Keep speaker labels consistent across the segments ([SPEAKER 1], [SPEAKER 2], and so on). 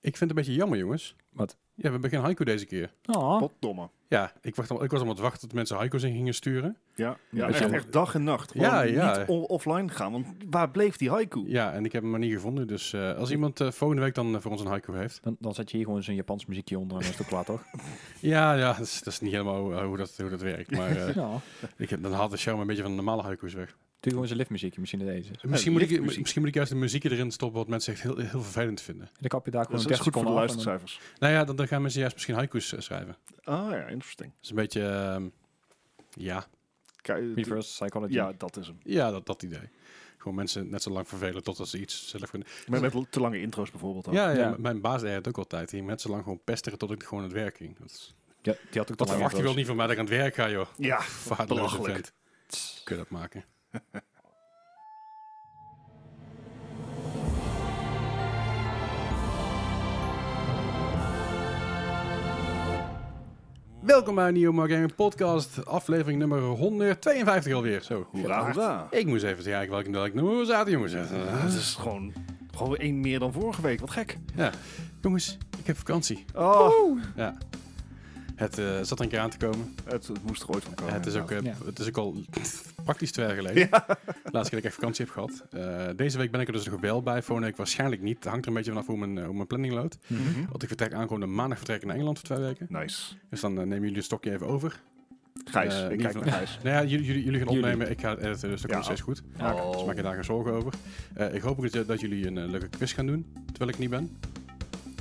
[SPEAKER 1] Ik vind het een beetje jammer, jongens.
[SPEAKER 2] Wat?
[SPEAKER 1] Ja, we hebben geen haiku deze keer.
[SPEAKER 2] Oh,
[SPEAKER 3] Potdomme.
[SPEAKER 1] Ja, ik, wacht al, ik was allemaal te wachten tot mensen haiku's in gingen sturen.
[SPEAKER 3] Ja,
[SPEAKER 2] Ja,
[SPEAKER 3] ja echt,
[SPEAKER 2] jammer.
[SPEAKER 3] echt dag en nacht. Gewoon
[SPEAKER 1] Ja, ja.
[SPEAKER 3] niet on- offline gaan, want waar bleef die haiku?
[SPEAKER 1] Ja, en ik heb hem maar niet gevonden. Dus eh, als iemand eh, volgende week dan eh, voor ons een haiku heeft.
[SPEAKER 2] dan, dan zet je hier gewoon zo'n Japans muziekje onder en dan is het ook klaar, toch?
[SPEAKER 1] Ja, ja dat, is, dat is niet helemaal hoe, hoe dat, hoe dat werkt. Maar eh,
[SPEAKER 2] Ja.
[SPEAKER 1] ik heb, dan haalt de charme een beetje van de normale haiku's weg.
[SPEAKER 2] Doe gewoon zo'n liftmuziekje, misschien in deze.
[SPEAKER 1] Misschien, moet ik,
[SPEAKER 3] lichtmuziek.
[SPEAKER 1] misschien moet ik juist de muziekje erin stoppen wat mensen echt heel, heel vervelend vinden.
[SPEAKER 2] En dan kap je daar
[SPEAKER 3] Dat
[SPEAKER 2] gewoon
[SPEAKER 3] is, dat is
[SPEAKER 2] 30
[SPEAKER 3] goed voor de
[SPEAKER 2] seconden af en dan-
[SPEAKER 3] luistercijfers.
[SPEAKER 1] Nou ja, dan, dan gaan mensen juist misschien haiku's eh, schrijven.
[SPEAKER 3] Ah ja, interesting.
[SPEAKER 1] Dat is een beetje... ehm, ja.
[SPEAKER 3] Kijk, die-
[SPEAKER 2] Reverse psychology.
[SPEAKER 3] ja, dat is hem.
[SPEAKER 1] ja, dat, dat idee. Gewoon mensen net zo lang vervelen totdat ze iets zelf kunnen.
[SPEAKER 3] Met, met te lange intro's bijvoorbeeld. ook.
[SPEAKER 1] Ja, ja,
[SPEAKER 2] Ja.
[SPEAKER 1] m- mijn baas deed het ook altijd. Die mensen lang gewoon pesteren tot ik gewoon aan het werk ging. Dat, is-
[SPEAKER 2] Ja, die had ook
[SPEAKER 1] dat
[SPEAKER 2] te lang
[SPEAKER 1] verwacht je wel niet van mij dat ik aan het werk ga, joh.
[SPEAKER 3] ja
[SPEAKER 1] Vaardeloze
[SPEAKER 3] belachelijk.
[SPEAKER 1] vent. Kun je dat maken. Welkom bij een nieuwe Mark Gaming Podcast, aflevering nummer 152 alweer. Zo.
[SPEAKER 3] Hoera, hoera.
[SPEAKER 1] Ik moest even kijken welke, welke nummer we zaten, jongens.
[SPEAKER 3] Ja, het is gewoon, gewoon één meer dan vorige week. Wat gek.
[SPEAKER 1] Ja. Jongens, ik heb vakantie.
[SPEAKER 3] Oh,
[SPEAKER 1] Ja. Het eh, zat er een keer aan te komen.
[SPEAKER 3] het, het moest er ooit van komen.
[SPEAKER 1] het, is ook,
[SPEAKER 3] Oh, inderdaad.
[SPEAKER 1] eh, het is ook al praktisch twee jaar geleden. Laatste keer dat ik echt vakantie heb gehad. Eh, deze week ben ik er dus nog wel bij. Volgende week waarschijnlijk niet. Het hangt er een beetje vanaf hoe mijn, eh, hoe mijn planning loopt.
[SPEAKER 2] Hm.
[SPEAKER 3] Mhm.
[SPEAKER 1] Want ik vertrek aankomende maandag vertrek ik naar Engeland voor twee weken.
[SPEAKER 3] Nice.
[SPEAKER 1] Dus dan eh, nemen jullie het stokje even over.
[SPEAKER 3] Gijs,
[SPEAKER 1] Eh,
[SPEAKER 3] ik
[SPEAKER 1] niet
[SPEAKER 3] kijk
[SPEAKER 1] van-
[SPEAKER 3] naar Gijs.
[SPEAKER 1] Nou ja, jullie, jullie, jullie gaan
[SPEAKER 2] Jullie.
[SPEAKER 1] opnemen. Ik ga het editen, dus dat
[SPEAKER 3] Ja.
[SPEAKER 1] komt steeds goed.
[SPEAKER 2] Ja,
[SPEAKER 1] Dus maak je daar geen zorgen over. Eh, ik hoop ook dat, dat jullie een eh, leuke quiz gaan doen, terwijl ik niet ben. Nou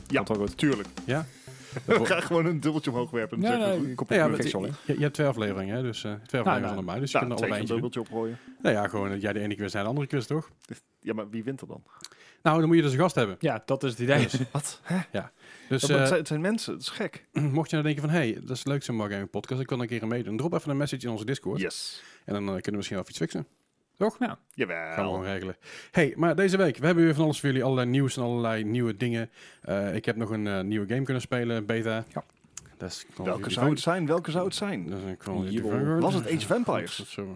[SPEAKER 3] Ja,
[SPEAKER 2] Komt wel goed.
[SPEAKER 3] tuurlijk.
[SPEAKER 1] Ja? Dat
[SPEAKER 3] We
[SPEAKER 1] wordt-
[SPEAKER 3] gaan gewoon een dubbeltje omhoog werpen.
[SPEAKER 2] Nee, nee,
[SPEAKER 3] natuurlijk.
[SPEAKER 2] ik-
[SPEAKER 3] Kom-
[SPEAKER 1] Nee, ja,
[SPEAKER 2] perfect,
[SPEAKER 1] maar
[SPEAKER 2] sorry.
[SPEAKER 1] je, je hebt twee afleveringen, hè? dus eh, twee afleveringen
[SPEAKER 2] nou.
[SPEAKER 1] van mij, dus
[SPEAKER 3] Ja,
[SPEAKER 1] je kunt er
[SPEAKER 3] twee
[SPEAKER 1] allebei
[SPEAKER 3] keer een
[SPEAKER 1] eentje doen.
[SPEAKER 3] dubbeltje opgooien.
[SPEAKER 1] Nou ja, gewoon eh, jij de ene quiz, jij de andere quiz, toch?
[SPEAKER 3] Ja, maar wie wint er dan?
[SPEAKER 1] Nou, dan moet je dus een gast hebben.
[SPEAKER 2] Ja, dat is het idee.
[SPEAKER 3] Wat? Hè?
[SPEAKER 1] Dus
[SPEAKER 3] Ja, maar het,
[SPEAKER 1] eh,
[SPEAKER 3] zijn, het zijn mensen, het is gek.
[SPEAKER 1] mocht je nou denken van, hey, dat is leuk zo'n Mark Gaming podcast, ik wil er een keer aan meedoen. Drop even een message in onze Discord
[SPEAKER 3] Yes.
[SPEAKER 1] en dan eh, kunnen we misschien wel even iets fixen.
[SPEAKER 2] nou,
[SPEAKER 1] Gaan we
[SPEAKER 3] Jawel.
[SPEAKER 1] gewoon regelen. Hey, maar deze week, we hebben weer van alles voor jullie. Allerlei nieuws en allerlei nieuwe dingen. Eh, ik heb nog een eh, nieuwe game kunnen spelen, beta.
[SPEAKER 2] Ja.
[SPEAKER 1] Dat is Call of
[SPEAKER 3] Welke
[SPEAKER 1] Duty
[SPEAKER 3] zou het
[SPEAKER 1] Vanguard.
[SPEAKER 3] zijn? Welke zou het zijn?
[SPEAKER 1] Dat is een Call of Duty
[SPEAKER 2] Jawel.
[SPEAKER 1] Vanguard.
[SPEAKER 3] Was het Age of Vampires?
[SPEAKER 1] Dat is zo-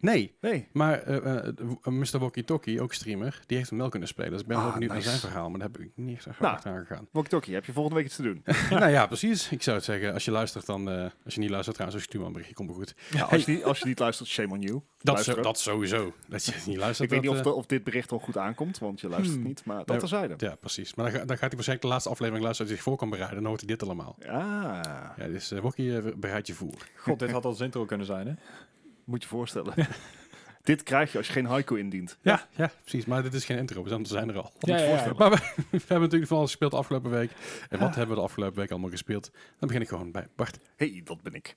[SPEAKER 1] Nee,
[SPEAKER 3] Nee.
[SPEAKER 1] maar eh, eh, w- eh, Mr. Walkie Talkie, ook streamer, die heeft hem wel kunnen spelen. Dus ik ben
[SPEAKER 3] Ah,
[SPEAKER 1] ook benieuwd
[SPEAKER 3] nice.
[SPEAKER 1] naar zijn verhaal, maar daar heb ik niet echt
[SPEAKER 3] Nou.
[SPEAKER 1] aan gegaan.
[SPEAKER 3] Walkie-talkie, heb je volgende week iets te doen?
[SPEAKER 1] nou ja, precies. Ik zou het zeggen, als je luistert dan... eh, als je niet luistert trouwens, als je stuur me een berichtje, komt wel goed.
[SPEAKER 3] Ja, als, je niet, als je niet luistert, shame on you.
[SPEAKER 1] Dat, zo,
[SPEAKER 3] Luisteren.
[SPEAKER 1] dat sowieso. Dat je niet luistert.
[SPEAKER 3] ik weet niet
[SPEAKER 1] dat,
[SPEAKER 3] of,
[SPEAKER 1] eh,
[SPEAKER 3] de- of dit bericht al goed aankomt, want je luistert niet, maar dat
[SPEAKER 1] Nee.
[SPEAKER 3] terzijde.
[SPEAKER 1] Ja, precies. Maar dan, ga- dan gaat hij waarschijnlijk de laatste aflevering luisteren... als hij zich voor kan bereiden. Dan hoort hij dit allemaal.
[SPEAKER 3] Ah,
[SPEAKER 1] Ja, dus eh Wokkie, eh, bereid je voor.
[SPEAKER 2] god, dit had als intro kunnen zijn, hè?
[SPEAKER 3] moet je voorstellen. Dit krijg je als je geen haiku indient.
[SPEAKER 1] Ja, ja, precies. Maar dit is geen intro, want ze zijn er al.
[SPEAKER 2] Ja, ja, ja.
[SPEAKER 1] Maar we, we hebben natuurlijk van alles gespeeld de afgelopen week. En wat hebben we de afgelopen week allemaal gespeeld? Dan begin ik gewoon bij Bart.
[SPEAKER 3] hey, dat ben ik.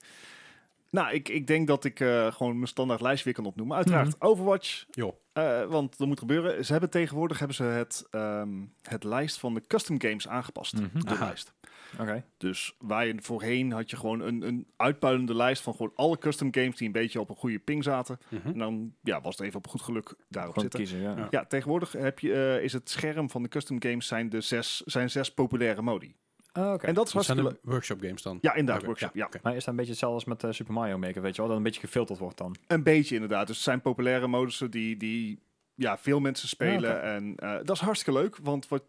[SPEAKER 3] Nou, ik, ik denk dat ik eh, gewoon mijn standaard lijstje weer kan opnoemen. Uiteraard
[SPEAKER 1] Mhm.
[SPEAKER 3] Overwatch,
[SPEAKER 1] Joh.
[SPEAKER 3] eh, want dat moet gebeuren. Ze hebben tegenwoordig hebben ze het, ehm, het lijst van de custom games aangepast.
[SPEAKER 2] Mhm.
[SPEAKER 3] De
[SPEAKER 1] Aha.
[SPEAKER 3] lijst.
[SPEAKER 2] Oké.
[SPEAKER 3] Dus waar je voorheen had je gewoon een, een uitpuilende lijst van gewoon alle custom games die een beetje op een goede ping zaten.
[SPEAKER 1] Mhm.
[SPEAKER 3] En dan ja, was het even op goed geluk daarop
[SPEAKER 2] Gewoon
[SPEAKER 3] zitten.
[SPEAKER 2] kiezen, ja.
[SPEAKER 1] Ja.
[SPEAKER 2] ja.
[SPEAKER 3] Ja, tegenwoordig heb je, eh, is het scherm van de custom games zijn, de zes, zijn zes populaire modi.
[SPEAKER 2] Ah, Oké.
[SPEAKER 3] En dat is
[SPEAKER 1] Dat zijn
[SPEAKER 3] hartstikke
[SPEAKER 1] de
[SPEAKER 3] leuk.
[SPEAKER 1] workshop games dan?
[SPEAKER 3] Ja, inderdaad,
[SPEAKER 1] Oké,
[SPEAKER 3] workshop. Ja,
[SPEAKER 1] oké.
[SPEAKER 2] Maar is dat een beetje hetzelfde als met eh, Super Mario Maker, weet je wel? Dat een beetje gefilterd wordt dan.
[SPEAKER 3] Een beetje inderdaad. Dus het zijn populaire modussen die, die ja, veel mensen spelen.
[SPEAKER 2] Ja, oké.
[SPEAKER 3] En eh, dat is hartstikke leuk, want wat,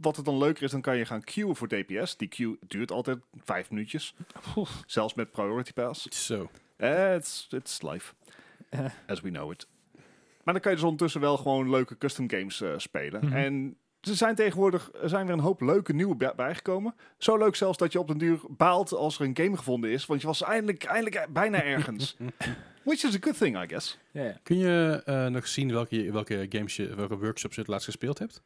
[SPEAKER 3] wat het dan leuker is, dan kan je gaan queuen voor DPS. Die queue duurt altijd vijf minuutjes. Zelfs met Priority Pass.
[SPEAKER 1] Zo.
[SPEAKER 3] Eh, It's, it's life.
[SPEAKER 2] Eh.
[SPEAKER 3] As we know it. Maar dan kan je dus ondertussen wel gewoon leuke custom games eh, spelen.
[SPEAKER 2] Mhm.
[SPEAKER 3] En ze zijn tegenwoordig er zijn weer een hoop leuke nieuwe bij- bijgekomen. Zo leuk zelfs dat je op den duur baalt als er een game gevonden is. Want je was eindelijk, eindelijk eh, bijna ergens. Which is a good thing, I guess.
[SPEAKER 2] Ja, ja.
[SPEAKER 1] Kun je eh, nog zien welke, welke games je, welke workshops je het laatst gespeeld hebt?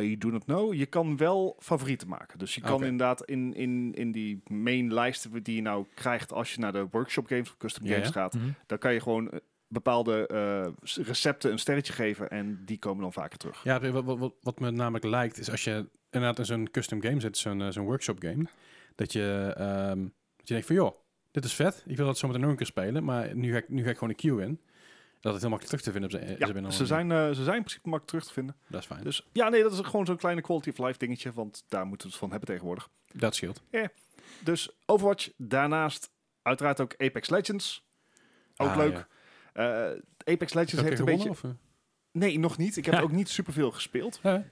[SPEAKER 3] I do not know. Je kan wel favorieten maken. Dus je kan
[SPEAKER 1] Oké.
[SPEAKER 3] inderdaad in, in, in die main lijst die je nou krijgt als je naar de workshop games of custom
[SPEAKER 1] Ja,
[SPEAKER 3] games
[SPEAKER 1] ja.
[SPEAKER 3] gaat.
[SPEAKER 2] Mhm.
[SPEAKER 3] Dan kan je gewoon eh, bepaalde eh, s- recepten een sterretje geven en die komen dan vaker terug.
[SPEAKER 1] Ja, wat, wat, wat, wat me namelijk lijkt is als je inderdaad in zo'n custom game zit, zo'n eh, zo'n workshop game, dat je, ehm, dat je denkt van joh, dit is vet, ik wil dat zometeen nog een keer spelen, maar nu ga ik, nu ga ik gewoon een queue in. Dat het heel makkelijk terug te vinden op zijn
[SPEAKER 3] Ja,
[SPEAKER 1] zijn binnen-
[SPEAKER 3] ze, zijn, eh, ze zijn in principe makkelijk terug te vinden.
[SPEAKER 1] Dat is fijn,
[SPEAKER 3] Dus ja, nee, dat is gewoon zo'n kleine quality of life dingetje, want daar moeten we het van hebben tegenwoordig.
[SPEAKER 1] dat scheelt.
[SPEAKER 3] Dus Overwatch, daarnaast uiteraard ook Apex Legends. Ook
[SPEAKER 1] Ah,
[SPEAKER 3] leuk.
[SPEAKER 1] ja.
[SPEAKER 3] Eh, Apex Legends
[SPEAKER 1] Heb je
[SPEAKER 3] heeft een
[SPEAKER 1] gewonnen?
[SPEAKER 3] beetje...
[SPEAKER 1] Of, eh?
[SPEAKER 3] Nee, nog niet. Ik heb ook niet superveel gespeeld.
[SPEAKER 1] Ja,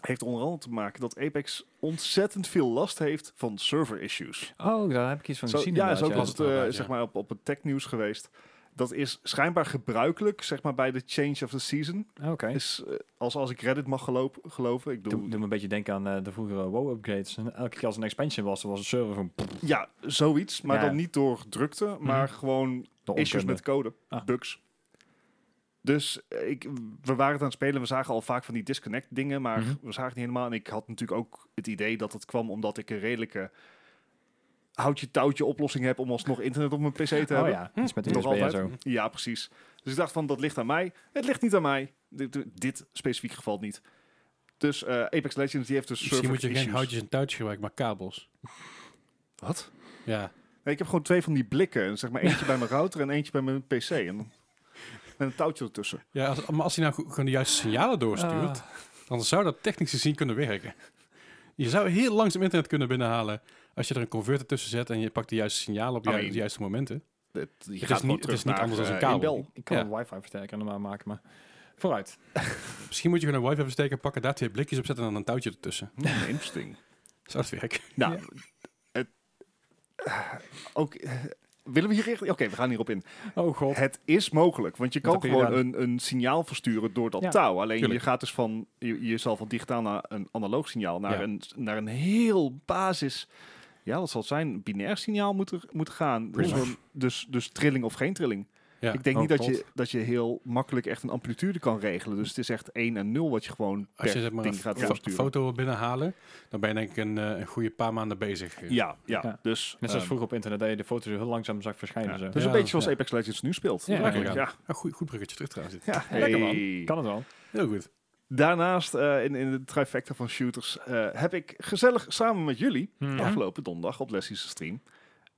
[SPEAKER 3] heeft onder andere te maken dat Apex ontzettend veel last heeft van server issues.
[SPEAKER 2] Oh, daar heb ik iets van
[SPEAKER 3] Zo,
[SPEAKER 2] gezien.
[SPEAKER 3] ja, is
[SPEAKER 2] inderdaad,
[SPEAKER 3] ook was
[SPEAKER 1] ja.
[SPEAKER 3] het, eh,
[SPEAKER 1] Ja.
[SPEAKER 3] zeg maar op, op het technieuws geweest. Dat is schijnbaar gebruikelijk, zeg maar bij de change of the season.
[SPEAKER 2] Ah, Oké.
[SPEAKER 3] Is, eh, als, als ik Reddit mag geloof, geloven, ik doe,
[SPEAKER 2] Doe, doe me een beetje denken aan eh, de vroegere WoW-upgrades. En Elke keer als er een expansion was, dan was de server van pff,
[SPEAKER 3] ja, zoiets. Maar
[SPEAKER 2] Ja.
[SPEAKER 3] dan niet door drukte, maar gewoon
[SPEAKER 2] de
[SPEAKER 3] issues
[SPEAKER 2] onkunde.
[SPEAKER 3] met code,
[SPEAKER 2] Ah.
[SPEAKER 3] bugs. Dus eh, ik, we waren het aan het spelen, we zagen al vaak van die disconnect dingen, maar
[SPEAKER 2] Mhm.
[SPEAKER 3] we zagen het niet helemaal. En ik had natuurlijk ook het idee dat het kwam omdat ik een redelijke houd je touwtje oplossing heb om alsnog internet op mijn pc te hebben.
[SPEAKER 2] Oh ja, iets met
[SPEAKER 3] Nog
[SPEAKER 2] USB en
[SPEAKER 3] altijd.
[SPEAKER 2] zo.
[SPEAKER 3] Ja, precies. Dus ik dacht van, dat ligt aan mij. Het ligt niet aan mij. Dit, dit specifiek geval niet. Dus eh, Apex Legends, die heeft dus
[SPEAKER 1] Misschien
[SPEAKER 3] server
[SPEAKER 1] moet je
[SPEAKER 3] issues.
[SPEAKER 1] geen houtjes en touwtjes gebruiken, maar kabels.
[SPEAKER 3] Wat?
[SPEAKER 1] Ja.
[SPEAKER 3] Nee, ik heb gewoon twee van die blikken. En Zeg maar eentje bij mijn router en eentje bij mijn pc. En, dan- en een touwtje ertussen.
[SPEAKER 1] ja als, maar als hij nou go- gewoon de juiste signalen
[SPEAKER 3] Eh.
[SPEAKER 1] doorstuurt,
[SPEAKER 2] Ah.
[SPEAKER 1] dan zou dat technisch gezien kunnen werken. Je zou heel langzaam internet kunnen binnenhalen als je er een converter tussen zet en je pakt de juiste signalen op
[SPEAKER 3] I
[SPEAKER 1] ju-
[SPEAKER 3] mean-
[SPEAKER 1] de juiste momenten.
[SPEAKER 3] Het, je
[SPEAKER 1] is
[SPEAKER 3] gaat
[SPEAKER 1] niet-
[SPEAKER 3] wel
[SPEAKER 1] het
[SPEAKER 3] terug
[SPEAKER 1] is niet
[SPEAKER 3] naar,
[SPEAKER 1] anders dan
[SPEAKER 3] eh,
[SPEAKER 1] een kabel.
[SPEAKER 3] Inbel.
[SPEAKER 2] Ik kan
[SPEAKER 1] Ja.
[SPEAKER 2] een wifi versterker normaal maken, maar vooruit.
[SPEAKER 1] Misschien moet je gewoon een wifi versteker pakken, daar twee blikjes op zetten en dan een touwtje ertussen.
[SPEAKER 3] Hmm, interesting.
[SPEAKER 1] Zou dat werken?
[SPEAKER 3] Nou, het, ook, eh, willen we hier echt... Oké, we gaan hierop in.
[SPEAKER 2] Oh god.
[SPEAKER 3] Het is mogelijk, want je
[SPEAKER 2] Dat
[SPEAKER 3] kan
[SPEAKER 2] heb je
[SPEAKER 3] gewoon een, een signaal versturen door dat
[SPEAKER 2] Ja.
[SPEAKER 3] touw. Alleen
[SPEAKER 1] Tuurlijk.
[SPEAKER 3] je gaat dus van, je, je zal van digitaal naar een analoog signaal, naar,
[SPEAKER 1] Ja.
[SPEAKER 3] een, naar een heel basis, ja wat zal het zijn, binair signaal moet, er, moet gaan. Dus,
[SPEAKER 1] Pretty
[SPEAKER 3] een- dus, dus trilling of geen trilling.
[SPEAKER 1] Ja.
[SPEAKER 3] Ik denk
[SPEAKER 2] Oh,
[SPEAKER 3] niet
[SPEAKER 2] tot.
[SPEAKER 3] dat je, dat je heel makkelijk echt een amplitude kan regelen. Dus het is echt 1 en 0 wat je gewoon per
[SPEAKER 1] Als je zeg maar een
[SPEAKER 3] ding gaat
[SPEAKER 1] fo-
[SPEAKER 3] doorsturen.
[SPEAKER 1] foto wil binnenhalen, dan ben je denk ik een, eh, een goede paar maanden bezig.
[SPEAKER 3] ja, ja,
[SPEAKER 2] Ja.
[SPEAKER 3] dus...
[SPEAKER 2] Net zoals
[SPEAKER 3] ehm,
[SPEAKER 2] vroeger op internet, dat je de foto's heel langzaam zag verschijnen.
[SPEAKER 3] ja.
[SPEAKER 2] Zo.
[SPEAKER 3] Dus
[SPEAKER 1] Ja,
[SPEAKER 3] een beetje zoals
[SPEAKER 1] ja.
[SPEAKER 3] Apex Legends nu speelt.
[SPEAKER 2] Ja,
[SPEAKER 3] Eigenlijk,
[SPEAKER 1] ja.
[SPEAKER 3] ja.
[SPEAKER 1] Ah, goed, goed bruggetje terug trouwens. dit.
[SPEAKER 3] Ja,
[SPEAKER 2] Lekker man.
[SPEAKER 3] hey.
[SPEAKER 2] Kan het wel.
[SPEAKER 1] Heel goed.
[SPEAKER 3] Daarnaast, eh, in, in de trifecta van shooters, eh, heb ik gezellig samen met jullie
[SPEAKER 2] Mhm.
[SPEAKER 3] afgelopen donderdag op Leslie's stream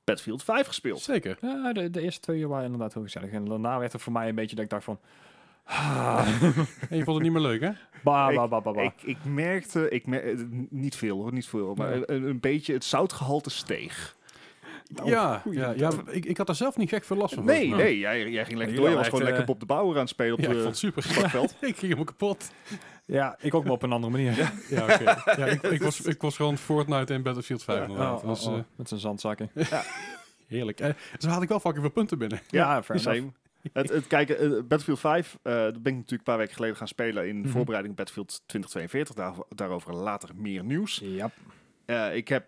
[SPEAKER 3] Battlefield 5 gespeeld.
[SPEAKER 1] Zeker.
[SPEAKER 2] Ja, de, de eerste twee uur waren inderdaad heel gezellig. En daarna werd het voor mij een beetje dat ik dacht van...
[SPEAKER 1] En je vond het niet meer leuk, hè?
[SPEAKER 2] Bah, bah, bah, bah, bah.
[SPEAKER 3] Ik, ik merkte, ik mer- eh, niet veel hoor, niet veel, maar
[SPEAKER 2] Nee.
[SPEAKER 3] een, een beetje het zoutgehalte steeg.
[SPEAKER 1] ja, ja, ja ik, ik had er zelf niet gek veel last van.
[SPEAKER 3] Nou, nee,
[SPEAKER 1] volgens mij.
[SPEAKER 3] nee, jij, jij ging lekker
[SPEAKER 2] jullie
[SPEAKER 3] door. Je
[SPEAKER 2] waren
[SPEAKER 3] was
[SPEAKER 2] echt,
[SPEAKER 3] gewoon lekker
[SPEAKER 2] eh,
[SPEAKER 3] Bob de Bouwer aan het spelen op eh,
[SPEAKER 1] Ja, ik
[SPEAKER 3] de
[SPEAKER 1] vond het super.
[SPEAKER 3] slagveld.
[SPEAKER 1] ik ging helemaal kapot.
[SPEAKER 2] Ja, ik ook, maar op een andere manier.
[SPEAKER 1] Ja, oké. ja, ik, ik, was, ik was gewoon Fortnite en Battlefield 5 inderdaad.
[SPEAKER 2] Oh, oh,
[SPEAKER 1] Dat was, eh,
[SPEAKER 2] oh, Met zijn zandzakken.
[SPEAKER 1] heerlijk. En zo had ik wel fucking veel punten binnen.
[SPEAKER 2] Ja, fair
[SPEAKER 3] same. Het, het, kijk, eh, Battlefield 5, eh dat ben ik natuurlijk een paar weken geleden gaan spelen in
[SPEAKER 2] Mhm.
[SPEAKER 3] voorbereiding op Battlefield 2042. Daar- daarover later meer nieuws.
[SPEAKER 2] Ja.
[SPEAKER 3] Eh, ik heb,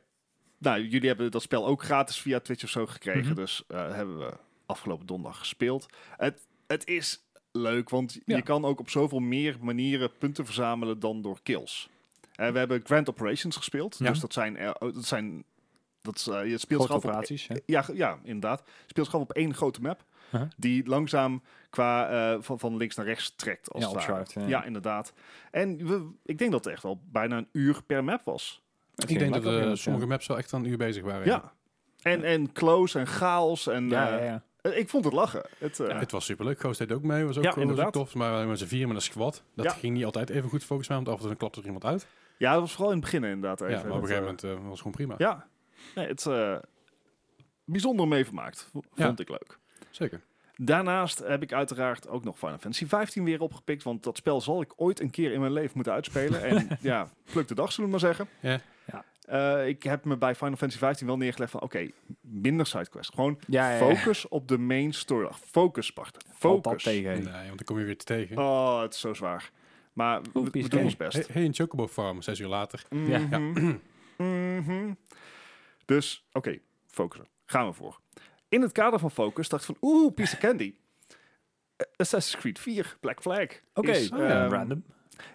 [SPEAKER 3] nou, jullie hebben dat spel ook gratis via Twitch of zo gekregen.
[SPEAKER 2] Mhm.
[SPEAKER 3] Dus eh, hebben we afgelopen donderdag gespeeld. Het, het is leuk, want
[SPEAKER 2] Ja.
[SPEAKER 3] je kan ook op zoveel meer manieren punten verzamelen dan door kills. Eh, we hebben Grand Operations gespeeld.
[SPEAKER 1] Ja.
[SPEAKER 3] Dus dat zijn, eh, oh, dat zijn dat is, eh, het
[SPEAKER 2] Grote
[SPEAKER 3] speelschap op, e-
[SPEAKER 2] operaties. hè.
[SPEAKER 3] ja, ge- ja, inderdaad. Speelschap op één grote map.
[SPEAKER 2] Uh-huh.
[SPEAKER 3] Die langzaam qua eh, van, van links naar rechts trekt. Als
[SPEAKER 2] Ja, eh.
[SPEAKER 3] het ware.
[SPEAKER 2] opschuift, ja.
[SPEAKER 3] ja, inderdaad. En we, ik denk dat het echt wel bijna een uur per map was.
[SPEAKER 2] Het
[SPEAKER 1] ik
[SPEAKER 2] ging
[SPEAKER 1] denk dat
[SPEAKER 2] lekker op,
[SPEAKER 1] eh,
[SPEAKER 2] inderdaad,
[SPEAKER 1] sommige maps wel echt aan een uur bezig waren.
[SPEAKER 3] Ja. En, en close en chaos. En,
[SPEAKER 2] Ja, ja,
[SPEAKER 3] eh,
[SPEAKER 2] ja. ja.
[SPEAKER 3] eh, Ik vond het lachen. Het, eh,
[SPEAKER 1] Het was superleuk. Ghost deed ook mee. Was ook,
[SPEAKER 3] Ja,
[SPEAKER 1] was ook
[SPEAKER 3] inderdaad.
[SPEAKER 1] tof. Maar eh, met z'n vier met een squad. Dat
[SPEAKER 3] Ja.
[SPEAKER 1] ging niet altijd even goed volgens mij. Want af en toe dan klapte er iemand uit.
[SPEAKER 3] ja, dat was vooral in het begin inderdaad. Even.
[SPEAKER 1] ja, maar op een
[SPEAKER 3] Het, eh,
[SPEAKER 1] gegeven moment eh, was het gewoon prima.
[SPEAKER 3] Ja, nee, het eh, bijzonder mee vermaakt. Vond
[SPEAKER 1] Ja.
[SPEAKER 3] ik leuk.
[SPEAKER 1] Zeker.
[SPEAKER 3] Daarnaast heb ik uiteraard ook nog Final Fantasy 15 weer opgepikt. Want dat spel zal ik ooit een keer in mijn leven moeten uitspelen. en ja, pluk de dag, zullen we maar zeggen.
[SPEAKER 1] Ja.
[SPEAKER 2] Ja.
[SPEAKER 3] Eh, ik heb me bij Final Fantasy 15 wel neergelegd van... Oké, minder sidequest. Gewoon
[SPEAKER 2] ja, ja.
[SPEAKER 3] focus op de main story. Focus, Bart.
[SPEAKER 2] Valt dat
[SPEAKER 3] Focus.
[SPEAKER 2] tegen.
[SPEAKER 1] Nee, want dan kom je weer tegen.
[SPEAKER 3] Oh, het is zo zwaar. Maar we-
[SPEAKER 2] Oeh,
[SPEAKER 3] we,
[SPEAKER 2] PSK.
[SPEAKER 3] doen ons best.
[SPEAKER 1] Hey, hey, een Chocobo Farm, zes uur later.
[SPEAKER 2] Ja.
[SPEAKER 3] Mhm. Mhm. Dus, oké, focussen. Gaan we voor. In het kader van focus dacht ik van, oeh, piece of candy. Eh, Assassin's Creed 4, Black Flag.
[SPEAKER 2] Oké,
[SPEAKER 3] is,
[SPEAKER 2] oh ja,
[SPEAKER 3] ehm,
[SPEAKER 2] random.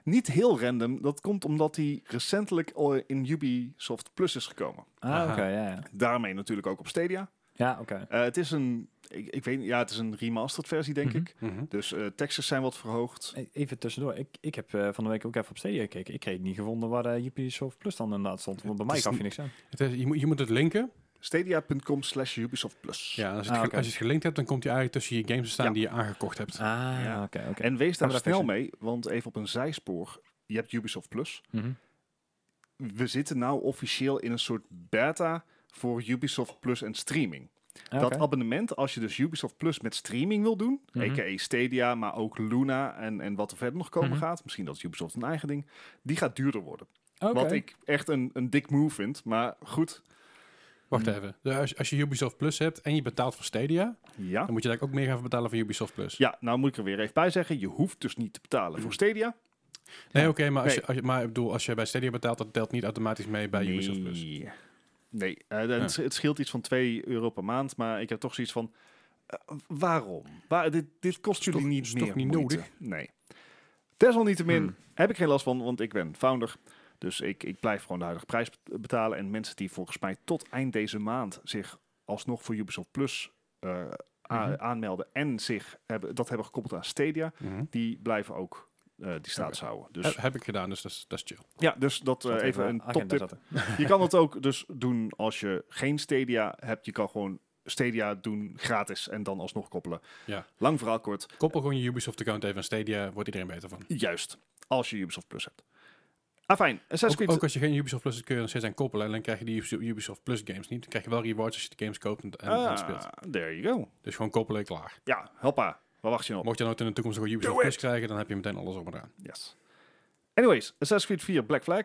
[SPEAKER 3] Niet heel random. Dat komt omdat hij recentelijk al in Ubisoft Plus is gekomen.
[SPEAKER 2] Ah,
[SPEAKER 1] aha.
[SPEAKER 2] oké, ja, ja.
[SPEAKER 3] Daarmee natuurlijk ook op Stadia.
[SPEAKER 2] Ja, oké.
[SPEAKER 3] Eh, het is een, ik, ik weet niet, ja, het is een remastered versie, denk
[SPEAKER 2] Mhm.
[SPEAKER 3] ik. Dus eh textures zijn wat verhoogd.
[SPEAKER 2] E- Even tussendoor, ik, ik heb eh, van de week ook even op Stadia gekeken. Ik kreeg niet gevonden waar de Ubisoft Plus dan inderdaad stond. Want bij mij
[SPEAKER 1] is
[SPEAKER 2] gaf je
[SPEAKER 1] n-
[SPEAKER 2] niks aan.
[SPEAKER 1] Het is, je, moet, je moet het linken.
[SPEAKER 3] Stadia.com slash Ubisoft Plus.
[SPEAKER 1] Ja, als, je het
[SPEAKER 2] Ah,
[SPEAKER 1] ge-
[SPEAKER 2] oké.
[SPEAKER 1] als je het gelinkt hebt, dan komt hij eigenlijk tussen je games te staan
[SPEAKER 3] Ja.
[SPEAKER 1] die je aangekocht hebt.
[SPEAKER 2] Ah,
[SPEAKER 3] Ja.
[SPEAKER 2] oké, oké.
[SPEAKER 3] En wees daar
[SPEAKER 2] Gaan we
[SPEAKER 3] snel
[SPEAKER 2] dat
[SPEAKER 3] mee, want even op een zijspoor. Je hebt Ubisoft Plus.
[SPEAKER 2] Mhm.
[SPEAKER 3] We zitten nou officieel in een soort beta voor Ubisoft Plus en streaming.
[SPEAKER 2] Oké.
[SPEAKER 3] Dat abonnement, als je dus Ubisoft Plus met streaming wil doen,
[SPEAKER 2] Mhm.
[SPEAKER 3] a.k.a. Stadia, maar ook Luna en, en wat er verder nog komen
[SPEAKER 2] Mhm.
[SPEAKER 3] gaat, misschien dat is Ubisoft een eigen ding, die gaat duurder worden.
[SPEAKER 2] Oké.
[SPEAKER 3] Wat ik eh, echt een, een dik move vind, maar goed,
[SPEAKER 1] Wacht
[SPEAKER 2] Hmm.
[SPEAKER 1] even. Dus als, als je Ubisoft Plus hebt en je betaalt voor Stadia,
[SPEAKER 3] ja.
[SPEAKER 1] dan moet je daar ook meer gaan betalen voor Ubisoft Plus.
[SPEAKER 3] Ja, nou moet ik er weer even bij zeggen, je hoeft dus niet te betalen
[SPEAKER 2] Mhm.
[SPEAKER 3] voor Stadia.
[SPEAKER 1] Nee, oké, maar, als
[SPEAKER 3] Nee.
[SPEAKER 1] je, als je- maar ik bedoel, als je bij Stadia betaalt, dat telt niet automatisch mee bij Ubisoft Plus.
[SPEAKER 3] Nee. Nee, eh, het, het scheelt iets van 2 euro per maand, maar ik heb toch zoiets van, eh, waarom? Waar, dit, dit kost jullie
[SPEAKER 1] toch-
[SPEAKER 3] niet
[SPEAKER 1] is
[SPEAKER 3] meer
[SPEAKER 1] toch niet
[SPEAKER 3] moeite.
[SPEAKER 1] nodig?
[SPEAKER 3] Nee. Desalniettemin
[SPEAKER 2] Hmm.
[SPEAKER 3] heb ik geen last van, want ik ben founder. Dus ik, ik blijf gewoon de huidige prijs bet- betalen. En mensen die volgens mij tot eind deze maand zich alsnog voor Ubisoft Plus eh, a-
[SPEAKER 1] Mhm.
[SPEAKER 3] aanmelden en zich hebben, dat hebben gekoppeld aan Stadia,
[SPEAKER 1] Mhm.
[SPEAKER 3] die blijven ook eh, die status houden. Dus,
[SPEAKER 1] Heb, heb ik gedaan, dus dat is, dat is chill.
[SPEAKER 3] ja, dus dat eh,
[SPEAKER 2] Zal het
[SPEAKER 3] even een
[SPEAKER 2] agenda
[SPEAKER 3] toptip
[SPEAKER 2] zetten.
[SPEAKER 3] je kan dat ook dus doen als je geen Stadia hebt. Je kan gewoon Stadia doen gratis en dan alsnog koppelen.
[SPEAKER 1] Ja.
[SPEAKER 3] Lang verhaal kort.
[SPEAKER 1] Koppel gewoon je Ubisoft-account even aan Stadia, wordt iedereen beter van.
[SPEAKER 3] Juist. Als je Ubisoft Plus hebt. Ah, fijn. Assassin's
[SPEAKER 1] Ook,
[SPEAKER 3] Creed.
[SPEAKER 1] ook als je geen Ubisoft Plus hebt, kun je er nog steeds aan koppelen. En dan krijg je die Ubis- Ubisoft Plus games niet. Dan krijg je wel rewards als je de games koopt en, en, en speelt.
[SPEAKER 3] ah, there you go.
[SPEAKER 1] Dus gewoon koppelen, klaar.
[SPEAKER 3] Ja, hoppa. Waar wacht je nog op?
[SPEAKER 1] Mocht je nooit in de toekomst nog een Ubisoft
[SPEAKER 3] Do
[SPEAKER 1] Plus krijgen, dan heb je meteen alles op en eraan.
[SPEAKER 3] Yes. Anyways, Assassin's Creed 4 Black Flag.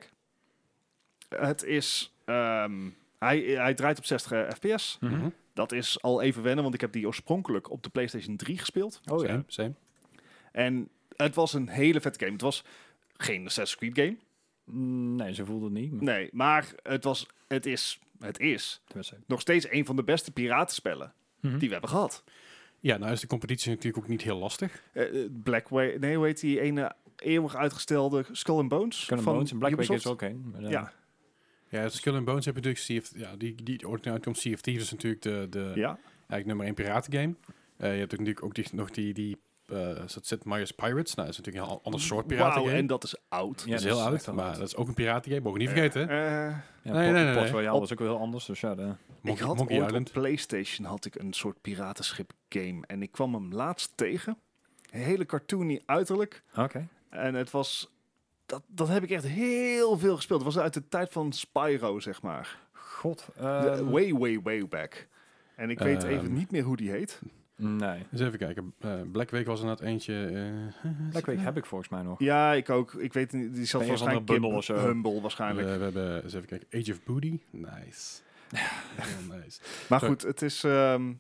[SPEAKER 3] Het is... ehm, hij, hij draait op 60 fps.
[SPEAKER 2] Mhm.
[SPEAKER 1] Mhm.
[SPEAKER 3] Dat is al even wennen, want ik heb die oorspronkelijk op de PlayStation 3 gespeeld.
[SPEAKER 2] Oh ja.
[SPEAKER 1] same, same.
[SPEAKER 3] En het was een hele vette game. Het was geen Assassin's Creed game.
[SPEAKER 2] Mm, Nee, ze voelde het niet. maar
[SPEAKER 3] Nee, maar het, was, het, is, het is
[SPEAKER 2] tenminste.
[SPEAKER 3] nog steeds een van de beste piratenspellen
[SPEAKER 2] Mhm.
[SPEAKER 3] die we hebben gehad.
[SPEAKER 1] Ja, nou is de competitie natuurlijk ook niet heel lastig.
[SPEAKER 3] Eh, eh, Black Way, nee, hoe heet die ene eeuwig uitgestelde Skull and Bones?
[SPEAKER 2] Skull and
[SPEAKER 3] van
[SPEAKER 2] Bones en Black Wake is
[SPEAKER 3] Ubisoft?
[SPEAKER 2] ook één. maar, eh,
[SPEAKER 3] Ja.
[SPEAKER 1] Ja, het Skull and Bones heb je natuurlijk CFT. Ja, die, die originele uitkomt CFT, dus is natuurlijk de, de
[SPEAKER 2] eh,
[SPEAKER 3] Ja,
[SPEAKER 1] eigenlijk nummer 1 piratengame. Eh je hebt ook natuurlijk ook die, nog die, die eh, is dat Sid Meier's Pirates. Nou, dat is natuurlijk een heel ander soort
[SPEAKER 3] Wauw,
[SPEAKER 1] piratengame.
[SPEAKER 3] en dat is oud. Dus,
[SPEAKER 2] Ja,
[SPEAKER 1] dat is heel
[SPEAKER 2] echt
[SPEAKER 1] oud,
[SPEAKER 2] wel
[SPEAKER 1] maar
[SPEAKER 2] oud.
[SPEAKER 1] dat is ook een piratengame. Mogen we niet vergeten. hè?
[SPEAKER 3] Eh,
[SPEAKER 2] Ja,
[SPEAKER 1] Nee,
[SPEAKER 2] Port-
[SPEAKER 1] nee, nee,
[SPEAKER 2] Port
[SPEAKER 1] nee.
[SPEAKER 2] Royale
[SPEAKER 3] Op-
[SPEAKER 2] was ook wel heel anders, dus ja. de-
[SPEAKER 3] ik
[SPEAKER 1] Monkey,
[SPEAKER 3] had
[SPEAKER 1] Monkey
[SPEAKER 3] ooit
[SPEAKER 1] Island.
[SPEAKER 3] op PlayStation had ik een soort piratenschip game en ik kwam hem laatst tegen. Een hele cartoony uiterlijk.
[SPEAKER 2] Oké.
[SPEAKER 3] En het was... Dat, dat heb ik echt heel veel gespeeld. Het was uit de tijd van Spyro, zeg maar.
[SPEAKER 2] God.
[SPEAKER 3] De-
[SPEAKER 2] ehm,
[SPEAKER 3] way, way, way back. En ik weet even
[SPEAKER 1] Ehm.
[SPEAKER 3] niet meer hoe die heet.
[SPEAKER 2] Nee.
[SPEAKER 1] Eens even kijken. Eh, Black Week was inderdaad eentje. eh,
[SPEAKER 2] Black Wake heb ik volgens mij nog.
[SPEAKER 3] Ja, ik ook. Ik weet niet. Die
[SPEAKER 2] Een
[SPEAKER 3] zat
[SPEAKER 2] of
[SPEAKER 3] waarschijnlijk
[SPEAKER 2] andere
[SPEAKER 3] Kim
[SPEAKER 2] bundel of zo.
[SPEAKER 3] Humble waarschijnlijk.
[SPEAKER 1] we, we hebben eens even kijken. Age of Booty. Nice. Heel nice.
[SPEAKER 3] maar
[SPEAKER 1] sorry.
[SPEAKER 3] goed, het is ehm,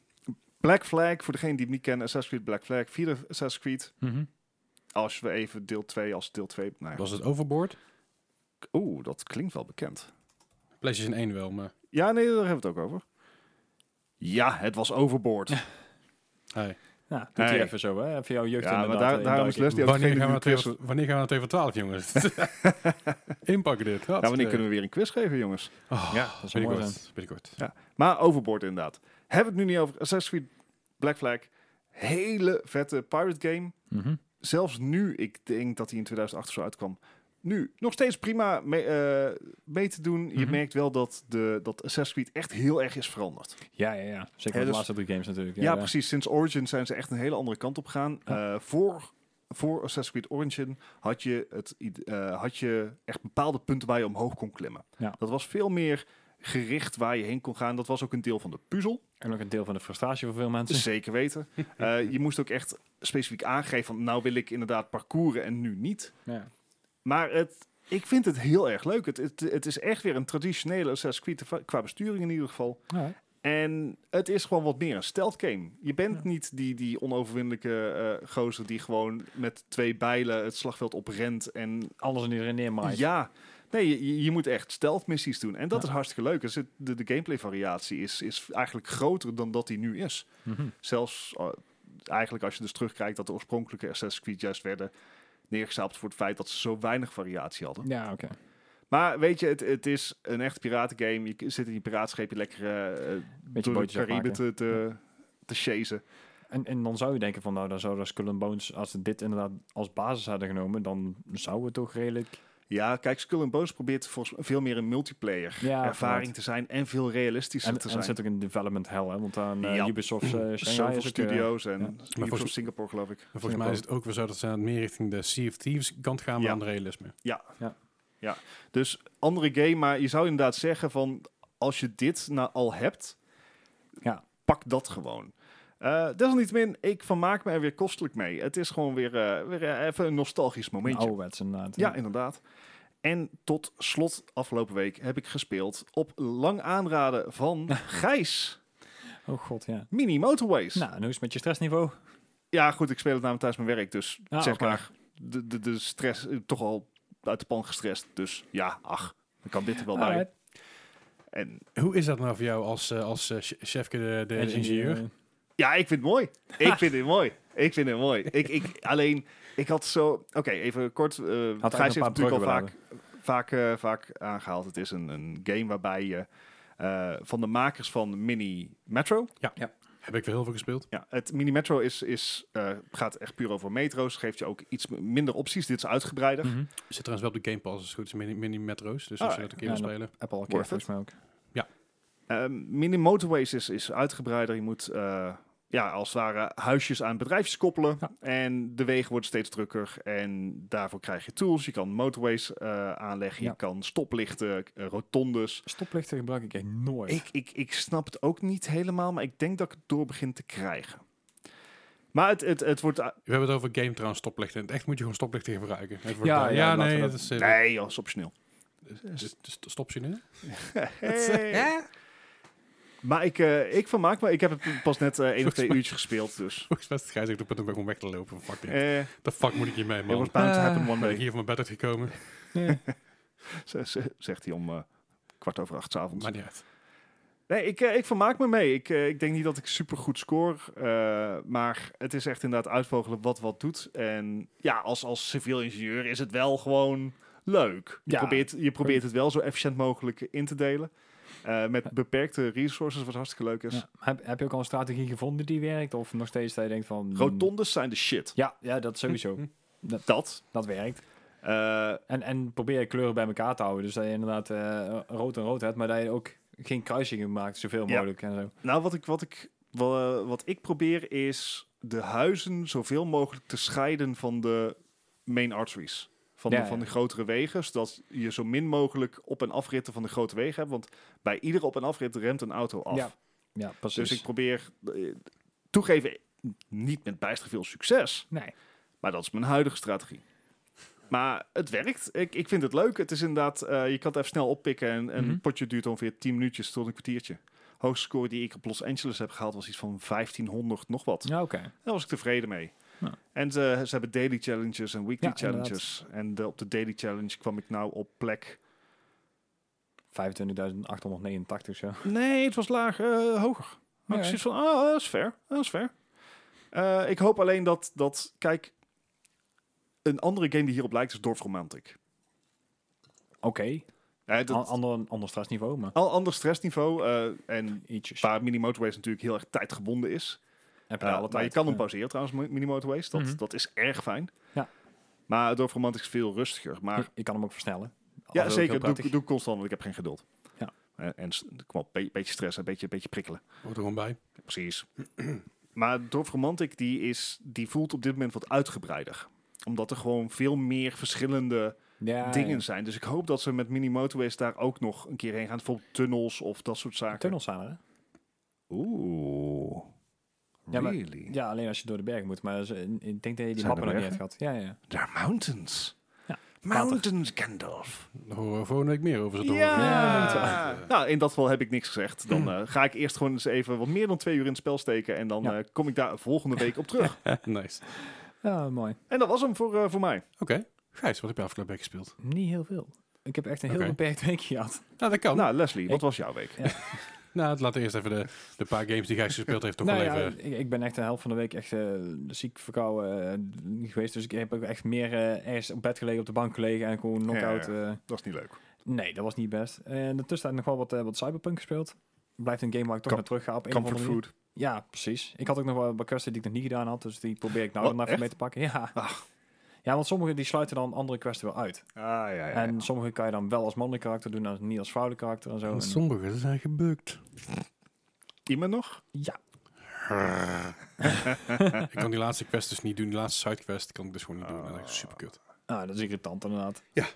[SPEAKER 3] Black Flag. Voor degene die hem niet kennen, Assassin's Creed Black Flag. Vierde Assassin's Creed.
[SPEAKER 2] Mhm.
[SPEAKER 3] Als we even deel 2 als deel 2... Nou,
[SPEAKER 1] Was het Overboard?
[SPEAKER 3] Oeh, dat klinkt wel bekend.
[SPEAKER 1] PlayStation 1 wel, maar.
[SPEAKER 3] Ja, nee, daar hebben we het ook over. Ja, het was Overboard.
[SPEAKER 1] Hey.
[SPEAKER 2] Ja, doet
[SPEAKER 3] Hey.
[SPEAKER 2] hij even zo, hè? Even jouw jeugd
[SPEAKER 3] ja, maar
[SPEAKER 2] inderdaad,
[SPEAKER 3] daar,
[SPEAKER 2] eh,
[SPEAKER 3] daarom is
[SPEAKER 2] induiken.
[SPEAKER 3] Leslie ook
[SPEAKER 1] Wanneer
[SPEAKER 3] degene
[SPEAKER 1] gaan, we
[SPEAKER 3] die
[SPEAKER 1] naar
[SPEAKER 3] de quiz...
[SPEAKER 1] twee, wanneer gaan we naar 2 voor 12, jongens? Inpakken dit. Oh,
[SPEAKER 3] Ja, Nou,
[SPEAKER 2] eh,
[SPEAKER 3] wanneer kunnen we weer een quiz geven, jongens?
[SPEAKER 2] Ja, dat zou mooi zijn.
[SPEAKER 1] Binnenkort. binnenkort.
[SPEAKER 3] Ja, maar overboard inderdaad. Hebben we het nu niet over Assassin's Creed Black Flag. Hele vette pirate game.
[SPEAKER 2] Mhm.
[SPEAKER 3] Zelfs nu, ik denk dat hij in 2008 of zo uitkwam. Nu, nog steeds prima mee, eh, mee te doen. Je
[SPEAKER 2] Mhm.
[SPEAKER 3] merkt wel dat, de, dat Assassin's Creed echt heel erg is veranderd.
[SPEAKER 2] Ja, ja, ja. Zeker met de
[SPEAKER 3] dus-
[SPEAKER 2] laatste drie games natuurlijk.
[SPEAKER 3] Ja,
[SPEAKER 2] ja.
[SPEAKER 3] precies. Sinds Origin zijn ze echt een hele andere kant op gegaan. Eh, voor, voor Assassin's Creed Origin had je, het, ide- eh, had je echt bepaalde punten waar je omhoog kon klimmen.
[SPEAKER 2] Ja.
[SPEAKER 3] Dat was veel meer gericht waar je heen kon gaan. Dat was ook een deel van de puzzel.
[SPEAKER 2] En ook een deel van de frustratie voor veel mensen.
[SPEAKER 3] Zeker weten. Eh, je moest ook echt specifiek aangeven van nou wil ik inderdaad parcouren en nu niet.
[SPEAKER 2] Ja.
[SPEAKER 3] Maar het, ik vind het heel erg leuk. Het, het, het is echt weer een traditionele Assassin's Creed va- qua besturing in ieder geval.
[SPEAKER 2] Alright.
[SPEAKER 3] En het is gewoon wat meer een stealth game. Je bent
[SPEAKER 2] Ja.
[SPEAKER 3] niet die, die onoverwinnelijke eh, gozer die gewoon met twee bijlen het slagveld oprent en
[SPEAKER 2] Alles en iedereen neermaait.
[SPEAKER 3] ja, nee, je- je, je moet echt stealth missies doen. En dat
[SPEAKER 2] Ja.
[SPEAKER 3] is hartstikke leuk. Er zit- de, de gameplay variatie is, is eigenlijk groter dan dat die nu is.
[SPEAKER 2] Mhm.
[SPEAKER 3] Zelfs eh, eigenlijk als je dus terugkijkt dat de oorspronkelijke Assassin's Creed juist werden neergestapeld voor het feit dat ze zo weinig variatie hadden.
[SPEAKER 2] Ja, oké.
[SPEAKER 3] Maar weet je, het, het is een echt piratengame. Je k- zit in die piratenscheepje lekker eh, door de
[SPEAKER 2] bootjes
[SPEAKER 3] Cariben
[SPEAKER 2] afmaken.
[SPEAKER 3] te, te, te chasen.
[SPEAKER 2] En, en dan zou je denken van, nou, dan zou dat Skull and Bones, als ze dit inderdaad als basis hadden genomen, dan zou het toch redelijk...
[SPEAKER 3] Ja, kijk, Skull and Bones probeert volgens veel meer een multiplayer
[SPEAKER 2] Ja,
[SPEAKER 3] ervaring
[SPEAKER 2] inderdaad.
[SPEAKER 3] te zijn en veel realistischer
[SPEAKER 2] En,
[SPEAKER 3] te
[SPEAKER 2] en
[SPEAKER 3] zijn.
[SPEAKER 2] zit ook in development hell, hè? Want aan eh,
[SPEAKER 3] Ja.
[SPEAKER 2] Ubisoft's eh, Shanghai
[SPEAKER 3] Zoveel
[SPEAKER 2] is ook, eh,
[SPEAKER 3] studio's en
[SPEAKER 2] ja.
[SPEAKER 3] Ubisoft
[SPEAKER 1] volgens-
[SPEAKER 3] Singapore, geloof ik.
[SPEAKER 1] En volgens mij is het ook weer zo dat ze aan het meer richting de Sea of Thieves kant gaan, maar
[SPEAKER 3] Ja.
[SPEAKER 1] aan het realisme.
[SPEAKER 3] Dus andere game, maar je zou inderdaad zeggen van... als je dit nou al hebt...
[SPEAKER 2] Ja.
[SPEAKER 3] pak dat gewoon. Eh, desalniettemin, ik vermaak me er weer kostelijk mee. Het is gewoon weer, eh, weer eh, even een nostalgisch
[SPEAKER 2] Een
[SPEAKER 3] momentje.
[SPEAKER 2] ouderwets inderdaad.
[SPEAKER 3] Ja, inderdaad. En tot slot, afgelopen week heb ik gespeeld op lang aanraden van Gijs.
[SPEAKER 2] Oh god, ja.
[SPEAKER 3] Mini Motorways.
[SPEAKER 2] Nou, en hoe is het met je stressniveau?
[SPEAKER 3] Ja, goed, ik speel het namelijk tijdens mijn werk, dus
[SPEAKER 2] Ah,
[SPEAKER 3] zeg
[SPEAKER 2] oké.
[SPEAKER 3] maar, de, de, de stress eh, toch al uit de pan gestrest. Dus ja, ach, dan kan dit er wel bij.
[SPEAKER 2] Alright.
[SPEAKER 3] En
[SPEAKER 1] Hoe is dat nou voor jou als, eh, als eh, che- chefke de, de
[SPEAKER 2] En
[SPEAKER 1] ingenieur?
[SPEAKER 3] ja, ik vind het mooi. Ik vind het mooi. Ik vind het mooi. Ik, ik, alleen, ik had zo... Oké, even kort. eh Gijs heeft
[SPEAKER 2] een paar
[SPEAKER 3] natuurlijk al vaak,
[SPEAKER 2] bruggen
[SPEAKER 3] vaak, eh, vaak aangehaald. Het is een, een game waarbij je... eh, van de makers van Mini Metro.
[SPEAKER 1] Heb ik wel heel veel gespeeld.
[SPEAKER 3] Ja, het Mini Metro is, is, eh, gaat echt puur over metro's. Geeft je ook iets m- minder opties. Dit is uitgebreider.
[SPEAKER 2] Mhm.
[SPEAKER 1] Zit trouwens wel op de Game Pass, als het goed is, mini, mini metro's. Dus
[SPEAKER 3] Ah,
[SPEAKER 1] als je dat een keer
[SPEAKER 2] ja,
[SPEAKER 1] wil
[SPEAKER 2] dat-
[SPEAKER 1] spelen.
[SPEAKER 2] Apple al een keer
[SPEAKER 3] Worth
[SPEAKER 2] volgens mij ook.
[SPEAKER 3] Ehm, mini Motorways is, is uitgebreider. Je moet eh, ja, als het ware huisjes aan bedrijfjes koppelen.
[SPEAKER 2] Ja.
[SPEAKER 3] En de wegen worden steeds drukker. En daarvoor krijg je tools. Je kan motorways eh, aanleggen.
[SPEAKER 2] Ja.
[SPEAKER 3] Je kan stoplichten, eh, rotondes.
[SPEAKER 2] Stoplichten gebruik ik echt nooit.
[SPEAKER 3] Ik, ik, ik snap het ook niet helemaal. Maar ik denk dat ik het door begin te krijgen. Maar het, het, het wordt...
[SPEAKER 1] We hebben het over game trouwens stoplichten. In het echt moet je gewoon stoplichten gebruiken. Even voor
[SPEAKER 2] Ja,
[SPEAKER 1] het-
[SPEAKER 2] ja, laten
[SPEAKER 1] nee,
[SPEAKER 2] we
[SPEAKER 1] dat,
[SPEAKER 2] dat-
[SPEAKER 1] is... eh,
[SPEAKER 3] Nee, joh, is optioneel.
[SPEAKER 1] dus- dus- dus Stop je nu?
[SPEAKER 3] Hey. Maar ik, eh, ik vermaak me. Ik heb het pas net eh één of twee uurtjes gespeeld. Dus
[SPEAKER 1] Volgens mij is het Gijs echt op het moment om weg te lopen. Fuck dit.
[SPEAKER 3] eh, it
[SPEAKER 1] The fuck moet ik hiermee, man?
[SPEAKER 3] was bound to
[SPEAKER 2] Eh,
[SPEAKER 3] happen one
[SPEAKER 1] Ben ik
[SPEAKER 3] day.
[SPEAKER 1] hier van mijn bed uitgekomen?
[SPEAKER 2] Nee.
[SPEAKER 3] z- z- Zegt hij om eh, kwart over acht 's avonds.
[SPEAKER 1] Maar niet uit.
[SPEAKER 3] Nee, ik, eh, ik vermaak me mee. Ik, eh, ik denk niet dat ik super goed score. eh, maar het is echt inderdaad uitvogelen wat wat doet. En ja, als, als civiel ingenieur is het wel gewoon leuk. Je,
[SPEAKER 2] Ja.
[SPEAKER 3] probeert, je probeert het wel zo efficiënt mogelijk in te delen. Eh, met beperkte resources, wat hartstikke leuk is.
[SPEAKER 2] Ja. Heb, heb je ook al een strategie gevonden die werkt? Of nog steeds dat je denkt van... mm,
[SPEAKER 3] Rotondes zijn de shit.
[SPEAKER 2] Ja, ja, dat
[SPEAKER 1] Hm?
[SPEAKER 2] sowieso.
[SPEAKER 3] Dat.
[SPEAKER 2] dat werkt.
[SPEAKER 3] Eh,
[SPEAKER 2] En, en probeer je kleuren bij elkaar te houden. Dus dat je inderdaad eh, rood en rood hebt, maar dat je ook geen kruisingen maakt, zoveel
[SPEAKER 3] Ja.
[SPEAKER 2] mogelijk en zo.
[SPEAKER 3] Nou, wat ik, wat, ik, wa- wat ik probeer is de huizen zoveel mogelijk te scheiden van de main arteries. Van,
[SPEAKER 2] Ja,
[SPEAKER 3] de, van
[SPEAKER 2] ja.
[SPEAKER 3] de grotere wegen, zodat je zo min mogelijk op- en afritten van de grote wegen hebt. Want bij iedere op- en afrit remt een auto af.
[SPEAKER 2] Ja, ja precies.
[SPEAKER 3] dus ik probeer, eh, toegeven, niet met bijster veel succes.
[SPEAKER 2] Nee.
[SPEAKER 3] Maar dat is mijn huidige strategie. Maar het werkt. Ik, ik vind het leuk. Het is inderdaad, eh, je kan het even snel oppikken. En, en
[SPEAKER 2] Mhm.
[SPEAKER 3] een potje duurt ongeveer 10 minuutjes tot een kwartiertje. Hoogste score die ik op Los Angeles heb gehaald was iets van 1500 nog wat.
[SPEAKER 2] Ja, oké.
[SPEAKER 3] Daar was ik tevreden mee.
[SPEAKER 2] Ja.
[SPEAKER 3] En ze, ze hebben daily challenges en weekly
[SPEAKER 2] Ja, inderdaad.
[SPEAKER 3] challenges. En de- op de daily challenge kwam ik nou op plek...
[SPEAKER 2] 25.889 zo.
[SPEAKER 3] Nee, het was laag, eh, hoger. Maar
[SPEAKER 2] Oké.
[SPEAKER 3] ik zoiets van, ah, dat is fair. Dat is fair. Eh, ik hoop alleen dat, dat, kijk... Een andere game die hierop lijkt is Dorf Romantic.
[SPEAKER 2] Oké.
[SPEAKER 3] Eh, dat-
[SPEAKER 2] An- Ander, ander stressniveau, maar
[SPEAKER 3] Al ander stressniveau. eh, en
[SPEAKER 2] ietsjes.
[SPEAKER 3] waar mini motorways natuurlijk heel erg tijdgebonden is.
[SPEAKER 2] Heb
[SPEAKER 3] Eh,
[SPEAKER 2] daar alle
[SPEAKER 3] maar je
[SPEAKER 2] tijd.
[SPEAKER 3] kan hem
[SPEAKER 2] Ja.
[SPEAKER 3] pauzeren trouwens, mo- mini motorways. Dat,
[SPEAKER 2] Mhm.
[SPEAKER 3] dat is erg fijn.
[SPEAKER 2] Ja.
[SPEAKER 3] Maar Dorp Romantic is veel rustiger. Maar
[SPEAKER 2] Je, je kan hem ook versnellen.
[SPEAKER 3] ja,
[SPEAKER 2] Altijd ook
[SPEAKER 3] zeker.
[SPEAKER 2] heel
[SPEAKER 3] Doe,
[SPEAKER 2] prettig.
[SPEAKER 3] doe ik constant, want ik heb geen geduld.
[SPEAKER 2] Ja.
[SPEAKER 3] Eh, en s- kom op, een beetje stress, een beetje, beetje prikkelen.
[SPEAKER 1] Hoort er gewoon bij.
[SPEAKER 3] Precies. maar Dorp Romantic die is, die voelt op dit moment wat uitgebreider. Omdat er gewoon veel meer verschillende
[SPEAKER 2] ja,
[SPEAKER 3] dingen zijn. Dus ik hoop dat ze met mini motorways daar ook nog een keer heen gaan. Bijvoorbeeld tunnels of dat soort
[SPEAKER 2] ja.
[SPEAKER 3] zaken.
[SPEAKER 2] Tunnels zijn er, hè?
[SPEAKER 3] Oeh.
[SPEAKER 2] Ja, maar-
[SPEAKER 3] really?
[SPEAKER 2] Ja, alleen als je door de berg moet. Maar ze- ik denk dat je die
[SPEAKER 3] Zijn er
[SPEAKER 2] mappen nog niet hebt
[SPEAKER 3] bergen?
[SPEAKER 2] gehad. Ja, ja.
[SPEAKER 3] They're mountains.
[SPEAKER 2] Ja,
[SPEAKER 3] mountains, Gandalf.
[SPEAKER 1] Daar horen we volgende week meer over. ze te horen.
[SPEAKER 2] Ja,
[SPEAKER 1] dat-
[SPEAKER 3] Nou, in dat geval heb ik niks gezegd.
[SPEAKER 2] Hmm.
[SPEAKER 3] Dan eh, ga ik eerst gewoon eens even wat meer dan twee uur in het spel steken. En dan
[SPEAKER 2] Ja.
[SPEAKER 3] eh, kom ik daar volgende week op terug.
[SPEAKER 1] nice.
[SPEAKER 2] Ja, mooi.
[SPEAKER 3] en dat was hem voor, eh, voor mij.
[SPEAKER 1] Oké. Gijs, wat heb je afgelopen week gespeeld?
[SPEAKER 2] Niet heel veel. Ik heb echt een heel
[SPEAKER 1] Oké.
[SPEAKER 2] beperkt weekje gehad.
[SPEAKER 1] Nou, dat kan. Nou,
[SPEAKER 3] Nou, Leslie,
[SPEAKER 2] Oh.
[SPEAKER 3] wat
[SPEAKER 2] Ik-
[SPEAKER 3] was jouw week?
[SPEAKER 1] laten we Nou, eerst even de, de paar games die Gijs gespeeld heeft toch
[SPEAKER 2] Nou
[SPEAKER 1] wel
[SPEAKER 2] ja,
[SPEAKER 1] even...
[SPEAKER 2] ik, ik ben echt de helft van de week echt eh, ziek verkouden eh, geweest. Dus ik heb ook echt meer eh, ergens op bed gelegen, op de bank gelegen en gewoon knock-out.
[SPEAKER 3] Ja.
[SPEAKER 2] eh,
[SPEAKER 3] Dat is niet leuk.
[SPEAKER 2] nee, dat was niet best. En in de tussentijd nog wel wat, eh, wat Cyberpunk gespeeld. Blijft een game waar ik toch
[SPEAKER 3] Com-
[SPEAKER 2] naar terug ga op een of
[SPEAKER 3] Comfort
[SPEAKER 2] andere manier.
[SPEAKER 3] food.
[SPEAKER 2] Ja, precies. Ik had ook nog wel wat questen die ik nog niet gedaan had. Dus die probeer ik nou
[SPEAKER 3] Wat,
[SPEAKER 2] dan even mee te pakken. Ja. ja, want sommige die sluiten dan andere questen wel uit.
[SPEAKER 3] Ah, ja, ja.
[SPEAKER 2] En sommige kan je dan wel als mannelijk karakter doen, en niet als vrouwelijk karakter en zo. En-
[SPEAKER 1] Sommigen zijn gebukt.
[SPEAKER 3] Iemand nog?
[SPEAKER 2] ja,
[SPEAKER 1] ik kan die laatste quest dus niet doen. Die laatste sidequest kan ik dus gewoon niet doen. Dat is echt super kut.
[SPEAKER 2] ah, dat is irritant inderdaad.
[SPEAKER 1] Ja.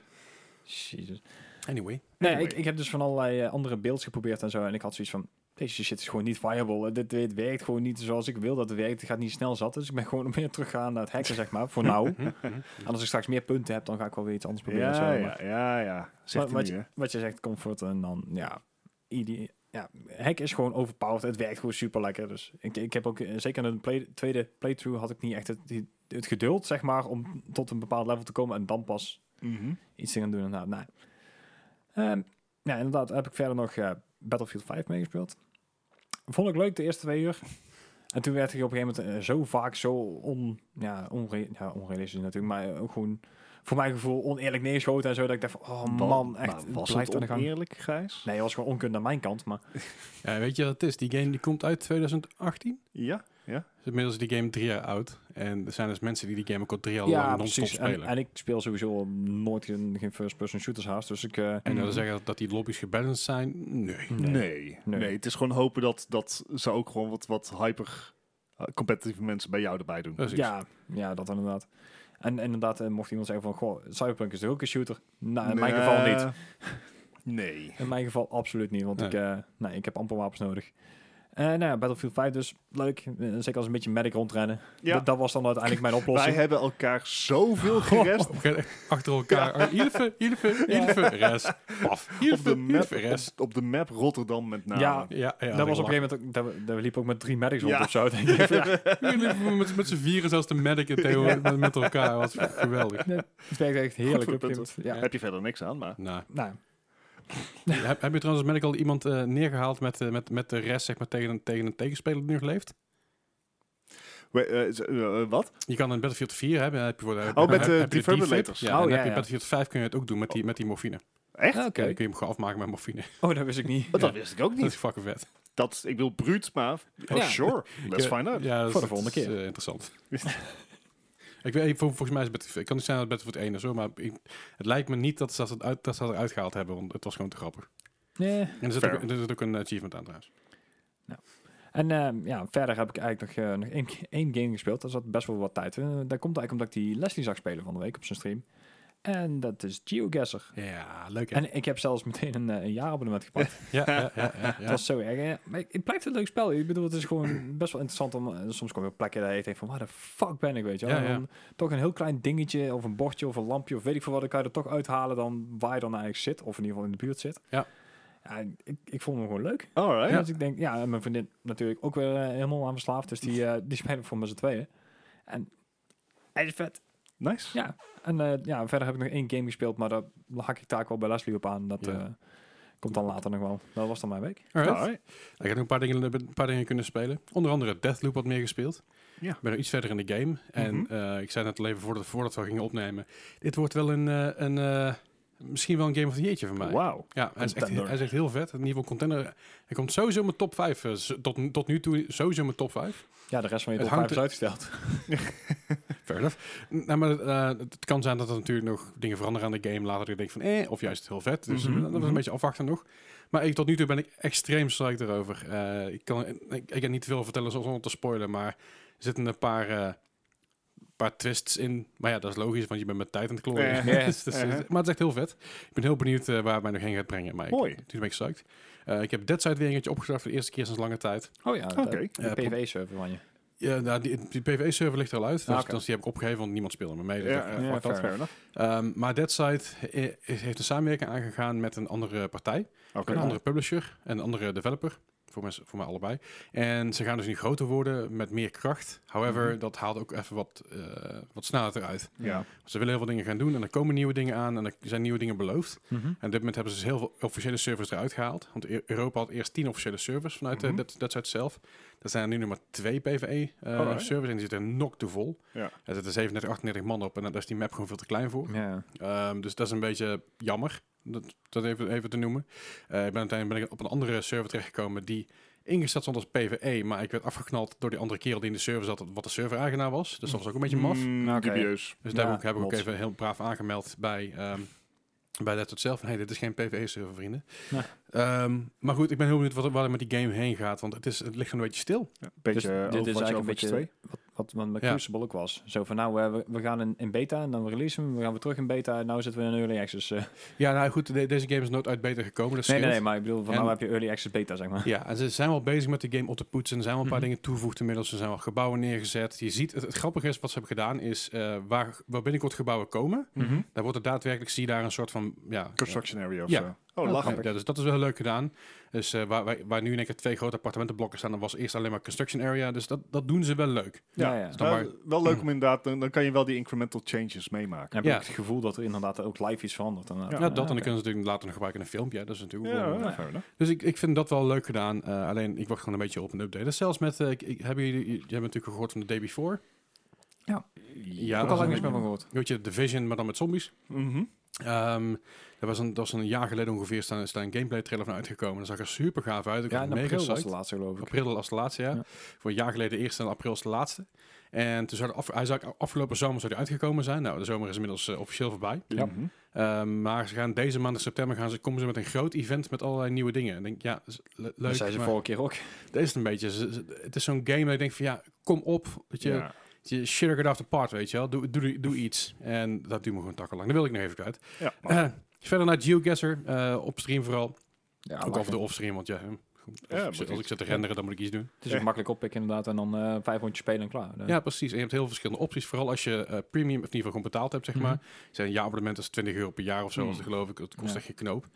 [SPEAKER 2] Jezus.
[SPEAKER 1] Anyway.
[SPEAKER 2] Nee,
[SPEAKER 3] Anyway.
[SPEAKER 2] ik, ik heb dus van allerlei eh, andere beelds geprobeerd en zo. En ik had zoiets van, deze shit is gewoon niet viable. Eh, Dit, dit werkt gewoon niet zoals ik wil dat het werkt. Het gaat niet snel zat. Dus ik ben gewoon meer teruggegaan naar het hacken, zeg maar. Voor nou.
[SPEAKER 1] Hm?
[SPEAKER 2] En als ik straks meer punten heb, dan ga ik wel weer iets anders proberen.
[SPEAKER 3] Ja,
[SPEAKER 2] of zo,
[SPEAKER 3] ja,
[SPEAKER 2] maar-
[SPEAKER 3] ja, ja, Zegt
[SPEAKER 2] wat,
[SPEAKER 3] hij
[SPEAKER 2] wat,
[SPEAKER 3] nu, hè?
[SPEAKER 2] je, wat je zegt, comfort en dan, ja, ide- ja, hack is gewoon overpowered. Het werkt gewoon super lekker. Dus ik, ik heb ook, eh, zeker in de play- tweede playthrough, had ik niet echt het, die- het geduld, zeg maar, om tot een bepaald level te komen en dan pas
[SPEAKER 3] Mhm.
[SPEAKER 2] iets te gaan doen. Inderdaad, nee. Ehm, ja, inderdaad, heb ik verder nog eh, Battlefield 5 meegespeeld. Vond ik leuk de eerste twee uur. En toen werd ik op een gegeven moment eh, zo vaak zo on, ja, onre- ja, onrealistisch natuurlijk, maar ook gewoon voor mijn gevoel oneerlijk neergeschoten en zo. Dat ik dacht van, oh man,
[SPEAKER 3] Wa-
[SPEAKER 2] echt,
[SPEAKER 3] maar was
[SPEAKER 2] blijft aan de
[SPEAKER 3] het
[SPEAKER 2] gang.
[SPEAKER 3] oneerlijk, Gijs?
[SPEAKER 2] Nee, het was gewoon onkunde aan mijn kant, maar
[SPEAKER 1] Ja, weet je wat het is? Die game die komt uit 2018.
[SPEAKER 3] Ja,
[SPEAKER 1] Dus inmiddels is die game drie jaar oud. En er zijn dus mensen die die game ook al drie jaar lang non-stop
[SPEAKER 2] En,
[SPEAKER 1] spelen. En,
[SPEAKER 2] en ik speel sowieso nooit geen, geen first-person shooters haast, dus ik... eh,
[SPEAKER 1] dan zeggen dat- dat die lobby's gebalanced zijn? Nee.
[SPEAKER 3] Nee. Nee.
[SPEAKER 2] Nee.
[SPEAKER 3] het is gewoon hopen dat, dat ze ook gewoon wat, wat hyper eh, competitieve mensen bij jou erbij doen.
[SPEAKER 1] Precies.
[SPEAKER 2] Ja, ja, dat inderdaad. En inderdaad, eh, mocht iemand zeggen van, goh, Cyberpunk is toch ook een shooter? Nou, in mijn
[SPEAKER 3] Nee. Eh,
[SPEAKER 2] geval niet.
[SPEAKER 3] Nee.
[SPEAKER 2] In mijn geval absoluut niet, want
[SPEAKER 1] Nee.
[SPEAKER 2] ik, eh, nee, ik heb amper wapens nodig. Eh nou ja, Battlefield 5 dus, leuk. Eh, Zeker als een beetje medic rondrennen.
[SPEAKER 3] Ja.
[SPEAKER 2] Dat, dat was dan uiteindelijk mijn
[SPEAKER 3] Wij
[SPEAKER 2] oplossing.
[SPEAKER 3] hebben elkaar zoveel gerest.
[SPEAKER 1] Op een gegeven moment Achter elkaar. Oh, Ilefe, Ilefe, Ilefe, res. Paf.
[SPEAKER 3] Op de,
[SPEAKER 1] Ilefe,
[SPEAKER 3] map,
[SPEAKER 1] Ilefe, res.
[SPEAKER 3] op, op de map Rotterdam met name.
[SPEAKER 2] Ja.
[SPEAKER 1] Ja, ja,
[SPEAKER 2] dat was op een gegeven moment, ook, dat we, dat we liepen ook met drie medics rond
[SPEAKER 3] Ja.
[SPEAKER 2] of zo. Denk ik. Ja.
[SPEAKER 1] Jullie liepen met, met z'n vieren zelfs de medic en Theo met, met elkaar. Dat was geweldig.
[SPEAKER 2] Het werkte echt heerlijk.
[SPEAKER 3] voor
[SPEAKER 2] op een
[SPEAKER 3] de
[SPEAKER 2] gegeven moment. Ja.
[SPEAKER 3] Heb je verder niks aan, maar...
[SPEAKER 1] Nou,
[SPEAKER 2] Nou,
[SPEAKER 1] heb, heb je trouwens als medic al iemand eh, neergehaald met, eh, met, met de rest zeg maar, tegen, een- tegen een tegenspeler die nu leeft?
[SPEAKER 3] We- eh, z- eh, eh, wat?
[SPEAKER 1] Je kan in Battlefield 4 hebben. Heb je voor de,
[SPEAKER 3] Oh, met
[SPEAKER 1] heb-
[SPEAKER 3] de
[SPEAKER 1] heb je defib.
[SPEAKER 3] defibrillators.
[SPEAKER 1] Ja,
[SPEAKER 2] Oh,
[SPEAKER 1] en
[SPEAKER 2] ja,
[SPEAKER 1] heb je
[SPEAKER 2] ja.
[SPEAKER 1] Battlefield 5 kun je het ook doen met die, met die morfine.
[SPEAKER 3] Echt?
[SPEAKER 2] ah, oké.
[SPEAKER 1] Ja, dan kun je hem gewoon afmaken met morfine.
[SPEAKER 2] Oh, dat wist ik niet.
[SPEAKER 3] Oh, dat wist ik ook
[SPEAKER 1] Dat is
[SPEAKER 3] niet.
[SPEAKER 1] fucking vet.
[SPEAKER 3] Dat, ik wil bruut, maar... Oh,
[SPEAKER 2] Ja.
[SPEAKER 3] sure. Let's
[SPEAKER 1] Ja,
[SPEAKER 3] find out.
[SPEAKER 1] Ja, dat
[SPEAKER 2] Voor de
[SPEAKER 1] is-
[SPEAKER 2] volgende
[SPEAKER 1] dat is,
[SPEAKER 2] keer.
[SPEAKER 1] eh, interessant. ik weet, vol- volgens mij is het ik kan niet zijn dat het Battlefield 1 is hoor, maar ik, het lijkt me niet dat ze dat, uit, dat ze dat eruit gehaald hebben, want het was gewoon te grappig.
[SPEAKER 2] Nee.
[SPEAKER 1] En er zit,
[SPEAKER 3] Fair.
[SPEAKER 1] ook, er zit ook een achievement aan trouwens.
[SPEAKER 2] En eh, ja, verder heb ik eigenlijk nog, eh, nog één, één game gespeeld. Daar zat best wel wat tijd in. Eh, dat komt eigenlijk omdat ik die Leslie zag spelen van de week op zijn stream. En dat is GeoGuessr.
[SPEAKER 1] Ja, leuk hè?
[SPEAKER 2] En ik heb zelfs meteen een, eh, een jaarabonnement gepakt.
[SPEAKER 1] ja, ja, ja, ja, ja.
[SPEAKER 2] Dat was zo erg. eh, Maar het blijft een leuk spel. Ik bedoel, het is gewoon best wel interessant. Om, eh, soms kom je op plekken dat je denkt van, waar de fuck ben ik, weet je wel.
[SPEAKER 1] Ja,
[SPEAKER 2] En
[SPEAKER 1] ja.
[SPEAKER 2] dan toch een heel klein dingetje of een bordje of een lampje of weet ik veel wat. Dan kan je er toch uithalen dan waar je dan eigenlijk zit. Of in ieder geval in de buurt zit.
[SPEAKER 1] Ja.
[SPEAKER 2] Ja, ik, ik vond hem gewoon leuk.
[SPEAKER 3] Alright.
[SPEAKER 2] Dus ik denk, ja, en mijn vriendin natuurlijk ook weer eh, helemaal aan verslaafd. Dus die, eh die spelen voor met z'n tweeën. En hij is vet.
[SPEAKER 3] Nice.
[SPEAKER 2] Ja. En eh, ja, verder heb ik nog één game gespeeld, maar daar hak ik taak wel bij Leslie op aan. Dat
[SPEAKER 1] Ja.
[SPEAKER 2] eh, komt dan later nog wel. Dat was dan mijn week.
[SPEAKER 1] Alright.
[SPEAKER 3] Alright.
[SPEAKER 1] Ik heb nog een paar dingen, een paar dingen kunnen spelen. Onder andere Deathloop wat meer gespeeld.
[SPEAKER 3] Ja.
[SPEAKER 1] Ik ben nog iets verder in de game. En
[SPEAKER 3] Mhm.
[SPEAKER 1] eh, ik zei net al even voordat, voordat we gingen opnemen. Dit wordt wel een, eh, een eh, misschien wel een game of the yeartje van mij.
[SPEAKER 3] Wauw.
[SPEAKER 1] Ja, hij is, echt,
[SPEAKER 3] Contender.
[SPEAKER 1] hij is echt heel vet. In ieder geval contender. Hij komt sowieso in mijn top 5. tot, tot nu toe sowieso in mijn top 5.
[SPEAKER 2] Ja, de rest van je
[SPEAKER 1] Het
[SPEAKER 2] top
[SPEAKER 1] hangt
[SPEAKER 2] 5 is uitgesteld.
[SPEAKER 1] Fair enough. N- Nou, maar eh, het- het kan zijn dat er natuurlijk nog dingen veranderen aan de game. Later dat ik denk van eh, of juist heel vet. Dus
[SPEAKER 3] Mhm,
[SPEAKER 1] eh, dat is
[SPEAKER 3] mhm.
[SPEAKER 1] een beetje afwachten nog. Maar ik, tot nu toe ben ik extreem strijk erover. Eh, ik kan ik, ik kan niet veel vertellen zo- zonder te spoilen, maar er zitten een paar, eh, paar twists in. Maar ja, dat is logisch, want je bent met tijd aan het klooien.
[SPEAKER 3] Eh,
[SPEAKER 1] Dus- dus-
[SPEAKER 3] eh, eh.
[SPEAKER 1] Maar het is echt heel vet. Ik ben heel benieuwd eh, waar het mij nog heen gaat brengen. Maar
[SPEAKER 3] Mooi.
[SPEAKER 1] ik, toen ben ik psyched. Eh, ik heb Deadside weer een keertje opgestart voor de eerste keer sinds lange tijd.
[SPEAKER 2] Oh ja, de-
[SPEAKER 3] Oké.
[SPEAKER 2] de
[SPEAKER 1] Eh, pro-
[SPEAKER 2] PV-server van je.
[SPEAKER 1] Ja, nou, die, die PvE-server ligt er al uit. Dus,
[SPEAKER 2] Ah, oké.
[SPEAKER 1] dus die heb ik opgegeven, want niemand speelde me mee. Dus
[SPEAKER 3] Ja,
[SPEAKER 1] ik dacht,
[SPEAKER 3] ja,
[SPEAKER 1] eh, fuck
[SPEAKER 2] fair
[SPEAKER 1] dat.
[SPEAKER 3] fair enough.
[SPEAKER 1] Ehm, maar Deadside i- i- heeft een samenwerking aangegaan met een andere partij.
[SPEAKER 3] Oké.
[SPEAKER 1] Een andere publisher en een andere developer. Voor mij, voor mij allebei. En ze gaan dus nu groter worden met meer kracht. However,
[SPEAKER 2] Mhm.
[SPEAKER 1] dat haalt ook even wat, eh, wat sneller eruit.
[SPEAKER 3] Ja.
[SPEAKER 1] Ze willen heel veel dingen gaan doen en er komen nieuwe dingen aan en er zijn nieuwe dingen beloofd. En op dit moment hebben ze dus heel veel officiële servers eruit gehaald. Want E- Europa had eerst 10 officiële servers vanuit eh,
[SPEAKER 3] Mhm.
[SPEAKER 1] dat dat Dutch zelf. Er zijn er nu nog maar twee
[SPEAKER 3] Alright.
[SPEAKER 1] PvE-servers eh, en die zitten nok te vol.
[SPEAKER 3] Ja.
[SPEAKER 1] Er zitten 37, 38 man op en daar is die map gewoon veel te klein voor.
[SPEAKER 2] Ja.
[SPEAKER 1] Ehm, dus dat is een beetje jammer, dat, dat even, even te noemen. Eh, ik ben uiteindelijk ben ik op een andere server terechtgekomen die ingesteld stond als PvE. Maar ik werd afgeknald door die andere kerel die in de server zat, wat de server-eigenaar was. Dus dat was ook een beetje maf.
[SPEAKER 3] Mm,
[SPEAKER 2] Oké.
[SPEAKER 3] Dubieus.
[SPEAKER 1] Dus daar
[SPEAKER 2] Ja,
[SPEAKER 1] heb ik- heb ik ook
[SPEAKER 2] mods.
[SPEAKER 1] even heel braaf aangemeld bij, ehm bij Let It zelf. Nee, dit is geen PvE-server, vrienden.
[SPEAKER 2] Nee.
[SPEAKER 1] Ehm, maar goed, ik ben heel benieuwd wat, er- waar het met die game heen gaat. Want het, is, het ligt gewoon een beetje eh, stil.
[SPEAKER 3] Beetje
[SPEAKER 2] Dus dit is
[SPEAKER 3] Overwatch,
[SPEAKER 2] eigenlijk een
[SPEAKER 3] Overwatch
[SPEAKER 2] beetje
[SPEAKER 3] 2.
[SPEAKER 2] wat, Wat met mijn
[SPEAKER 1] Ja.
[SPEAKER 2] Crucible ook was. Zo van, nou, eh, we, we gaan in, in beta en dan we releasen hem. We gaan weer terug in beta en nou zitten we in early access. eh.
[SPEAKER 1] Ja, nou goed, de- deze game is nooit uit beter gekomen. Dat
[SPEAKER 2] nee, nee,
[SPEAKER 1] scheelt.
[SPEAKER 2] nee, maar ik bedoel, van
[SPEAKER 1] En-
[SPEAKER 2] nou heb je early access beta, zeg maar.
[SPEAKER 1] Ja, en ze zijn wel bezig met de game op te poetsen. Er zijn wel een paar
[SPEAKER 2] Mhm.
[SPEAKER 1] dingen toegevoegd inmiddels. Er zijn wel gebouwen neergezet. Je ziet, het, het grappige is wat ze hebben gedaan, is eh, waar, waar binnenkort gebouwen komen. Daar wordt er daadwerkelijk, zie je daar een soort van... Ja,
[SPEAKER 3] Construction area of
[SPEAKER 1] Ja.
[SPEAKER 3] zo. Oh,
[SPEAKER 2] Oh,
[SPEAKER 1] ja,
[SPEAKER 3] lachen.
[SPEAKER 2] grappig.
[SPEAKER 1] ja, dus dat is wel heel leuk gedaan. Dus eh, waar, waar, waar nu in één keer twee grote appartementenblokken staan, dan was eerst alleen maar construction area. Dus dat, dat doen ze wel leuk.
[SPEAKER 2] Ja,
[SPEAKER 3] Ja,
[SPEAKER 2] ja.
[SPEAKER 1] dan
[SPEAKER 3] Nou, wel leuk
[SPEAKER 1] Mm.
[SPEAKER 3] om inderdaad, dan, dan kan je wel die incremental changes meemaken.
[SPEAKER 2] Dan heb
[SPEAKER 1] Ja.
[SPEAKER 2] ik het gevoel dat er inderdaad ook live iets verandert. inderdaad.
[SPEAKER 1] Ja,
[SPEAKER 2] Ah,
[SPEAKER 1] Nou, dat en dan
[SPEAKER 2] oké.
[SPEAKER 1] kunnen ze natuurlijk later nog gebruiken in een filmpje. hè. Dat is natuurlijk...
[SPEAKER 3] Ja,
[SPEAKER 1] eh,
[SPEAKER 3] ja,
[SPEAKER 2] fair
[SPEAKER 1] Dus ik, ik vind dat wel leuk gedaan. Eh, alleen, ik wacht gewoon een beetje op een update. Dat is zelfs met... eh, ik, ik- hebben jullie, jullie hebben natuurlijk gehoord van de Day Before. Ja,
[SPEAKER 2] ook
[SPEAKER 1] dat
[SPEAKER 2] al
[SPEAKER 1] is
[SPEAKER 2] lang
[SPEAKER 1] een-
[SPEAKER 2] niks meer van gehoord.
[SPEAKER 1] Weet je, Division, maar dan met zombies.
[SPEAKER 3] Mhm.
[SPEAKER 1] Ehm dat, was een, dat was een jaar geleden ongeveer staan, staan een gameplay trailer van uitgekomen. Dat zag er super gaaf uit. Ik
[SPEAKER 2] Ja,
[SPEAKER 1] was
[SPEAKER 2] in
[SPEAKER 1] mega
[SPEAKER 2] april was
[SPEAKER 1] psyched.
[SPEAKER 2] de laatste, geloof ik.
[SPEAKER 1] April als de laatste, ja.
[SPEAKER 2] Ja.
[SPEAKER 1] Voor een jaar geleden de eerste en april als de laatste. En toen zou de af, hij zou afgelopen zomer zou die uitgekomen zijn. Nou, de zomer is inmiddels eh, officieel voorbij.
[SPEAKER 2] Ja.
[SPEAKER 3] Mhm.
[SPEAKER 1] Ehm, maar ze gaan deze maand in september gaan ze, komen ze met een groot event met allerlei nieuwe dingen. En ik denk, ja, dat is le- leuk.
[SPEAKER 2] Dat zei ze
[SPEAKER 1] maar
[SPEAKER 2] vorige keer ook.
[SPEAKER 1] dat is het een beetje. Ze- ze- Het is zo'n game dat ik denk van, ja, kom op. Weet je,
[SPEAKER 3] Ja.
[SPEAKER 1] je shit it off the part, weet je wel. Doe, doe, doe iets. En dat duurt me gewoon takkenlang. Dat wil ik nog even kwijt.
[SPEAKER 3] Ja.
[SPEAKER 1] Eh, verder naar GeoGuessr, eh op stream vooral.
[SPEAKER 2] Ja,
[SPEAKER 1] ook
[SPEAKER 2] lachen.
[SPEAKER 1] over de offstream, want ja, hm, goed, als,
[SPEAKER 3] Ja,
[SPEAKER 1] ik,
[SPEAKER 3] moet
[SPEAKER 1] zit, als
[SPEAKER 3] iets.
[SPEAKER 1] ik zit te renderen, dan moet ik iets doen.
[SPEAKER 2] Het is ook makkelijk oppikken inderdaad en dan eh vijf rondjes spelen en klaar.
[SPEAKER 1] Ja, precies. En je hebt heel veel verschillende opties. Vooral als je eh, premium, of in ieder geval gewoon betaald hebt, zeg
[SPEAKER 2] Mhm.
[SPEAKER 1] maar. Zijn je abonnement is 20 euro per jaar of zo,
[SPEAKER 3] Hmm.
[SPEAKER 1] was het, geloof ik. Het kost
[SPEAKER 2] Ja.
[SPEAKER 1] echt geen knoop.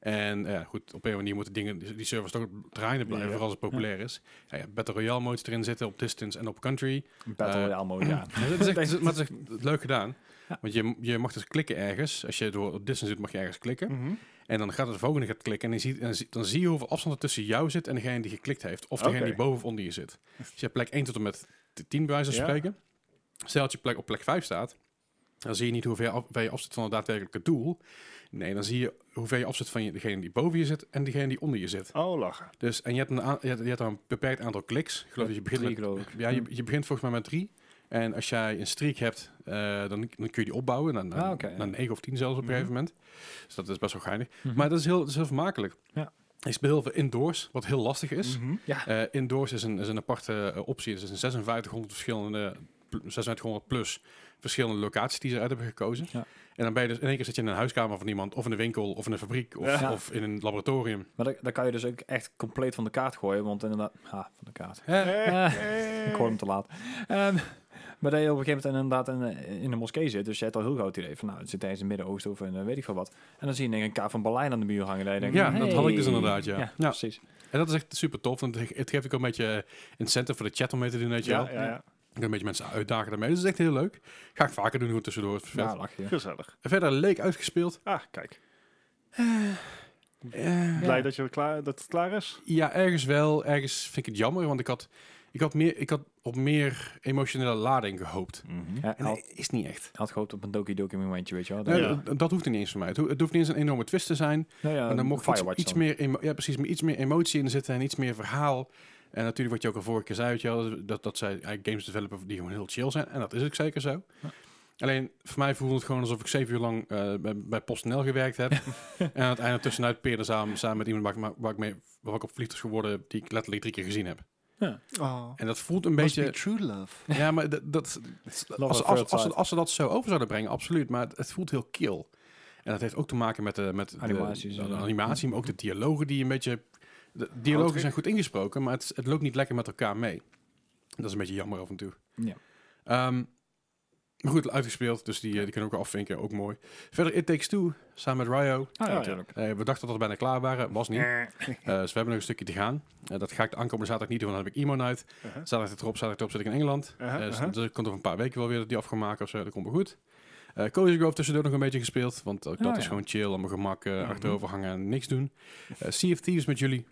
[SPEAKER 1] En eh, ja, goed, op een manier moeten dingen, die die servers toch draaiende blijven,
[SPEAKER 3] Ja.
[SPEAKER 1] vooral als het populair is. Ja, je hebt Battle Royale modes erin zitten, op Distance en op Country.
[SPEAKER 2] Battle
[SPEAKER 1] Eh,
[SPEAKER 2] Royale mode, ja.
[SPEAKER 1] Ja, dat is echt, maar het is echt leuk gedaan.
[SPEAKER 2] Ja.
[SPEAKER 1] Want je, je mag dus klikken ergens. Als je door op distance zit, mag je ergens klikken.
[SPEAKER 3] Mhm.
[SPEAKER 1] En dan gaat het volgende gaat klikken. En je ziet, en zie- dan zie je hoeveel afstand er tussen jou zit en degene die geklikt heeft. Of degene
[SPEAKER 3] Oké.
[SPEAKER 1] die boven of onder je zit. Dus je hebt plek 1 tot en met 10 bij wijze van
[SPEAKER 3] Ja.
[SPEAKER 1] spreken. Stel dat je plek, op plek 5 staat. Dan zie je niet hoe ver, af, ver je afzit van het daadwerkelijke doel. Nee, dan zie je hoe ver je afzit van je- degene die boven je zit en degene die onder je zit.
[SPEAKER 3] Oh, lachen.
[SPEAKER 1] Dus, en je hebt, een aan- je hebt, je hebt dan een beperkt aantal kliks. Ik geloof dat je begint
[SPEAKER 2] Drie,
[SPEAKER 1] met
[SPEAKER 2] geloof ik.
[SPEAKER 1] ja, je, je begint volgens mij met drie. En als jij een streak hebt, eh, dan, dan kun je die opbouwen. Naar, naar,
[SPEAKER 2] Ah, oké, ja.
[SPEAKER 1] naar 9 of 10 zelfs op een
[SPEAKER 3] Mhm.
[SPEAKER 1] gegeven moment. Dus dat is best wel geinig.
[SPEAKER 2] Mhm.
[SPEAKER 1] Maar dat is heel, dat is heel vermakelijk.
[SPEAKER 2] Ja.
[SPEAKER 1] Ik speel heel veel indoors, wat heel lastig is.
[SPEAKER 3] Mhm.
[SPEAKER 1] Eh, indoors is een, is een aparte eh, optie. Er zijn 5600 verschillende, pl- 5600 plus verschillende locaties die ze uit hebben gekozen.
[SPEAKER 2] Ja.
[SPEAKER 1] En dan ben je dus in één keer zit je in een huiskamer van iemand, of in een winkel, of in een fabriek, of,
[SPEAKER 3] Ja.
[SPEAKER 1] of in een laboratorium.
[SPEAKER 2] Maar dan, dan kan je dus ook echt compleet van de kaart gooien, want inderdaad... Ah, van de kaart.
[SPEAKER 1] Eh,
[SPEAKER 3] Eh,
[SPEAKER 2] Ik
[SPEAKER 3] eh.
[SPEAKER 2] hoor hem te laat. Ehm, maar dat je op een gegeven moment inderdaad in, in een moskee zit, dus je hebt al heel gauw het idee van, nou, het zit ergens in het Midden-Oosten of in eh, weet ik veel wat. En dan zie je denk ik een kaart van Berlijn aan de muur hangen. Dan denk
[SPEAKER 1] Ja, dat had ik dus inderdaad, ja. Ja.
[SPEAKER 2] precies.
[SPEAKER 1] En dat is echt super tof. Want het ge- het geeft ook een beetje incentive voor de chat om mee te doen, weet je wel.
[SPEAKER 3] Ja, ja, ja.
[SPEAKER 1] Je kunt Een beetje mensen uitdagen daarmee. Dus dat is echt heel leuk. Ga ik vaker doen, gewoon tussendoor. Het is vet.
[SPEAKER 2] Ja, lach je.
[SPEAKER 3] Gezellig.
[SPEAKER 1] En verder leek uitgespeeld.
[SPEAKER 3] Ah, kijk.
[SPEAKER 1] Eh,
[SPEAKER 3] Blij dat, je klaar, dat het klaar is.
[SPEAKER 1] ja, ergens wel. Ergens vind ik het jammer, want ik had, ik had, meer, ik had op meer emotionele lading gehoopt.
[SPEAKER 2] Ja,
[SPEAKER 1] En
[SPEAKER 2] had,
[SPEAKER 1] dat is niet echt.
[SPEAKER 2] had gehoopt op een Doki Doki momentje, weet je wel.
[SPEAKER 1] Nee,
[SPEAKER 2] Dan-
[SPEAKER 3] Ja.
[SPEAKER 1] dat- Dat hoeft er niet eens voor mij. Het ho- het hoeft niet eens een enorme twist te zijn.
[SPEAKER 2] Nou ja,
[SPEAKER 1] En dan
[SPEAKER 2] een
[SPEAKER 1] mocht iets,
[SPEAKER 2] Firewatch
[SPEAKER 1] iets
[SPEAKER 2] dan.
[SPEAKER 1] meer, emo- ja, precies, maar iets meer emotie in zitten en iets meer verhaal. En natuurlijk wat je ook al vorige keer zei, weet je wel, dat, dat zij eigenlijk games developen die gewoon heel chill zijn. En dat is ook zeker zo.
[SPEAKER 2] Ja.
[SPEAKER 1] Alleen, voor mij voelde het gewoon alsof ik zeven uur lang eh, bij, bij PostNL gewerkt heb. en aan het einde tussenuit peerde samen, samen met iemand waar ik, ma- waar, ik mee, waar ik op verliefd is geworden, die ik letterlijk drie keer gezien heb.
[SPEAKER 3] Oh.
[SPEAKER 1] En dat voelt een
[SPEAKER 3] Must be
[SPEAKER 1] beetje...
[SPEAKER 3] true love.
[SPEAKER 1] Ja, maar dat, dat,
[SPEAKER 2] at
[SPEAKER 1] als,
[SPEAKER 2] first
[SPEAKER 1] als, als, ze,
[SPEAKER 2] sight.
[SPEAKER 1] als ze dat zo over zouden brengen, absoluut. Maar het, het voelt heel kil. En dat heeft ook te maken met de, met de-
[SPEAKER 2] Animaties,
[SPEAKER 1] de,
[SPEAKER 2] ja.
[SPEAKER 1] animatie, maar ook de dialogen die een beetje... De dialogen
[SPEAKER 3] Houdt
[SPEAKER 1] zijn goed ingesproken, maar het, het loopt niet lekker met elkaar mee. Dat is een beetje jammer af en toe.
[SPEAKER 2] Ja.
[SPEAKER 1] Ehm, maar goed, uitgespeeld, dus die, eh, die kunnen we ook afvinken. Ook mooi. Verder It Takes Two, samen met Ryo.
[SPEAKER 2] Ah, ja,
[SPEAKER 3] Ja.
[SPEAKER 2] natuurlijk.
[SPEAKER 1] Eh, we dachten dat we bijna klaar waren, was niet.
[SPEAKER 3] Uh-huh,
[SPEAKER 1] Eh, dus we hebben nog een stukje te gaan. Eh, dat ga ik de aankomende zaterdag niet doen, want dan heb ik Emo Night.
[SPEAKER 3] Uh-huh.
[SPEAKER 1] Zaterdag erop, zaterdag erop zit ik in Engeland.
[SPEAKER 3] Uh-huh,
[SPEAKER 1] Eh, dus
[SPEAKER 3] uh-huh.
[SPEAKER 1] dat komt over een paar weken wel weer dat die af gaan maken of zo. Dat komt wel goed. Eh Cozy Grove tussendoor nog een beetje gespeeld. Want ook dat
[SPEAKER 2] Oh, ja. uh-huh.
[SPEAKER 1] is gewoon chill. Aan mijn gemak eh,
[SPEAKER 3] Mhm.
[SPEAKER 1] achterover hangen en niks doen. Eh Sea of Thieves met jullie.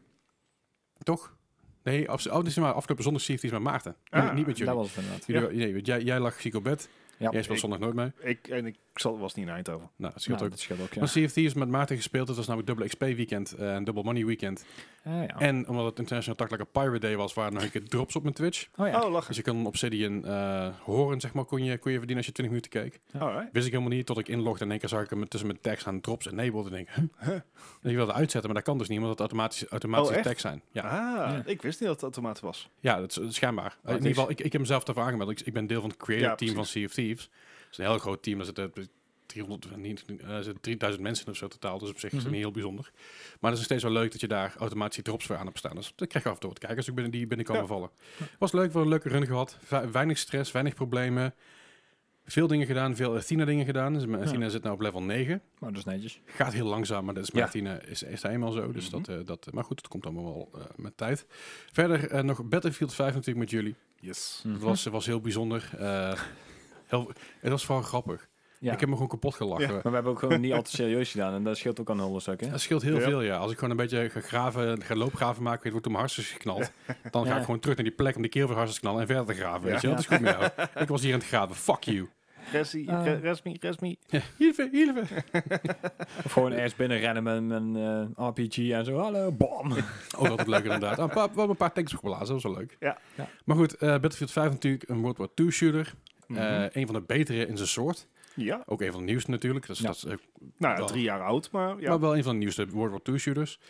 [SPEAKER 1] Toch? Nee, af, oh, dit is maar afgelopen zondag Sea of Thieves met Maarten.
[SPEAKER 3] Ah.
[SPEAKER 1] Nee, niet met
[SPEAKER 2] Dat
[SPEAKER 1] jullie.
[SPEAKER 2] was het inderdaad.
[SPEAKER 1] jullie nee, want jij, jij lag ziek op bed.
[SPEAKER 2] Ja.
[SPEAKER 1] Jij speelt
[SPEAKER 3] Ik-
[SPEAKER 1] zondag nooit mee.
[SPEAKER 3] Ik, en ik zat, was niet in Eindhoven.
[SPEAKER 1] Nou, dat scheelt
[SPEAKER 2] Nou,
[SPEAKER 1] ook.
[SPEAKER 2] dat scheelt ook, ja.
[SPEAKER 1] Maar Sea of Thieves met Maarten gespeeld. Dat was namelijk dubbel XP weekend eh, en dubbel money weekend.
[SPEAKER 2] Eh, ja.
[SPEAKER 1] En omdat het International Tactical Pirate Day was, waren er nog een keer drops op mijn Twitch.
[SPEAKER 2] oh ja.
[SPEAKER 3] Oh, lachen.
[SPEAKER 1] Dus je kan Obsidian eh, horen, zeg maar, kon je, kon je verdienen als je 20 minuten keek.
[SPEAKER 3] Alright.
[SPEAKER 1] Wist ik helemaal niet, tot ik inlogde en in één keer zag ik hem tussen mijn tags aan drops enabled. En ik, huh? En ik wilde uitzetten, maar dat kan dus niet, omdat het automatisch,
[SPEAKER 3] Oh,
[SPEAKER 1] automatische
[SPEAKER 3] echt?
[SPEAKER 1] tags zijn. Ja,
[SPEAKER 3] Ah,
[SPEAKER 2] Ja.
[SPEAKER 3] ik wist niet dat het automaat was.
[SPEAKER 1] ja dat is dat is schijnbaar. Eh, in
[SPEAKER 3] het
[SPEAKER 1] ieder
[SPEAKER 3] is-
[SPEAKER 1] geval, ik, ik heb mezelf daarvoor aangemeld. Ik, ik ben deel van het creative
[SPEAKER 3] Ja,
[SPEAKER 1] team van Sea of Thieves. Dat is een heel groot team, daar zitten eh, 300, niet, eh, er zitten 3000 mensen in of zo totaal. Dus op zich is
[SPEAKER 2] Mhm.
[SPEAKER 1] het niet heel bijzonder. Maar het is nog steeds wel leuk dat je daar automatisch die drops voor aan hebt staan. Dus dat krijg je af en toe wat kijkers ook binnen die binnenkomen
[SPEAKER 3] Ja.
[SPEAKER 1] vallen. Was leuk, wel een leuke run gehad. Ve- weinig stress, weinig problemen. Veel dingen gedaan, veel Athena dingen gedaan. Dus mijn
[SPEAKER 2] Ja.
[SPEAKER 1] Athena zit nou op level 9.
[SPEAKER 2] Maar dat is netjes.
[SPEAKER 1] Gaat heel langzaam, maar dat is
[SPEAKER 2] Ja.
[SPEAKER 1] Martine is, is hij eenmaal zo. Dus
[SPEAKER 3] Mhm.
[SPEAKER 1] dat, eh, dat, maar goed, het komt allemaal wel eh, met tijd. Verder eh, nog Battlefield 5 natuurlijk met jullie.
[SPEAKER 3] Yes.
[SPEAKER 1] Het was,
[SPEAKER 2] Mhm.
[SPEAKER 1] was heel bijzonder. eh, heel, het was vooral grappig.
[SPEAKER 2] Ja.
[SPEAKER 1] Ik heb me gewoon kapot gelachen.
[SPEAKER 2] Maar we hebben ook gewoon niet al te serieus gedaan. En dat scheelt ook aan een stuk, hè?
[SPEAKER 1] Dat scheelt heel
[SPEAKER 3] Ja.
[SPEAKER 1] veel, ja. Als ik gewoon een beetje ga graven, ga loopgraven maken, het wordt om mijn hartstikke geknald. Dan ga
[SPEAKER 2] Ja.
[SPEAKER 1] ik gewoon terug naar die plek om de keel voor hartstikke knallen en verder te graven. Weet je,
[SPEAKER 2] Ja.
[SPEAKER 1] dat is goed met jou. ik was hier aan het graven. Fuck you.
[SPEAKER 3] Resi,
[SPEAKER 2] Ah.
[SPEAKER 3] re- resmi, resmi.
[SPEAKER 1] Hilfe, hilfe.
[SPEAKER 2] Of gewoon ergens binnen rennen met een eh, RPG en zo. Hallo, bam.
[SPEAKER 1] Ook altijd leuk inderdaad. Ah, een paar, we hebben een paar tanks opgeblazen, dat was wel leuk.
[SPEAKER 3] Ja.
[SPEAKER 2] Ja.
[SPEAKER 1] Maar goed, eh, Battlefield 5 natuurlijk een World War II shooter.
[SPEAKER 3] Mhm.
[SPEAKER 1] Eh, een van de betere in zijn soort.
[SPEAKER 3] ja,
[SPEAKER 1] Ook een van de nieuwste natuurlijk. Dus
[SPEAKER 2] Ja.
[SPEAKER 1] dat is, eh,
[SPEAKER 3] nou ja,
[SPEAKER 1] Wel.
[SPEAKER 3] drie jaar oud, maar ja,
[SPEAKER 1] Maar wel een van de nieuwste World War II shooters.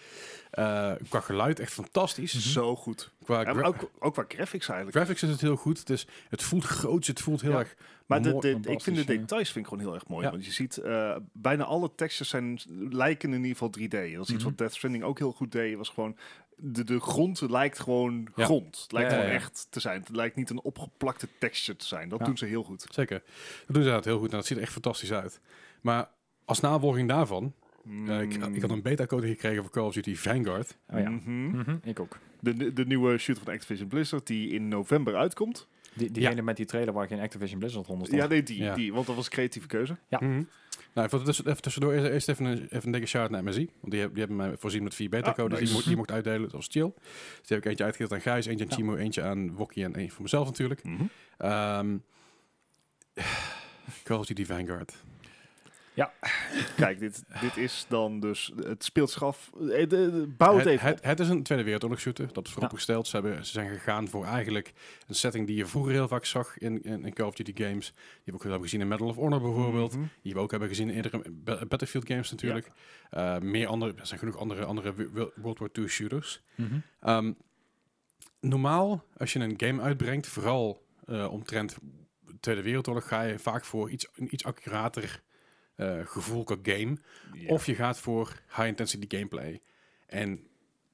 [SPEAKER 1] Eh, qua geluid echt fantastisch.
[SPEAKER 3] zo goed.
[SPEAKER 1] Qua
[SPEAKER 3] Ja, maar
[SPEAKER 1] gra-
[SPEAKER 3] ook, ook qua graphics eigenlijk.
[SPEAKER 1] graphics is het heel goed. Het, is, het voelt groots, het voelt heel
[SPEAKER 3] Ja.
[SPEAKER 1] erg...
[SPEAKER 3] Maar de,
[SPEAKER 1] mooi,
[SPEAKER 3] de- ik
[SPEAKER 1] fantastisch,
[SPEAKER 3] vind de
[SPEAKER 1] ja.
[SPEAKER 3] details vind ik gewoon heel erg mooi.
[SPEAKER 1] Ja.
[SPEAKER 3] Want je ziet, eh, bijna alle textures zijn, lijken in ieder geval 3D. Dat is iets
[SPEAKER 2] Mhm.
[SPEAKER 3] wat Death Stranding ook heel goed deed. Was gewoon, de, de grond lijkt gewoon
[SPEAKER 1] Ja.
[SPEAKER 3] grond. Het lijkt
[SPEAKER 2] Ja, ja,
[SPEAKER 3] gewoon
[SPEAKER 1] ja.
[SPEAKER 3] echt te zijn. Het lijkt niet een opgeplakte texture te zijn. Dat
[SPEAKER 2] Ja.
[SPEAKER 3] doen ze heel goed.
[SPEAKER 1] Zeker. Dat doen ze dat heel goed en dat ziet er echt fantastisch uit. Maar als navolging daarvan... eh, ik, ik
[SPEAKER 2] Mm.
[SPEAKER 1] had een beta-code gekregen voor Call of Duty Vanguard.
[SPEAKER 2] Oh ja.
[SPEAKER 3] Mhm.
[SPEAKER 2] Mhm, Ik ook.
[SPEAKER 3] de, de nieuwe shooter van Activision Blizzard die in november uitkomt.
[SPEAKER 2] Die, diegene met die trailer waar geen Activision Blizzard onder stond.
[SPEAKER 3] Ja, nee, die,
[SPEAKER 1] Ja.
[SPEAKER 3] die. Want dat was een creatieve keuze.
[SPEAKER 2] Ja.
[SPEAKER 1] Mhm. Nou, voor tussen- even tussendoor eerst- eerst even een, even een dikke shout naar MSI. Want die, heb- die hebben mij voorzien met vier beta-codes.
[SPEAKER 3] Ah,
[SPEAKER 1] die,
[SPEAKER 3] nice.
[SPEAKER 1] mo- die mocht uitdelen, dat was chill. Dus die heb ik eentje uitgedeeld aan Gijs, eentje aan
[SPEAKER 2] Ja.
[SPEAKER 1] Timo, eentje aan Wokkie en één voor mezelf natuurlijk. Ehm Call of Duty Vanguard.
[SPEAKER 3] Kijk, dit, dit is dan dus... Het speelt zich af. Eh, de- de- Bouw het even op.
[SPEAKER 1] het, is een Tweede Wereldoorlog shooter, dat is vooropgesteld. Ze, hebben, ze zijn gegaan voor eigenlijk een setting die je vroeger heel vaak zag in, in, in Call of Duty games. Die we ook hebben gezien in Medal of Honor bijvoorbeeld.
[SPEAKER 3] Mhm.
[SPEAKER 1] Die we ook hebben gezien in eerdere Ba- Battlefield games natuurlijk. Eh, meer andere, er zijn genoeg andere, andere wi- wi- World War II shooters.
[SPEAKER 2] Mhm.
[SPEAKER 1] Ehm, normaal, als je een game uitbrengt, vooral eh, omtrent Tweede Wereldoorlog, ga je vaak voor iets, een iets accurater eh, gevoel qua game.
[SPEAKER 3] Ja.
[SPEAKER 1] Of je gaat voor high-intensity gameplay. En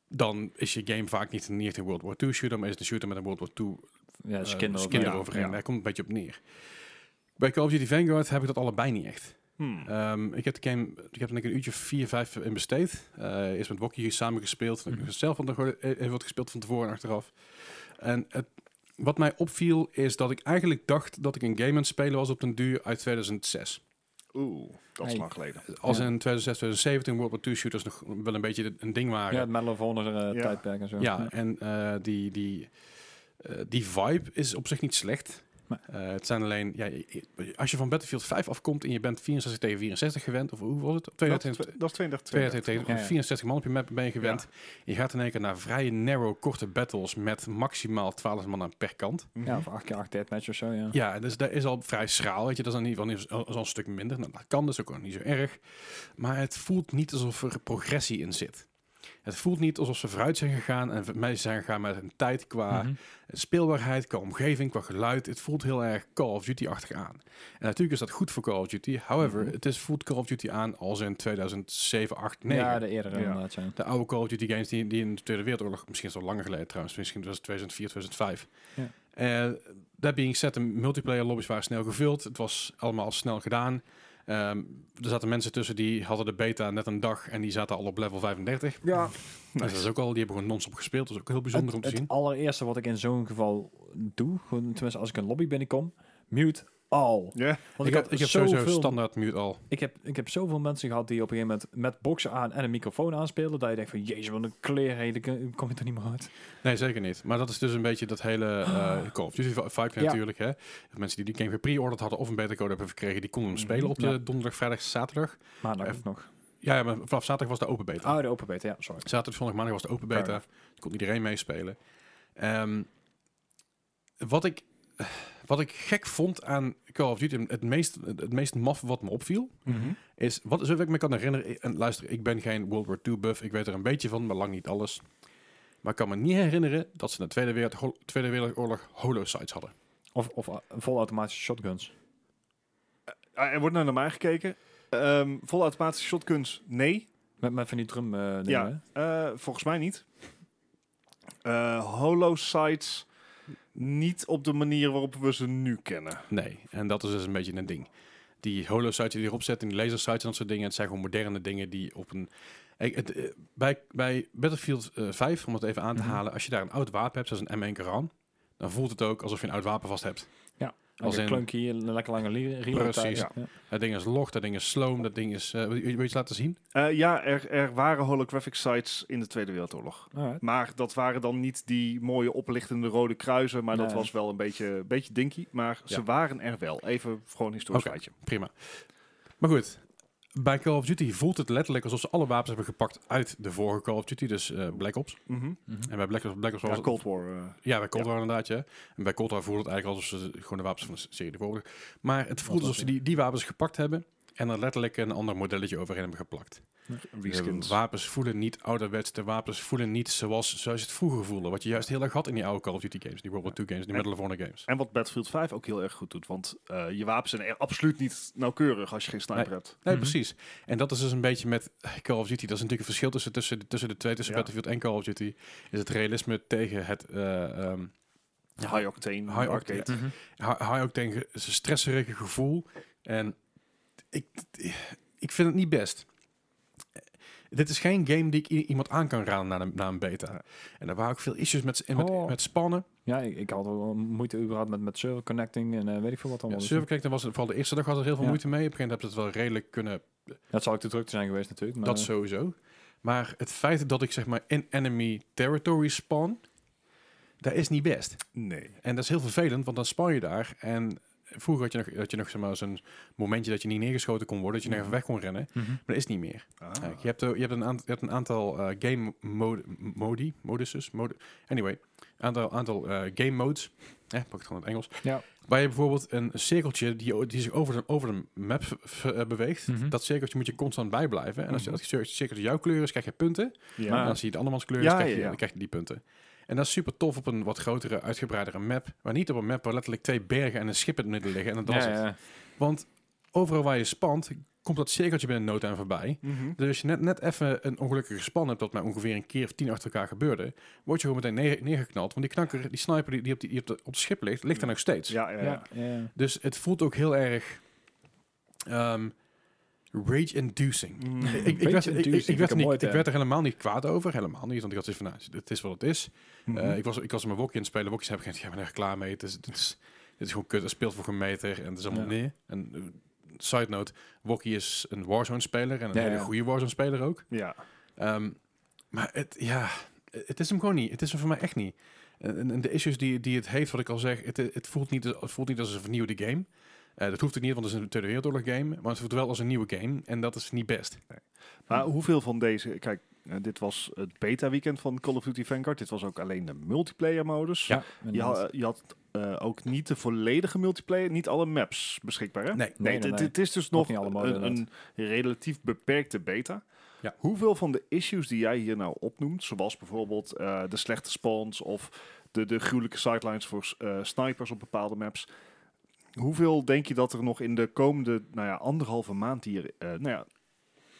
[SPEAKER 1] dan is je game vaak niet, niet echt een World War II shooter, maar is het een shooter met een World War II
[SPEAKER 2] Ja,
[SPEAKER 1] eh,
[SPEAKER 2] skin erover.
[SPEAKER 1] skin
[SPEAKER 2] Ja,
[SPEAKER 1] eroverheen.
[SPEAKER 2] ja.
[SPEAKER 1] Daar komt het een beetje op neer. Bij Call of Duty Vanguard heb ik dat allebei niet echt.
[SPEAKER 3] Hmm.
[SPEAKER 1] Ehm, ik heb de game, ik heb er denk ik een uurtje of vier, vijf in besteed. Eh eerst met Wokkie samen gespeeld. Ik
[SPEAKER 2] Mhm.
[SPEAKER 1] heb zelf nog wel even eh, wat gespeeld van tevoren en achteraf. En het, wat mij opviel is dat ik eigenlijk dacht dat ik een game aan het spelen was op den duur uit 2006.
[SPEAKER 3] Oeh, dat is
[SPEAKER 2] Hey.
[SPEAKER 3] lang geleden.
[SPEAKER 1] Als
[SPEAKER 2] Ja.
[SPEAKER 1] in 2006, 2007 toen World War II shooters nog wel een beetje een ding waren.
[SPEAKER 2] Ja, het Medal of Honor eh,
[SPEAKER 3] Ja.
[SPEAKER 2] tijdperk en zo.
[SPEAKER 1] Ja, en eh, die, die, eh, die vibe is op zich niet slecht.
[SPEAKER 2] Maar-
[SPEAKER 1] Eh, het zijn alleen, ja, je- je- als je van Battlefield 5 afkomt en je bent 64 tegen 64 gewend, of hoe was het?
[SPEAKER 3] Dat,
[SPEAKER 1] 32
[SPEAKER 3] is twe- dat is 32.
[SPEAKER 1] Twee tegen tegen
[SPEAKER 2] Ja, ja.
[SPEAKER 1] 64 man op je map ben je gewend. Je gaat in één keer naar vrije narrow, korte battles met maximaal 12 man aan per kant.
[SPEAKER 3] Mhm.
[SPEAKER 2] Ja, of 8 keer 8 deathmatch of zo, ja.
[SPEAKER 1] Ja, dus dat is al vrij schraal. Weet je. Dat is in ieder geval niet- dat is al een stuk minder. Nou, dat kan dus ook al niet zo erg. Maar het voelt niet alsof er progressie in zit. Het voelt niet alsof ze vooruit zijn gegaan en mee zijn gegaan met hun tijd qua
[SPEAKER 2] Mhm.
[SPEAKER 1] speelbaarheid, qua omgeving, qua geluid. Het voelt heel erg Call of Duty-achtig aan. En natuurlijk is dat goed voor Call of Duty. However,
[SPEAKER 3] Mhm.
[SPEAKER 1] het is, voelt Call of Duty aan als in 2007, 8, 9.
[SPEAKER 2] Ja, de eerder
[SPEAKER 3] Ja.
[SPEAKER 2] inderdaad, ja.
[SPEAKER 1] De oude Call of Duty games die, die in de Tweede Wereldoorlog, misschien is het al langer geleden trouwens, misschien was het 2004, 2005.
[SPEAKER 2] Ja.
[SPEAKER 1] Eh, that being said, de multiplayer lobby's waren snel gevuld. Het was allemaal snel gedaan. Ehm, er zaten mensen tussen die hadden de beta net een dag en die zaten al op level 35.
[SPEAKER 2] Ja,
[SPEAKER 1] Dus dat is ook al, die hebben gewoon non-stop gespeeld. Dat is ook heel bijzonder
[SPEAKER 2] het,
[SPEAKER 1] om te
[SPEAKER 2] het
[SPEAKER 1] zien.
[SPEAKER 2] allereerste wat ik in zo'n geval doe, gewoon, tenminste als ik een lobby binnenkom, mute al.
[SPEAKER 3] Ja.
[SPEAKER 2] Want
[SPEAKER 1] ik, had, ik heb sowieso standaard mute al.
[SPEAKER 2] ik, heb, ik heb zoveel mensen gehad die op een gegeven moment met boxen aan en een microfoon aanspelen. Dat je denkt van, jezus, wat een kleerheid, daar kun- kom je toch niet meer uit.
[SPEAKER 1] Nee, zeker niet. Maar dat is dus een beetje dat hele eh Call of Duty vi- vibe
[SPEAKER 2] Ah. Ja.
[SPEAKER 1] natuurlijk. Hè? Mensen die die game gepre-orderd hadden of een beta code hebben verkregen, die konden hem spelen op de
[SPEAKER 2] Mhm. Ja.
[SPEAKER 1] donderdag, vrijdag, zaterdag.
[SPEAKER 2] Maandag
[SPEAKER 1] Even-
[SPEAKER 2] ook nou, nog.
[SPEAKER 1] Ja, ja, maar vanaf zaterdag was de open beta.
[SPEAKER 2] Ah, de open beta, ja, sorry.
[SPEAKER 1] Zaterdag, zondag, maandag was de open
[SPEAKER 2] Fair
[SPEAKER 1] beta. Kon iedereen meespelen. Ehm, wat, ik, eh, wat ik gek vond aan Call of Duty, het meest, het meest maf wat me opviel, is wat, zover ik me kan herinneren. eh, En luister, ik ben geen World War II buff. Ik weet er een beetje van, maar lang niet alles. Maar ik kan me niet herinneren dat ze in de Tweede, Wereld, Tweede Wereldoorlog holosites hadden.
[SPEAKER 2] Of, of uh, volautomatische shotguns.
[SPEAKER 3] Ah, Er wordt naar mij gekeken. Ehm volautomatische shotguns, nee.
[SPEAKER 2] Met, met van die drum eh, dingen.
[SPEAKER 3] Ja.
[SPEAKER 2] hè?
[SPEAKER 3] Eh, volgens mij niet. Eh Holosites niet op de manier waarop we ze nu kennen.
[SPEAKER 1] Nee, en dat is dus een beetje een ding. Die holosites die je erop zetten, die lasersites en dat soort dingen, het zijn gewoon moderne dingen die op een... Ik- het, eh, bij, bij Battlefield eh, 5, om het even aan te
[SPEAKER 2] Mhm.
[SPEAKER 1] halen, als je daar een oud wapen hebt, zoals een M1 Karan, dan voelt het ook alsof je een oud wapen vast hebt. Als
[SPEAKER 2] Als een
[SPEAKER 1] in-
[SPEAKER 2] klunky, een eh, lekker lange li- reload tijd.
[SPEAKER 1] Precies.
[SPEAKER 2] Ja.
[SPEAKER 1] Dat ding is log, dat ding is sloom, dat ding is... eh, wil je- wil je iets laten zien?
[SPEAKER 3] Eh, ja, er, er waren holographic sites in de Tweede Wereldoorlog.
[SPEAKER 2] Alright.
[SPEAKER 3] Maar dat waren dan niet die mooie oplichtende rode kruisen. Maar dat
[SPEAKER 2] Nee.
[SPEAKER 3] was wel een beetje, beetje dinky. Maar
[SPEAKER 1] Ja.
[SPEAKER 3] ze waren er wel. Even gewoon een historisch
[SPEAKER 1] Oké.
[SPEAKER 3] feitje.
[SPEAKER 1] Prima. Maar goed, bij Call of Duty voelt het letterlijk alsof ze alle wapens hebben gepakt uit de vorige Call of Duty, dus eh, Black Ops.
[SPEAKER 3] Mhm.
[SPEAKER 1] En bij Black Ops, Black Ops was
[SPEAKER 3] Ja,
[SPEAKER 1] het-
[SPEAKER 3] Cold War. eh.
[SPEAKER 1] Ja, bij Cold War inderdaad, ja. En bij Cold War voelde het eigenlijk alsof ze gewoon de wapens van de serie de vorige. Maar het voelde
[SPEAKER 2] was,
[SPEAKER 1] alsof ze
[SPEAKER 2] ja.
[SPEAKER 1] die, die wapens gepakt hebben en er letterlijk een ander modelletje overheen hebben geplakt. De
[SPEAKER 3] Reskins.
[SPEAKER 1] wapens voelen niet ouderwets, de wapens voelen niet zoals, zoals je het vroeger voelde. Wat je juist heel erg had in die oude Call of Duty games, die World War II games, die
[SPEAKER 3] En-
[SPEAKER 1] Medal of Honor games.
[SPEAKER 3] En wat Battlefield 5 ook heel erg goed doet. Want eh, je wapens zijn er absoluut niet nauwkeurig als je geen sniper
[SPEAKER 1] Nee.
[SPEAKER 3] hebt.
[SPEAKER 1] Nee,
[SPEAKER 2] Mhm.
[SPEAKER 1] precies. En dat is dus een beetje met Call of Duty. Dat is natuurlijk een verschil tussen, tussen, tussen de twee, tussen
[SPEAKER 3] Ja.
[SPEAKER 1] Battlefield en Call of Duty. Is het realisme tegen het eh, ehm,
[SPEAKER 3] High Octane.
[SPEAKER 1] High
[SPEAKER 3] arcade.
[SPEAKER 1] octane. hou hou je ook tegen het stresserige gevoel. En ik, ik vind het niet best. Dit is geen game die ik i- iemand aan kan raden na een, na een beta. En daar waren ook veel issues met, en met,
[SPEAKER 2] Oh.
[SPEAKER 1] met spannen.
[SPEAKER 2] Ja, ik, ik had wel moeite überhaupt met, met server connecting en eh, weet ik veel wat
[SPEAKER 1] Ja,
[SPEAKER 2] allemaal. dus,
[SPEAKER 1] Serverconnect, daar was het vooral de eerste dag had er heel veel
[SPEAKER 2] Ja.
[SPEAKER 1] moeite mee. Op een gegeven moment hebben ze het wel redelijk kunnen,
[SPEAKER 2] dat zou ik te druk te zijn geweest natuurlijk. Maar,
[SPEAKER 1] dat sowieso. Maar het feit dat ik zeg maar in enemy territory spawn, dat is niet best.
[SPEAKER 3] Nee.
[SPEAKER 1] En dat is heel vervelend, want dan span je daar. En vroeger had je nog, had je nog zeg maar, zo'n momentje dat je niet neergeschoten kon worden, dat je nog even weg kon rennen.
[SPEAKER 2] Mhm.
[SPEAKER 1] Maar dat is niet meer.
[SPEAKER 3] Ah.
[SPEAKER 1] Kijk, je, hebt, eh, je, hebt een aantal, je hebt een aantal eh, game mode, modi, modus dus, mode, anyway, aantal, aantal eh, game modes, eh, pak het gewoon in het Engels,
[SPEAKER 2] Ja.
[SPEAKER 1] waar je bijvoorbeeld een cirkeltje die, o- die zich over de, over de map v- v- eh, beweegt,
[SPEAKER 2] Mhm.
[SPEAKER 1] dat cirkeltje moet je constant bijblijven. En als je
[SPEAKER 3] Mhm.
[SPEAKER 1] dat cir- cirkeltje jouw kleur is, krijg je punten.
[SPEAKER 3] Ja.
[SPEAKER 1] En
[SPEAKER 2] Maar-
[SPEAKER 1] als je de andermans kleur is,
[SPEAKER 3] Ja,
[SPEAKER 1] krijg, je,
[SPEAKER 3] ja, ja.
[SPEAKER 1] dan krijg je die punten. En dat is super tof op een wat grotere, uitgebreidere map. Maar niet op een map waar letterlijk twee bergen en een schip in het midden liggen. En dat was
[SPEAKER 2] ja,
[SPEAKER 1] het.
[SPEAKER 2] ja.
[SPEAKER 1] Want overal waar je spant, komt dat cirkeltje binnen no time voorbij.
[SPEAKER 3] Mhm.
[SPEAKER 1] Dus als je net, net even een ongelukkige span hebt, dat mij ongeveer een keer of tien achter elkaar gebeurde, word je gewoon meteen neer- neergeknald. Want die knakker, die sniper die, die, op, die, die op, de, op het schip ligt, ligt er nog steeds.
[SPEAKER 3] Ja, ja, ja.
[SPEAKER 2] Ja, ja.
[SPEAKER 1] Dus het voelt ook heel erg ehm, rage-inducing.
[SPEAKER 3] Mhm.
[SPEAKER 1] Ik, ik, werd, ik, ik- ik,
[SPEAKER 2] Rage-inducing,
[SPEAKER 1] werd er
[SPEAKER 2] mooi
[SPEAKER 1] niet, ik
[SPEAKER 2] term.
[SPEAKER 1] werd er helemaal niet kwaad over, helemaal niet. Want ik had zoiets van, nou, het is wat het is.
[SPEAKER 3] Mhm.
[SPEAKER 1] Eh, ik, was, ik was in mijn wokje aan het spelen. Wokjes heb ik geen, ik ben er klaar mee. Het is, het is, dit is gewoon kut. Het speelt voor geen meter. En het is allemaal
[SPEAKER 2] Ja.
[SPEAKER 1] nee. En eh, side note, Wokkie is een Warzone-speler. En een
[SPEAKER 2] Ja,
[SPEAKER 1] hele
[SPEAKER 2] ja.
[SPEAKER 1] goede Warzone-speler ook.
[SPEAKER 3] ja.
[SPEAKER 1] Ehm, maar het, ja, het is hem gewoon niet. Het is hem voor mij echt niet. En, en de issues die, die het heeft, wat ik al zeg, het, het, voelt, niet, het voelt niet als een vernieuwde game. Eh, dat hoeft ook niet, want het is een Tweede Wereldoorlog game. Maar het voelt wel als een nieuwe game. En dat is niet best.
[SPEAKER 3] Maar hoeveel van deze... Kijk, eh, dit was het beta-weekend van Call of Duty Vanguard. Dit was ook alleen de multiplayer-modus.
[SPEAKER 1] Ja,
[SPEAKER 3] Je, ha- je had eh, ook niet de volledige multiplayer, niet alle maps beschikbaar, hè?
[SPEAKER 1] Nee.
[SPEAKER 2] Nee,
[SPEAKER 3] dit
[SPEAKER 2] nee, nee.
[SPEAKER 3] dit is dus
[SPEAKER 2] Nog
[SPEAKER 3] nog
[SPEAKER 2] niet allemaal,
[SPEAKER 3] een, een relatief beperkte beta.
[SPEAKER 1] Ja.
[SPEAKER 3] Hoeveel van de issues die jij hier nou opnoemt, zoals bijvoorbeeld eh, de slechte spawns of de, de gruwelijke sightlines voor eh, snipers op bepaalde maps, hoeveel denk je dat er nog in de komende nou ja, anderhalve maand die er, eh, nou ja,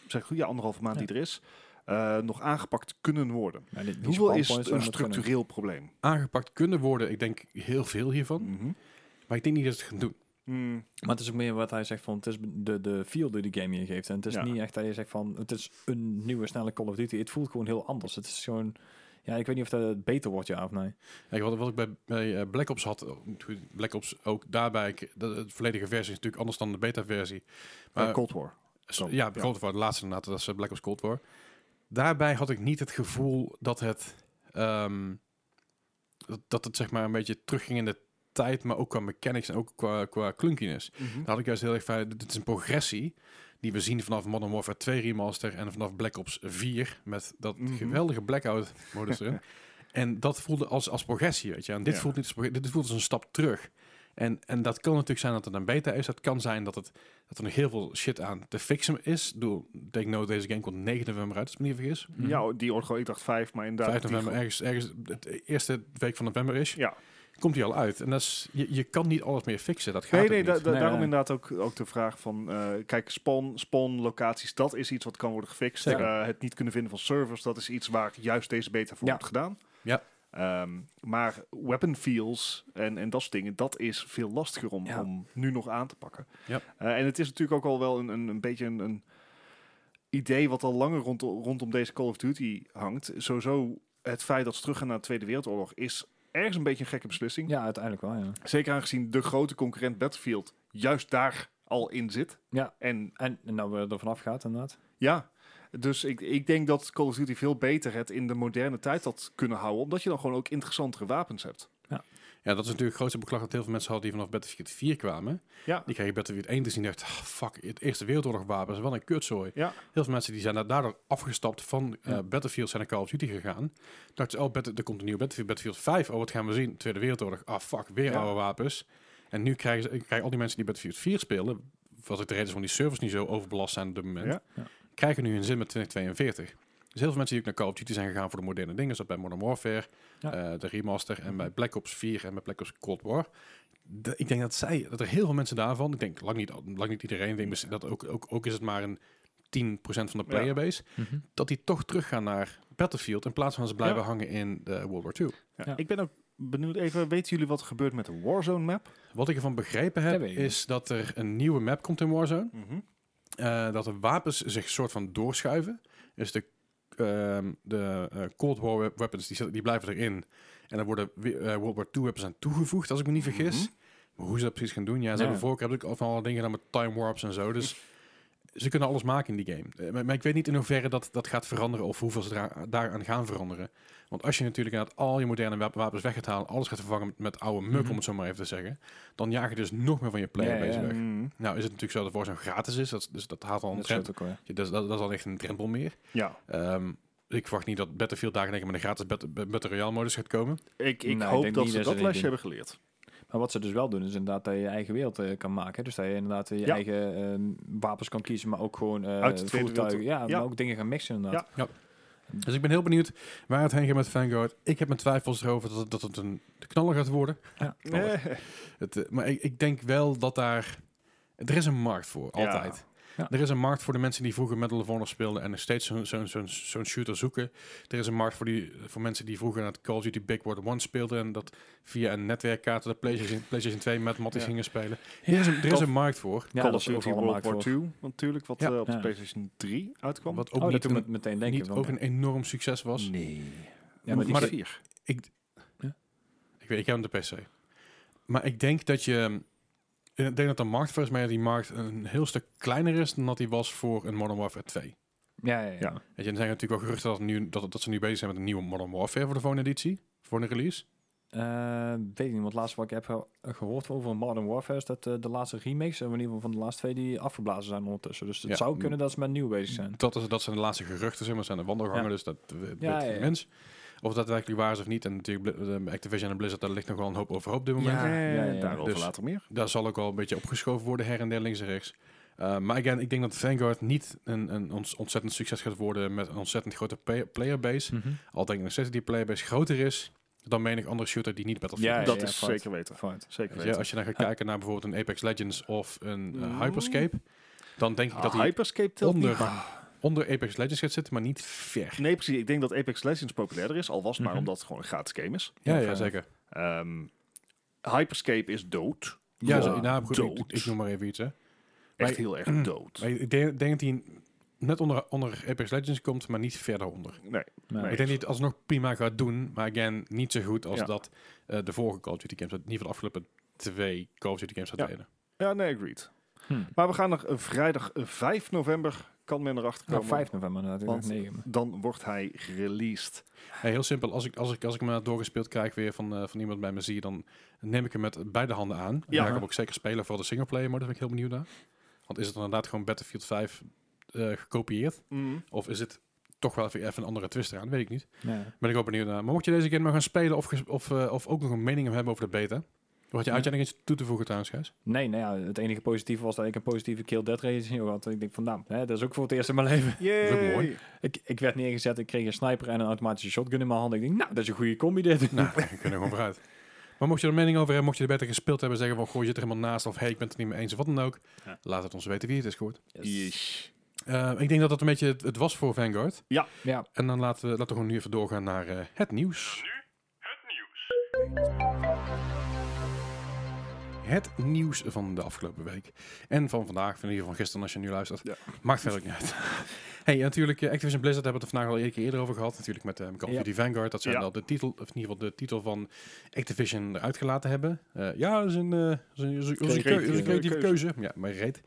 [SPEAKER 3] zeg goed, ja, anderhalve maand
[SPEAKER 2] Ja.
[SPEAKER 3] die er is, eh, nog aangepakt kunnen worden?
[SPEAKER 2] Ja, die- die
[SPEAKER 3] eh, Hoeveel is
[SPEAKER 2] spawnpoints
[SPEAKER 3] een
[SPEAKER 2] zijn dat kunnen.
[SPEAKER 3] structureel probleem?
[SPEAKER 1] Aangepakt kunnen worden, ik denk heel veel hiervan.
[SPEAKER 3] Mhm.
[SPEAKER 1] Maar ik denk niet dat ze het gaan doen.
[SPEAKER 3] Mm.
[SPEAKER 2] Maar het is ook meer wat hij zegt van, het is de, de feel die de game je geeft. En het is
[SPEAKER 3] Ja.
[SPEAKER 2] niet echt dat je zegt van, het is een nieuwe snelle Call of Duty. Het voelt gewoon heel anders. Het is gewoon, Ja, ik weet niet of dat het beter wordt, ja of nee.
[SPEAKER 1] Kijk, wat, wat ik bij, bij eh, Black Ops had, eh, goed, Black Ops ook daarbij, ik- de, de volledige versie is natuurlijk anders dan de beta-versie.
[SPEAKER 2] Maar
[SPEAKER 1] Maar
[SPEAKER 2] Cold War.
[SPEAKER 1] So,
[SPEAKER 2] Cold,
[SPEAKER 1] ja,
[SPEAKER 2] ja.
[SPEAKER 1] Cold War, de laatste inderdaad, dat is eh, Black Ops Cold War. Daarbij had ik niet het gevoel dat het, ehm, dat- dat het zeg maar een beetje terugging in de tijd, maar ook qua mechanics en ook qua, qua clunkiness. Daar had ik juist heel erg van, dit dit is een progressie die we zien vanaf Modern Warfare 2 Remaster en vanaf Black Ops 4 met dat
[SPEAKER 3] Mhm.
[SPEAKER 1] geweldige blackout modus erin. En dat voelde als, als progressie, weet je. En dit,
[SPEAKER 3] Ja.
[SPEAKER 1] voelt niet als, progressie, dit voelt als een stap terug. En, en dat kan natuurlijk zijn dat het een beta is. Dat kan zijn dat, het, dat er nog heel veel shit aan te fixen is. Doe, take note, deze game komt 9 november uit, als ik me niet vergis.
[SPEAKER 2] Mhm.
[SPEAKER 3] Ja, die hoort gewoon, ik dacht vijf, maar inderdaad.
[SPEAKER 1] 5
[SPEAKER 3] die
[SPEAKER 1] november,
[SPEAKER 3] gewoon-
[SPEAKER 1] ergens, ergens de eerste week van november is.
[SPEAKER 3] Ja.
[SPEAKER 1] Komt die al uit. En dat is, je, je kan niet alles meer fixen. Dat gaat
[SPEAKER 3] Nee,
[SPEAKER 1] ook
[SPEAKER 3] nee,
[SPEAKER 1] niet.
[SPEAKER 3] da- da-
[SPEAKER 2] Nee,
[SPEAKER 3] daarom
[SPEAKER 2] nee.
[SPEAKER 3] inderdaad ook, ook de vraag van... eh, kijk, spawn, spawn locaties, dat is iets wat kan worden gefixt.
[SPEAKER 1] Zeker.
[SPEAKER 3] Eh, het niet kunnen vinden van servers, dat is iets waar juist deze beta voor
[SPEAKER 2] Ja.
[SPEAKER 3] wordt gedaan.
[SPEAKER 1] Ja.
[SPEAKER 3] Ehm, maar weapon fields en, en dat soort dingen, dat is veel lastiger om,
[SPEAKER 2] Ja.
[SPEAKER 3] om nu nog aan te pakken.
[SPEAKER 1] Ja.
[SPEAKER 3] Eh, en het is natuurlijk ook al wel een, een, een beetje een, een idee wat al langer rond, rondom deze Call of Duty hangt. Sowieso het feit dat ze teruggaan naar de Tweede Wereldoorlog is ergens een beetje een gekke beslissing.
[SPEAKER 2] Ja, uiteindelijk wel, ja.
[SPEAKER 3] Zeker aangezien de grote concurrent Battlefield juist daar al in zit.
[SPEAKER 2] Ja.
[SPEAKER 3] En
[SPEAKER 2] En, en nou we er vanaf gaat, inderdaad.
[SPEAKER 3] ja, dus ik, ik denk dat Call of Duty veel beter het in de moderne tijd had kunnen houden. Omdat je dan gewoon ook interessantere wapens hebt.
[SPEAKER 1] Ja, dat is natuurlijk het grootste beklag dat heel veel mensen hadden die vanaf Battlefield 4 kwamen.
[SPEAKER 3] Ja.
[SPEAKER 1] Die kregen Battlefield 1 te zien en dachten, "Ah, fuck, het Eerste Wereldoorlog wapens, wat een kutzooi.
[SPEAKER 3] Ja.
[SPEAKER 1] Heel veel mensen die zijn da- daardoor afgestapt van eh
[SPEAKER 2] Ja.
[SPEAKER 1] Battlefield zijn naar Call of Duty gegaan. Dachten ze, oh, Battle- er komt een nieuwe Battlefield, Battlefield 5. Oh, wat gaan we zien? Tweede Wereldoorlog. Ah, fuck, weer
[SPEAKER 3] Ja.
[SPEAKER 1] oude wapens. En nu krijgen, ze, krijgen al die mensen die Battlefield 4 spelen, wat ik de reden is waarom die servers niet zo overbelast zijn op dit moment,
[SPEAKER 3] Ja.
[SPEAKER 2] Ja.
[SPEAKER 1] krijgen nu hun zin met 2042. Dus heel veel mensen die ook naar Call of Duty zijn gegaan voor de moderne dingen, zoals bij Modern Warfare,
[SPEAKER 2] Ja. Mhm.
[SPEAKER 1] eh, de remaster en bij Black Ops 4 en bij Black Ops Cold War. De- ik denk dat zij, dat er heel veel mensen daarvan, ik denk lang niet, lang niet iedereen, ik denk misschien dat ook, ook, ook is het maar een 10% van de
[SPEAKER 3] Ja.
[SPEAKER 1] playerbase,
[SPEAKER 2] Mhm.
[SPEAKER 1] dat die toch teruggaan naar Battlefield in plaats van ze blijven hangen in eh, World War II.
[SPEAKER 3] Ja.
[SPEAKER 2] Ja.
[SPEAKER 3] Ik ben ook benieuwd even, weten jullie wat er gebeurt met de Warzone map?
[SPEAKER 1] Wat ik ervan begrepen heb,
[SPEAKER 2] Dat weet ik
[SPEAKER 1] is dat er een nieuwe map komt in Warzone.
[SPEAKER 3] Mhm.
[SPEAKER 1] eh, dat de wapens zich soort van doorschuiven. Dus de, ehm, de eh, Cold War wep- weapons, die, zitten- die blijven erin. En er worden we- eh, World War II weapons aan toegevoegd, als ik me niet vergis.
[SPEAKER 3] Mhm.
[SPEAKER 1] Maar hoe ze dat precies gaan doen, ja, ze
[SPEAKER 2] Ja.
[SPEAKER 1] hebben voorkeur natuurlijk al van alle dingen gedaan met time warps en zo. Dus ze kunnen alles maken in die game. Eh, maar, maar ik weet niet in hoeverre dat, dat gaat veranderen of hoeveel ze daar, daaraan gaan veranderen. Want als je natuurlijk inderdaad al je moderne wap- wapens weg gaat halen, alles gaat vervangen met, met oude muk,
[SPEAKER 2] Mhm.
[SPEAKER 1] om het zo maar even te zeggen, dan jaag je dus nog meer van je player
[SPEAKER 2] Ja, ja,
[SPEAKER 1] base
[SPEAKER 2] ja.
[SPEAKER 1] weg.
[SPEAKER 3] Mhm.
[SPEAKER 1] Nou is het natuurlijk zo dat Warzone gratis is, dat, is- dus dat haalt al een
[SPEAKER 2] Dat
[SPEAKER 1] trend
[SPEAKER 2] scheelt ook wel, ja.
[SPEAKER 1] ja, dat, is- dat, dat is dan echt een drempel meer.
[SPEAKER 3] Ja,
[SPEAKER 1] Ehm, ik verwacht niet dat Battlefield daar in één keer met een gratis Bat- Bat- Battle Royale modus gaat komen.
[SPEAKER 3] ik, ik
[SPEAKER 2] Nou, ik
[SPEAKER 3] hoop
[SPEAKER 2] denk
[SPEAKER 3] dat
[SPEAKER 2] niet
[SPEAKER 3] ze
[SPEAKER 2] dat ze dit
[SPEAKER 3] dat lesje
[SPEAKER 2] doen.
[SPEAKER 3] hebben geleerd.
[SPEAKER 2] Maar wat ze dus wel doen, is inderdaad dat je je eigen wereld eh, kan maken. Dus dat je inderdaad je
[SPEAKER 3] Ja.
[SPEAKER 2] eigen ehm, wapens kan kiezen, maar ook gewoon eh,
[SPEAKER 3] Uit de Tweede
[SPEAKER 2] voertuigen.
[SPEAKER 3] Wereldoorlog.
[SPEAKER 2] Ja,
[SPEAKER 3] Ja.
[SPEAKER 2] maar ook dingen gaan mixen inderdaad.
[SPEAKER 1] Dus ik ben heel benieuwd waar het heen gaat met Vanguard. Ik heb mijn twijfels erover dat, het- dat het een knaller gaat worden. Knaller.
[SPEAKER 3] Eh,
[SPEAKER 1] Het, eh, maar ik, ik denk wel dat daar... Er is een markt voor,
[SPEAKER 3] Ja.
[SPEAKER 1] altijd.
[SPEAKER 2] Ja.
[SPEAKER 1] Er is een markt voor de mensen die vroeger Medal of Honor speelden en nog steeds zo'n zo'n zo'n zo'n shooter zoeken. Er is een markt voor, die, voor mensen die vroeger naar het Call of Duty Big World 1 speelden en dat via een netwerkkaart de PlayStation, PlayStation 2 met Matties
[SPEAKER 3] Ja.
[SPEAKER 1] gingen spelen. Er is een, er is
[SPEAKER 3] Tof.
[SPEAKER 1] een markt voor.
[SPEAKER 2] Ja,
[SPEAKER 3] Call
[SPEAKER 2] dat
[SPEAKER 3] of
[SPEAKER 2] is ook
[SPEAKER 3] Duty
[SPEAKER 2] allemaal
[SPEAKER 3] World
[SPEAKER 2] gemaakt
[SPEAKER 3] War
[SPEAKER 2] voor.
[SPEAKER 3] II natuurlijk, wat
[SPEAKER 1] Ja.
[SPEAKER 3] eh, op de
[SPEAKER 2] Ja.
[SPEAKER 3] PlayStation 3 uitkwam.
[SPEAKER 1] Wat ook
[SPEAKER 2] Oh, dat
[SPEAKER 1] niet
[SPEAKER 2] doet me
[SPEAKER 1] een
[SPEAKER 2] meteen denken.
[SPEAKER 1] niet
[SPEAKER 2] want- Mm.
[SPEAKER 1] ook een enorm succes was.
[SPEAKER 2] Nee. Ja,
[SPEAKER 1] Maar
[SPEAKER 2] maar die
[SPEAKER 1] dat-
[SPEAKER 2] vier.
[SPEAKER 1] Ik weet, ik heb hem de PC. Maar ik denk dat je... eh, Ik denk dat de markt voor is, maar die markt een heel stuk kleiner is dan dat die was voor een Modern Warfare 2.
[SPEAKER 2] ja, ja, ja.
[SPEAKER 3] Ja.
[SPEAKER 1] Weet je, er zijn natuurlijk wel geruchten dat, nu, dat, dat ze nu bezig zijn met een nieuwe Modern Warfare voor de volgende editie. Voor de release.
[SPEAKER 2] Eh, weet ik niet, want het laatste wat ik heb ge- gehoord over Modern Warfare is dat eh, de laatste remakes, eh, in ieder geval van de laatste twee, die afgeblazen zijn ondertussen. Dus het
[SPEAKER 1] Ja.
[SPEAKER 2] zou kunnen dat ze met nieuw bezig zijn.
[SPEAKER 1] Dat, is, dat zijn de laatste geruchten, zeg maar. zijn de wandelgangen,
[SPEAKER 2] Ja.
[SPEAKER 1] dus dat eh, weet
[SPEAKER 2] Ja,
[SPEAKER 1] geen
[SPEAKER 2] ja.
[SPEAKER 1] mens. Of dat werkelijk waar is of niet. En natuurlijk Bl- eh, Activision en Blizzard, daar ligt nog wel een hoop overhoop op dit moment.
[SPEAKER 2] Ja,
[SPEAKER 3] Eh,
[SPEAKER 2] ja, ja.
[SPEAKER 3] Daarover
[SPEAKER 1] Dus-
[SPEAKER 3] later meer.
[SPEAKER 1] daar zal ook wel een beetje opgeschoven worden her en der, links en rechts. Uh, maar again, ik denk dat Vanguard niet een, een ons- ontzettend succes gaat worden met een ontzettend grote play- playerbase. Al denk ik nog steeds dat die playerbase groter is dan menig andere shooter die niet Battlefield
[SPEAKER 2] Ja,
[SPEAKER 1] is.
[SPEAKER 2] ja,
[SPEAKER 3] dat is
[SPEAKER 2] fout.
[SPEAKER 3] zeker weten.
[SPEAKER 2] Fout.
[SPEAKER 3] Zeker
[SPEAKER 1] Weet je,
[SPEAKER 3] weten.
[SPEAKER 1] als je dan gaat kijken naar bijvoorbeeld een Apex Legends of een eh,
[SPEAKER 3] Mm.
[SPEAKER 1] Hyperscape, dan denk ik dat die
[SPEAKER 3] Hyperscape Ah, telt niet,
[SPEAKER 1] onder,
[SPEAKER 3] maar-
[SPEAKER 1] onder Apex Leggens gaat zitten, maar niet ver.
[SPEAKER 3] Nee, precies. Ik denk dat Apex Legends populairder is, al was het maar
[SPEAKER 2] Mhm.
[SPEAKER 3] omdat het gewoon een gratis game is.
[SPEAKER 1] Ja,
[SPEAKER 2] Ja,
[SPEAKER 1] ja,
[SPEAKER 2] ver.
[SPEAKER 1] zeker.
[SPEAKER 3] Ehm, Hyperscape is dood.
[SPEAKER 1] Ja,
[SPEAKER 3] Ja,
[SPEAKER 1] zo, nou, goed, ik,
[SPEAKER 3] dood.
[SPEAKER 1] ik noem maar even iets, hè.
[SPEAKER 3] Echt
[SPEAKER 1] Maar-
[SPEAKER 3] heel erg dood.
[SPEAKER 1] Maar ik denk, denk dat die net onder, onder Apex Legends komt, maar niet verder onder.
[SPEAKER 3] Nee.
[SPEAKER 2] Maar-
[SPEAKER 1] Ik denk niet alsnog prima gaat doen, maar again, niet zo goed als
[SPEAKER 3] Ja.
[SPEAKER 1] dat eh, de vorige Call of Duty games, in ieder geval de afgelopen twee Call of Duty games dat
[SPEAKER 3] Ja.
[SPEAKER 1] deden.
[SPEAKER 3] Ja, nee, agreed.
[SPEAKER 2] Hm.
[SPEAKER 3] Maar we gaan er eh, vrijdag eh, 5 november, kan men erachter
[SPEAKER 2] Nou,
[SPEAKER 3] komen.
[SPEAKER 2] 5 november inderdaad.
[SPEAKER 3] Want-
[SPEAKER 2] Want, 9.
[SPEAKER 3] Dan wordt hij gereleased.
[SPEAKER 1] Hey, heel simpel, als ik, als ik, als ik me doorgespeeld krijg weer van, eh, van iemand bij me zie, dan neem ik hem met beide handen aan. Ja.
[SPEAKER 3] Ja.
[SPEAKER 1] Dan ga ik hem ook zeker spelen voor de singleplayer mode, daar ben ik heel benieuwd naar. Want is het inderdaad gewoon Battlefield 5 eh, gekopieerd? Of is het toch wel even even een andere twist eraan? Weet ik niet.
[SPEAKER 2] Ja.
[SPEAKER 1] Ben ik ook benieuwd naar. Maar mocht je deze game maar gaan spelen of, ges- of, eh, of ook nog een mening hebben over de beta? Wat je
[SPEAKER 2] Ja.
[SPEAKER 1] uiteindelijk iets toe te voegen trouwens, Gijs?
[SPEAKER 2] Nee, nou ja, het enige positieve was dat ik een positieve Kill Dead Ratio had. Ik denk van, nou, hè, dat is ook voor het eerst in mijn leven.
[SPEAKER 3] Yay.
[SPEAKER 1] Dat is ook mooi.
[SPEAKER 2] Ik, ik werd neergezet, ik kreeg een sniper en een automatische shotgun in mijn hand. Ik denk, nou, dat is een goede combi dit.
[SPEAKER 1] Nou, we kunnen gewoon vooruit. Maar mocht je er een mening over hebben, mocht je de beta gespeeld hebben, zeggen van, goh, je zit er helemaal naast of hey, ik ben het er niet mee eens of wat dan ook.
[SPEAKER 3] Ja.
[SPEAKER 1] Laat het ons weten wie het is, goed.
[SPEAKER 3] Yes.
[SPEAKER 1] Eh, ik denk dat dat een beetje het, het was voor Vanguard.
[SPEAKER 2] Ja,
[SPEAKER 1] En dan laten we, laten we gewoon nu even doorgaan naar eh, het nieuws. Het nieuws van de afgelopen week. En van vandaag, van in ieder geval gisteren als je nu luistert.
[SPEAKER 3] Ja.
[SPEAKER 1] Maakt verder ook niet uit. Hey, en natuurlijk, eh, Activision Blizzard hebben we het er vandaag al een keer eerder over gehad. Natuurlijk met eh, Call of
[SPEAKER 2] Ja.
[SPEAKER 1] Duty Vanguard. Dat zij
[SPEAKER 3] Ja.
[SPEAKER 1] wel de titel, of in ieder geval de titel van Activision eruit gelaten hebben. Eh, ja, dat is een, eh, dat is een, dat is een- dat is een keu- dat is een creatieve keuze. Ja, maar reet.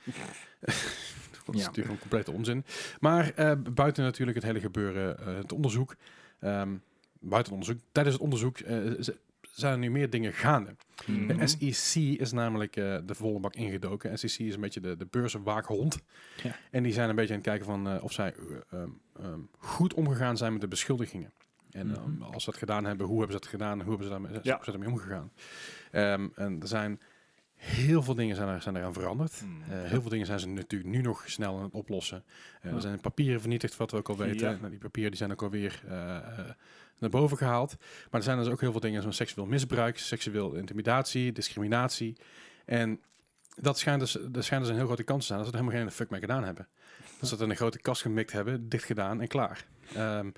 [SPEAKER 1] Dat is
[SPEAKER 2] Ja.
[SPEAKER 1] natuurlijk een complete onzin. Maar eh, buiten natuurlijk het hele gebeuren, eh, het onderzoek. ehm, buiten het onderzoek. Tijdens het onderzoek eh, z- zijn er nu meer dingen gaande.
[SPEAKER 2] Mhm.
[SPEAKER 1] De SEC is namelijk eh, de volle bak ingedoken. SEC is een beetje de, de beurzenwaakhond.
[SPEAKER 2] Ja.
[SPEAKER 1] En die zijn een beetje aan het kijken van eh, of zij eh, ehm, ehm, goed omgegaan zijn met de beschuldigingen. En eh,
[SPEAKER 2] Mhm.
[SPEAKER 1] als ze dat gedaan hebben, hoe hebben ze dat gedaan? Hoe hebben ze daarmee,
[SPEAKER 3] Ja.
[SPEAKER 1] hoe zijn ze daarmee omgegaan? Ehm, en er zijn heel veel dingen zijn, er, zijn eraan veranderd.
[SPEAKER 3] Mm.
[SPEAKER 1] Eh, heel veel dingen zijn ze natuurlijk nu nog snel aan het oplossen. Eh,
[SPEAKER 2] Ja.
[SPEAKER 1] Er zijn papieren vernietigd, wat we ook al weten.
[SPEAKER 3] Ja.
[SPEAKER 1] Nou, die papieren die zijn ook alweer eh, eh, naar boven gehaald. Maar er zijn dus ook heel veel dingen zoals seksueel misbruik, seksueel intimidatie, discriminatie. En dat schijnt dus, dat schijnt dus een heel grote kans te zijn dat ze er helemaal geen fuck mee gedaan hebben. Dat ze dat in een grote kast gemikt hebben, dicht gedaan en klaar. Ehm,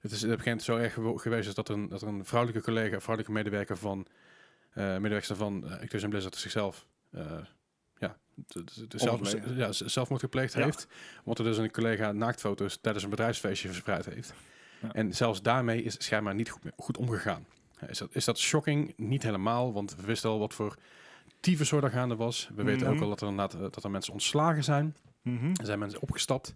[SPEAKER 1] Het is op een gegeven moment zo erg gewo- geweest is dat er een, dat er een vrouwelijke collega, een vrouwelijke medewerker van, eh medewerkster van uh, Activision Blizzard zichzelf eh, ja, de, de, de zelf,
[SPEAKER 3] Omgelegen.
[SPEAKER 1] ja, z- zelfmoord gepleegd
[SPEAKER 3] Ja.
[SPEAKER 1] heeft. Omdat er dus een collega naaktfoto's tijdens een bedrijfsfeestje verspreid heeft.
[SPEAKER 2] Ja.
[SPEAKER 1] En zelfs daarmee is schijnbaar niet goed, goed omgegaan. Eh, Is dat, is dat shocking? Niet helemaal, want we wisten al wat voor tyfussoort er gaande was. We weten ook
[SPEAKER 3] Mhm.
[SPEAKER 1] al dat er, inderdaad, eh, dat er mensen ontslagen zijn.
[SPEAKER 3] Mhm.
[SPEAKER 1] Er zijn mensen opgestapt.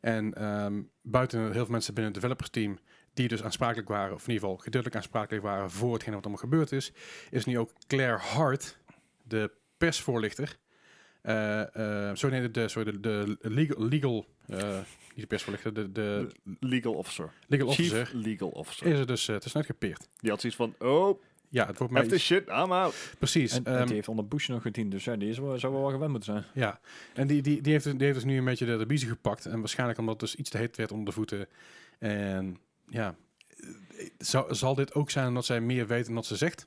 [SPEAKER 1] En ehm, buiten heel veel mensen binnen het developersteam die dus aansprakelijk waren, of in ieder geval gedeeltelijk aansprakelijk waren voor hetgeen wat allemaal gebeurd is, is nu ook Claire Hart, de persvoorlichter, eh, eh, sorry, nee, de- de, sorry, de, de legal, legal eh, niet de persvoorlichter, de, de
[SPEAKER 3] Legal officer.
[SPEAKER 1] legal officer,
[SPEAKER 3] Chief legal officer.
[SPEAKER 1] is er dus eh tussenuit gepeerd.
[SPEAKER 3] Die had zoiets van, oh,
[SPEAKER 1] Ja, het wordt mij
[SPEAKER 3] have this shit, I'm out.
[SPEAKER 1] iets- precies.
[SPEAKER 2] en, en
[SPEAKER 1] ehm,
[SPEAKER 2] die heeft onder Bush nog gediend, dus ja, die is wel, zou wel wel gewend moeten zijn.
[SPEAKER 1] Ja, en die, die, die, heeft, dus- die heeft dus nu een beetje de, de biezen gepakt. En waarschijnlijk omdat het dus iets te heet werd onder de voeten. En ja, eh, zou, zal dit ook zijn omdat zij meer weet dan dat ze zegt?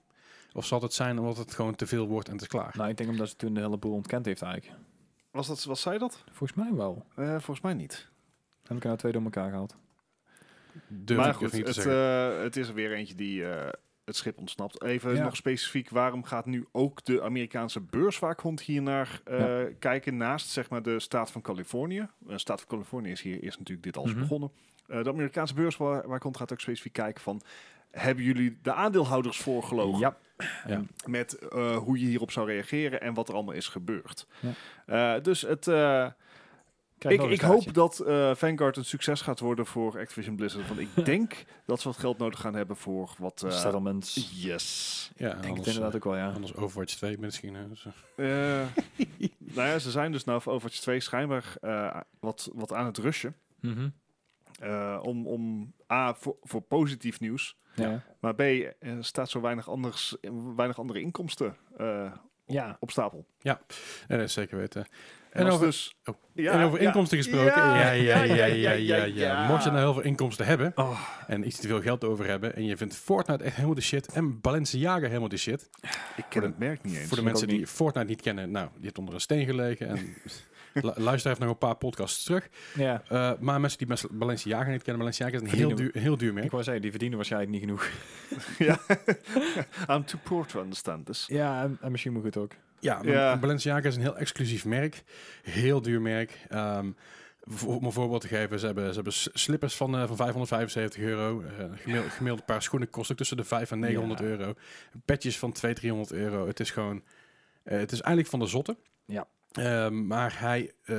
[SPEAKER 1] Of zal het zijn omdat het gewoon te veel wordt en het is klaar?
[SPEAKER 2] Nou, ik denk omdat ze toen de hele boel ontkend heeft eigenlijk.
[SPEAKER 3] Was, dat, was zij dat?
[SPEAKER 2] Volgens mij wel.
[SPEAKER 3] Eh, volgens mij niet.
[SPEAKER 2] Heb ik nou twee door elkaar gehaald.
[SPEAKER 1] Durf
[SPEAKER 3] maar
[SPEAKER 1] ik
[SPEAKER 3] goed,
[SPEAKER 1] even niet te
[SPEAKER 3] het,
[SPEAKER 1] zeggen.
[SPEAKER 3] eh, het is er weer eentje die eh, het schip ontsnapt. Even
[SPEAKER 2] Ja.
[SPEAKER 3] nog specifiek, waarom gaat nu ook de Amerikaanse beurswaakhond hier naar eh, kijken? Naast zeg maar, de staat van Californië. De staat van Californië is hier is natuurlijk dit alles
[SPEAKER 2] Mhm.
[SPEAKER 3] begonnen. Eh, de Amerikaanse beurswaakhond gaat ook specifiek kijken van... Hebben jullie de aandeelhouders voorgelogen?
[SPEAKER 2] Ja.
[SPEAKER 3] met eh, hoe je hierop zou reageren en wat er allemaal is gebeurd.
[SPEAKER 2] Ja.
[SPEAKER 3] Eh, dus het, eh,
[SPEAKER 2] Krijg
[SPEAKER 3] ik,
[SPEAKER 2] nog een
[SPEAKER 3] ik
[SPEAKER 2] kaartje.
[SPEAKER 3] hoop dat eh, Vanguard een succes gaat worden voor Activision Blizzard. Want ik denk dat ze wat geld nodig gaan hebben voor wat... eh,
[SPEAKER 2] Settlements. Ik
[SPEAKER 3] yes.
[SPEAKER 1] ja,
[SPEAKER 2] denk het
[SPEAKER 1] anders,
[SPEAKER 2] inderdaad ook wel,
[SPEAKER 1] eh,
[SPEAKER 2] ja.
[SPEAKER 1] anders Overwatch 2 misschien. eh, zo.
[SPEAKER 3] Eh, nou ja, ze zijn dus nou voor Overwatch 2 schijnbaar eh, wat, wat aan het rushen.
[SPEAKER 2] Mhm.
[SPEAKER 3] Eh, om, om A, voor, voor positief nieuws.
[SPEAKER 2] Ja.
[SPEAKER 3] Maar B, er staat zo weinig, anders, weinig andere inkomsten eh,
[SPEAKER 2] Ja.
[SPEAKER 3] op stapel.
[SPEAKER 1] Nee, dat is zeker weten.
[SPEAKER 3] En,
[SPEAKER 1] En
[SPEAKER 3] als
[SPEAKER 1] over-
[SPEAKER 3] dus...
[SPEAKER 1] oh.
[SPEAKER 3] Ja,
[SPEAKER 1] en over
[SPEAKER 3] ja.
[SPEAKER 1] inkomsten gesproken. Ja, ja, ja, ja, ja, ja. Mocht je nou heel veel inkomsten hebben,
[SPEAKER 2] Oh,
[SPEAKER 1] en iets te veel geld over hebben. En je vindt Fortnite echt helemaal de shit. En Balenciaga helemaal de shit.
[SPEAKER 3] Ik ken het merk niet eens.
[SPEAKER 1] Voor de
[SPEAKER 2] Ik
[SPEAKER 1] mensen
[SPEAKER 2] ook
[SPEAKER 1] die Fortnite niet kennen. Nou, die hebt onder een steen gelegen. En lu- luister even nog een paar podcasts terug.
[SPEAKER 2] ja.
[SPEAKER 1] Eh, maar mensen die Bas- Balenciaga niet kennen. Balenciaga is een heel
[SPEAKER 2] Verdienen
[SPEAKER 1] duur, heel duur merk.
[SPEAKER 2] Ik wou zeggen, die verdienen waarschijnlijk niet genoeg.
[SPEAKER 3] ja. I'm too poor to understand this.
[SPEAKER 2] Ja, en, en misschien moet het ook.
[SPEAKER 1] Ja, maar
[SPEAKER 3] Ja.
[SPEAKER 1] Balenciaga is een heel exclusief merk. Heel duur merk. Ehm, voor- om een voorbeeld te geven, ze hebben, ze hebben s- slippers van, eh, van 575 euro. Eh, gemiddeld, gemiddeld een paar schoenen kost ook tussen de 500 en 900
[SPEAKER 2] Ja.
[SPEAKER 1] euro. Petjes van 200, 300 euro. Het is gewoon... eh, het is eigenlijk van de zotte.
[SPEAKER 2] Ja.
[SPEAKER 1] Eh, maar hij... eh,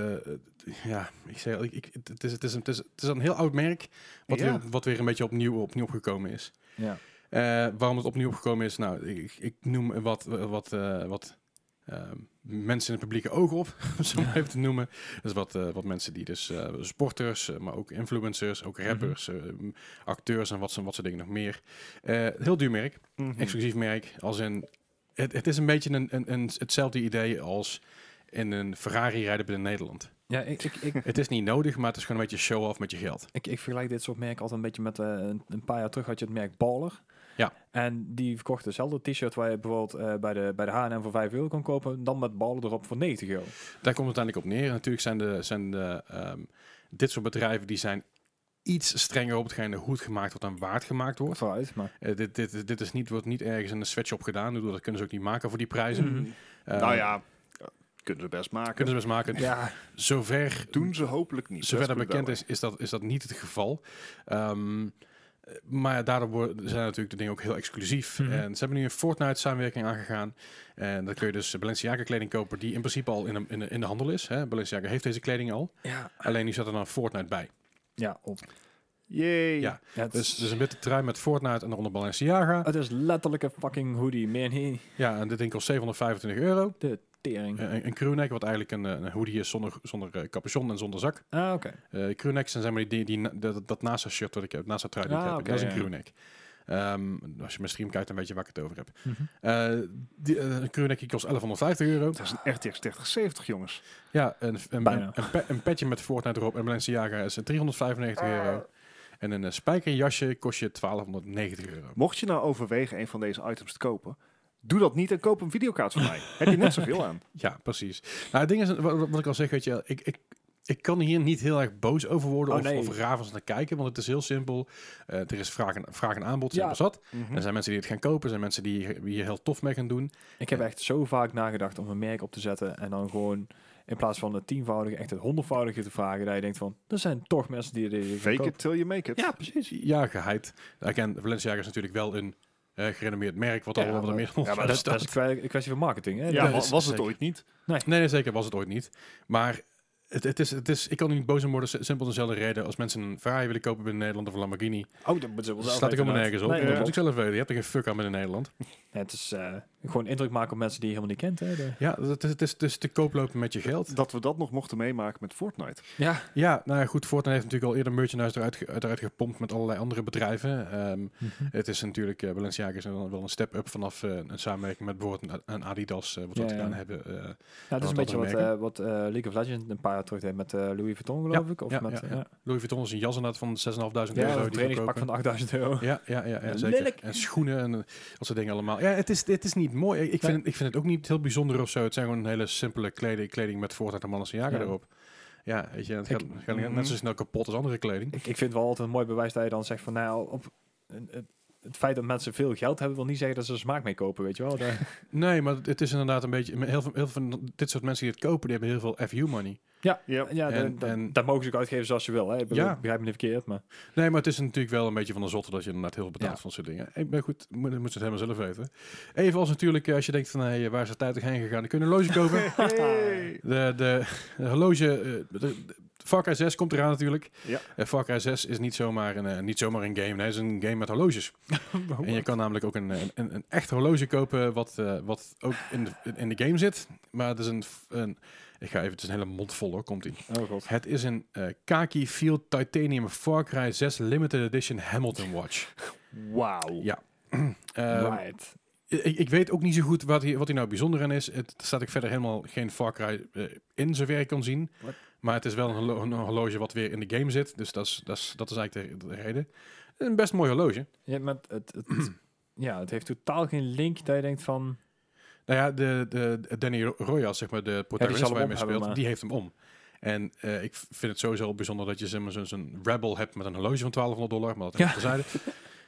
[SPEAKER 1] ja, ik zeg, ik, ik, het, is, het, is, het, is, het is een heel oud merk. Wat,
[SPEAKER 3] Ja.
[SPEAKER 1] weer, wat weer een beetje opnieuw, opnieuw opgekomen is.
[SPEAKER 2] Ja.
[SPEAKER 1] Eh, waarom het opnieuw opgekomen is, nou, ik, ik noem wat, wat, eh, wat ehm, mensen in het publieke oog op, om zo maar even te noemen. Dus wat, eh, wat mensen die dus eh, sporters, eh, maar ook influencers, ook rappers, eh, acteurs en wat, zo- wat soort dingen nog meer. Eh, heel duur merk,
[SPEAKER 3] Mhm.
[SPEAKER 1] exclusief merk, als in, het, het is een beetje een, een, een, hetzelfde idee als in een Ferrari rijden binnen Nederland.
[SPEAKER 2] Ja, ik, ik, ik,
[SPEAKER 1] Het is niet nodig, maar het is gewoon een beetje show-off met je geld.
[SPEAKER 2] ik, ik vergelijk dit soort merken altijd een beetje met... eh, een, een paar jaar terug had je het merk Baller.
[SPEAKER 1] Ja.
[SPEAKER 2] En die verkocht hetzelfde t-shirt waar je bijvoorbeeld eh, bij de, bij de H&M voor 5 euro kon kopen. Dan met Baller erop voor 90 euro.
[SPEAKER 1] Daar komt het uiteindelijk op neer. Natuurlijk zijn, de, zijn de, ehm, dit soort bedrijven die zijn iets strenger op hetgeen er hoe het gemaakt wordt en waar het gemaakt wordt.
[SPEAKER 2] Vooruit, maar...
[SPEAKER 1] Eh, dit, dit, dit is niet, wordt niet ergens in een sweatshop gedaan. Ik bedoel, Dat kunnen ze ook niet maken voor die prijzen.
[SPEAKER 2] Mhm.
[SPEAKER 1] Eh,
[SPEAKER 3] nou ja, eh, kunnen ze best maken.
[SPEAKER 1] Kunnen ze best maken.
[SPEAKER 2] Ja,
[SPEAKER 1] Zover,
[SPEAKER 3] Doen ze hopelijk niet.
[SPEAKER 1] zover dat
[SPEAKER 3] Laten we
[SPEAKER 1] bekend
[SPEAKER 3] het
[SPEAKER 1] is, is dat, is dat niet het geval. Ehm, eh, maar daardoor worden- zijn natuurlijk de dingen ook heel exclusief.
[SPEAKER 2] Mhm.
[SPEAKER 1] En ze hebben nu een Fortnite-samenwerking aangegaan. En dan kun je dus Balenciaga-kleding kopen die in principe al in de, in de, in de handel is. Hè? Balenciaga heeft deze kleding al.
[SPEAKER 2] ja.
[SPEAKER 1] Alleen nu zat er dan Fortnite bij.
[SPEAKER 2] ja op.
[SPEAKER 3] Jee.
[SPEAKER 1] Ja.
[SPEAKER 2] Ja, het,
[SPEAKER 1] Dus,
[SPEAKER 2] is,
[SPEAKER 1] dus een witte trui met Fortnite en daaronder Balenciaga.
[SPEAKER 2] het is letterlijk een fucking hoodie, man. Hey,
[SPEAKER 1] Ja, en dit ding kost 725 euro.
[SPEAKER 2] De tering.
[SPEAKER 1] Eh, Een, een crewneck, wat eigenlijk een, eh, een hoodie is zonder, zonder eh, capuchon en zonder zak.
[SPEAKER 2] Ah, oké.
[SPEAKER 1] Eh crewnecks zijn zeg maar die, die, die, na- dat, dat NASA shirt wat ik heb, NASA trui die ik
[SPEAKER 2] Ah,
[SPEAKER 1] heb.
[SPEAKER 2] oké,
[SPEAKER 1] dat is een
[SPEAKER 2] ja.
[SPEAKER 1] crewneck. Ehm, als je mijn stream kijkt, dan weet je waar ik het over heb.
[SPEAKER 2] Mhm.
[SPEAKER 1] Eh, die, eh, een crewneck die kost 1150 euro.
[SPEAKER 3] Dat is een RTX 3070, jongens.
[SPEAKER 1] Ja, een, een,
[SPEAKER 2] Bijna.
[SPEAKER 1] een, een, pe- een petje met Fortnite erop en Balenciaga is eh, 395 euro. En een eh, spijkerjasje kost je 1290 euro.
[SPEAKER 3] Mocht je nou overwegen een van deze items te kopen, doe dat niet en koop een videokaart van mij. Heb je net zoveel aan.
[SPEAKER 1] Ja, precies. Nou, het ding is, wat, wat ik al zeg, weet je, ik, ik, ik kan hier niet heel erg boos over worden
[SPEAKER 2] Oh,
[SPEAKER 1] of,
[SPEAKER 2] nee.
[SPEAKER 1] of raar van staan te kijken, want het is heel simpel. Eh, er is vraag en, vraag en aanbod,
[SPEAKER 2] Ja.
[SPEAKER 1] ja. zat.
[SPEAKER 3] Mhm. Hm.
[SPEAKER 1] Er zijn mensen die het gaan kopen, er zijn mensen die hier, die hier heel tof mee gaan doen.
[SPEAKER 2] Ik heb echt zo vaak nagedacht om een merk op te zetten en dan gewoon in plaats van het tienvoudige, echt het honderdvoudige te vragen, dat je denkt van, er zijn toch mensen die dit gaan
[SPEAKER 3] Fake
[SPEAKER 2] kopen.
[SPEAKER 3] it till you make it.
[SPEAKER 1] Ja, precies. Ja, geheid. Again, Balenciaga is natuurlijk wel een eh, gerenommeerd merk, wat
[SPEAKER 2] Ja,
[SPEAKER 1] al wat
[SPEAKER 2] maar-
[SPEAKER 1] er meer dan
[SPEAKER 3] ja, maar
[SPEAKER 2] Maar dat, dat is
[SPEAKER 1] staat.
[SPEAKER 2] een kwa- een kwestie van marketing, hè?
[SPEAKER 3] Ja,
[SPEAKER 1] Ja,
[SPEAKER 3] wa-
[SPEAKER 2] Dat-
[SPEAKER 1] dat is
[SPEAKER 3] was het
[SPEAKER 1] zeker.
[SPEAKER 3] ooit niet?
[SPEAKER 1] Nee, nee, zeker was het ooit niet. Maar het, het is, het is, ik kan er niet boos om worden, si- simpel om dezelfde reden. Als mensen een Ferrari willen kopen binnen Nederland of een Lamborghini,
[SPEAKER 2] Oh, dat moet ze wel zelf
[SPEAKER 1] staat ik
[SPEAKER 2] weten,
[SPEAKER 1] helemaal
[SPEAKER 2] inderdaad.
[SPEAKER 1] nergens op.
[SPEAKER 2] Nee,
[SPEAKER 1] dat
[SPEAKER 3] ja.
[SPEAKER 1] moet ik
[SPEAKER 2] klopt.
[SPEAKER 1] zelf weten. Je hebt er geen fuck aan binnen Nederland.
[SPEAKER 2] Ja, het is eh, gewoon indruk maken op mensen die je helemaal niet kent, hè? de-
[SPEAKER 1] Ja, het is, het, is, het is te koop lopen met je geld.
[SPEAKER 3] Dat we dat nog mochten meemaken met Fortnite.
[SPEAKER 2] Ja.
[SPEAKER 1] Ja, nou ja, goed, Fortnite heeft natuurlijk al eerder merchandise eruit, ge- eruit gepompt met allerlei andere bedrijven. Ehm,
[SPEAKER 2] Mhm.
[SPEAKER 1] het is natuurlijk, eh, Balenciaga is wel wel een step-up vanaf eh, een samenwerking met bijvoorbeeld een, een Adidas, eh, wat we
[SPEAKER 2] Ja, ja.
[SPEAKER 1] gedaan hebben. eh.
[SPEAKER 2] Ja, het is
[SPEAKER 1] Wat
[SPEAKER 2] een beetje wat,
[SPEAKER 1] andere merken.
[SPEAKER 2] eh, wat eh, League of Legends een paar jaar terug deed met eh, Louis Vuitton, geloof ik. Of
[SPEAKER 1] ja,
[SPEAKER 2] met
[SPEAKER 1] ja,
[SPEAKER 2] eh,
[SPEAKER 1] ja.
[SPEAKER 2] ja.
[SPEAKER 1] Louis Vuitton is een jas inderdaad van 6.500
[SPEAKER 2] Ja,
[SPEAKER 1] euro.
[SPEAKER 2] een
[SPEAKER 1] die ze
[SPEAKER 2] trainingspak
[SPEAKER 1] verkopen.
[SPEAKER 2] van 8000 euro.
[SPEAKER 1] Ja, ja, ja, ja
[SPEAKER 2] Ja,
[SPEAKER 1] zeker.
[SPEAKER 2] lelijk.
[SPEAKER 1] En schoenen en eh, dat soort dingen allemaal. Ja, het is, het is niet mooi. Ik, ik vind
[SPEAKER 2] Nee.
[SPEAKER 1] het, ik vind het ook niet heel bijzonder of zo. Het zijn gewoon hele simpele kleding, kleding met Fortnite en Balenciaga
[SPEAKER 2] Ja.
[SPEAKER 1] erop. Ja, weet je, het gaat,
[SPEAKER 2] Ik- mm.
[SPEAKER 1] gaat
[SPEAKER 3] Mhm.
[SPEAKER 1] net zo snel kapot als andere kleding.
[SPEAKER 2] Ik, ik vind wel altijd een mooi bewijs dat je dan zegt van, nou, op, het, het feit dat mensen veel geld hebben, wil niet zeggen dat ze er smaak mee kopen, weet je wel. Daar-
[SPEAKER 1] Nee, maar het is inderdaad een beetje... Heel veel, heel veel van dit soort mensen die het kopen, die hebben heel veel FU-money.
[SPEAKER 3] Ja.
[SPEAKER 2] Ja,
[SPEAKER 1] En-
[SPEAKER 2] dat- dat-
[SPEAKER 1] en-
[SPEAKER 2] dat mogen ze ook uitgeven zoals ze wil. Hè. Ik bedoel,
[SPEAKER 1] Ja.
[SPEAKER 2] ik begrijp me niet verkeerd, maar...
[SPEAKER 1] Nee, maar het is natuurlijk wel een beetje van de zotte dat je inderdaad heel veel betaalt
[SPEAKER 2] Ja.
[SPEAKER 1] van dat soort dingen. Ik ben goed, moet, moet ze het helemaal zelf weten. Even als natuurlijk, eh, als je denkt van, hey, waar is de tijd heen gegaan? Dan kun je een horloge kopen.
[SPEAKER 3] Hey.
[SPEAKER 1] de, de, de horloge... eh, de, de- Far Cry 6 komt eraan natuurlijk.
[SPEAKER 3] Ja.
[SPEAKER 1] Eh, Far Cry 6 is niet zomaar een, eh, niet zomaar een game. Nee, het is een game met horloges. En je kan namelijk ook een, een, een, een echt horloge kopen wat, eh, wat ook in de, in de game zit. Maar het is een... f- een ik ga even, het is een hele mond vol hoor, komt ie.
[SPEAKER 2] Oh god.
[SPEAKER 1] Het is een eh, Kaki Field Titanium Far Cry 6 Limited Edition Hamilton Watch.
[SPEAKER 3] Wauw.
[SPEAKER 1] Ja. Ehm,
[SPEAKER 2] right.
[SPEAKER 1] ik, ik weet ook niet zo goed wat hier, wat hier nou bijzonder aan is. Het daar staat ik verder helemaal geen Far Cry eh, in, zover ik kan zien.
[SPEAKER 2] Wat?
[SPEAKER 1] Maar het is wel een, horlo- een horloge wat weer in de game zit. Dus dat is, dat is, dat is eigenlijk de, de reden. Een best mooi horloge.
[SPEAKER 2] Ja, maar het, het, ja, het heeft totaal geen link dat je denkt van...
[SPEAKER 1] Nou ja, de, de, Danny Ro- Royas, zeg maar, de protagonist
[SPEAKER 2] zal
[SPEAKER 1] waar
[SPEAKER 2] hem
[SPEAKER 1] je mee
[SPEAKER 2] om hebben,
[SPEAKER 1] speelt,
[SPEAKER 2] maar-
[SPEAKER 1] die heeft hem om. En eh, ik vind het sowieso al bijzonder dat je zeg maar, zo'n zo'n rebel hebt met een horloge van 1200 dollar, maar dat is
[SPEAKER 2] Ja.
[SPEAKER 1] terzijde.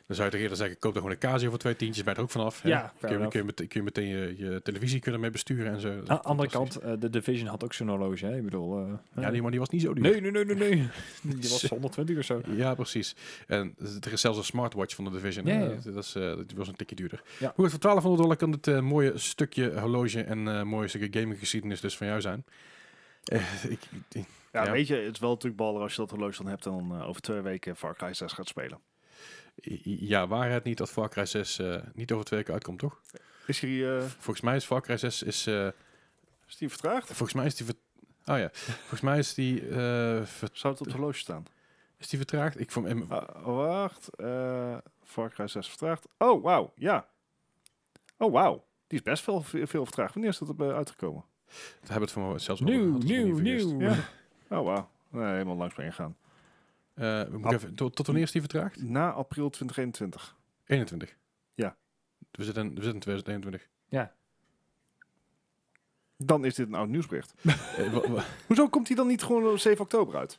[SPEAKER 1] Dan zou je toch eerder zeggen, koop dan gewoon een Casio voor twee tientjes, ben je er ook vanaf. hè?
[SPEAKER 2] Ja, fair
[SPEAKER 1] kun je,
[SPEAKER 2] enough.
[SPEAKER 1] kun je meteen, kun je, meteen je, je televisie kunnen mee besturen en zo. Dat is
[SPEAKER 2] Aan de andere
[SPEAKER 1] fantastisch.
[SPEAKER 2] kant, eh, de Division had ook zo'n horloge, hè? Ik bedoel... eh,
[SPEAKER 1] Ja, die, maar die was niet zo duur.
[SPEAKER 2] nee, nee, nee, nee, nee. Die was 120 of zo.
[SPEAKER 1] Ja, precies. En er is zelfs een smartwatch van de Division.
[SPEAKER 2] Ja,
[SPEAKER 1] hè.
[SPEAKER 2] ja.
[SPEAKER 1] Dat, dat is, eh, dat was een tikje duurder.
[SPEAKER 2] Ja.
[SPEAKER 1] Hoe het voor 1200 dollar kan dit eh, mooie stukje horloge en eh mooie stukje gaminggeschiedenis dus van jou zijn. Eh, ik, ik-
[SPEAKER 3] Ja,
[SPEAKER 1] Ja.
[SPEAKER 3] weet je, het is wel natuurlijk baller als je dat horloge dan hebt en dan eh, over twee weken Far Cry 6 gaat spelen.
[SPEAKER 1] ja, waarheid niet dat Far Cry 6 eh, niet over twee weken uitkomt, toch?
[SPEAKER 3] Is die, eh
[SPEAKER 1] Volgens mij is Far Cry 6 is... eh,
[SPEAKER 3] is die vertraagd?
[SPEAKER 1] volgens mij is die... Ver- oh ja. volgens mij is die, eh, ver-
[SPEAKER 3] Zou het op het horloge staan?
[SPEAKER 1] is die vertraagd. Ik vond, eh, en-
[SPEAKER 3] Ah, wacht, eh Far Cry 6 vertraagd. Oh, wauw, ja. Oh, wauw. Die is best veel, veel vertraagd. Wanneer is dat eh, uitgekomen?
[SPEAKER 1] we hebben het voor mij zelfs over
[SPEAKER 2] Nieuw,
[SPEAKER 1] gehad, als ik me
[SPEAKER 2] nieuw,
[SPEAKER 1] niet vergis.
[SPEAKER 2] nieuw.
[SPEAKER 3] Ja. Oh, wauw. Nee, helemaal langs mee gegaan.
[SPEAKER 1] Eh, we moeten even- tot, tot wanneer is die vertraagd?
[SPEAKER 3] Na april 2021.
[SPEAKER 1] 21.
[SPEAKER 3] Ja.
[SPEAKER 1] We zitten, we zitten in 2021.
[SPEAKER 3] Dan is dit een oud nieuwsbericht.
[SPEAKER 1] Eh, wa- wa-
[SPEAKER 3] Hoezo komt die dan niet gewoon op 7 oktober uit?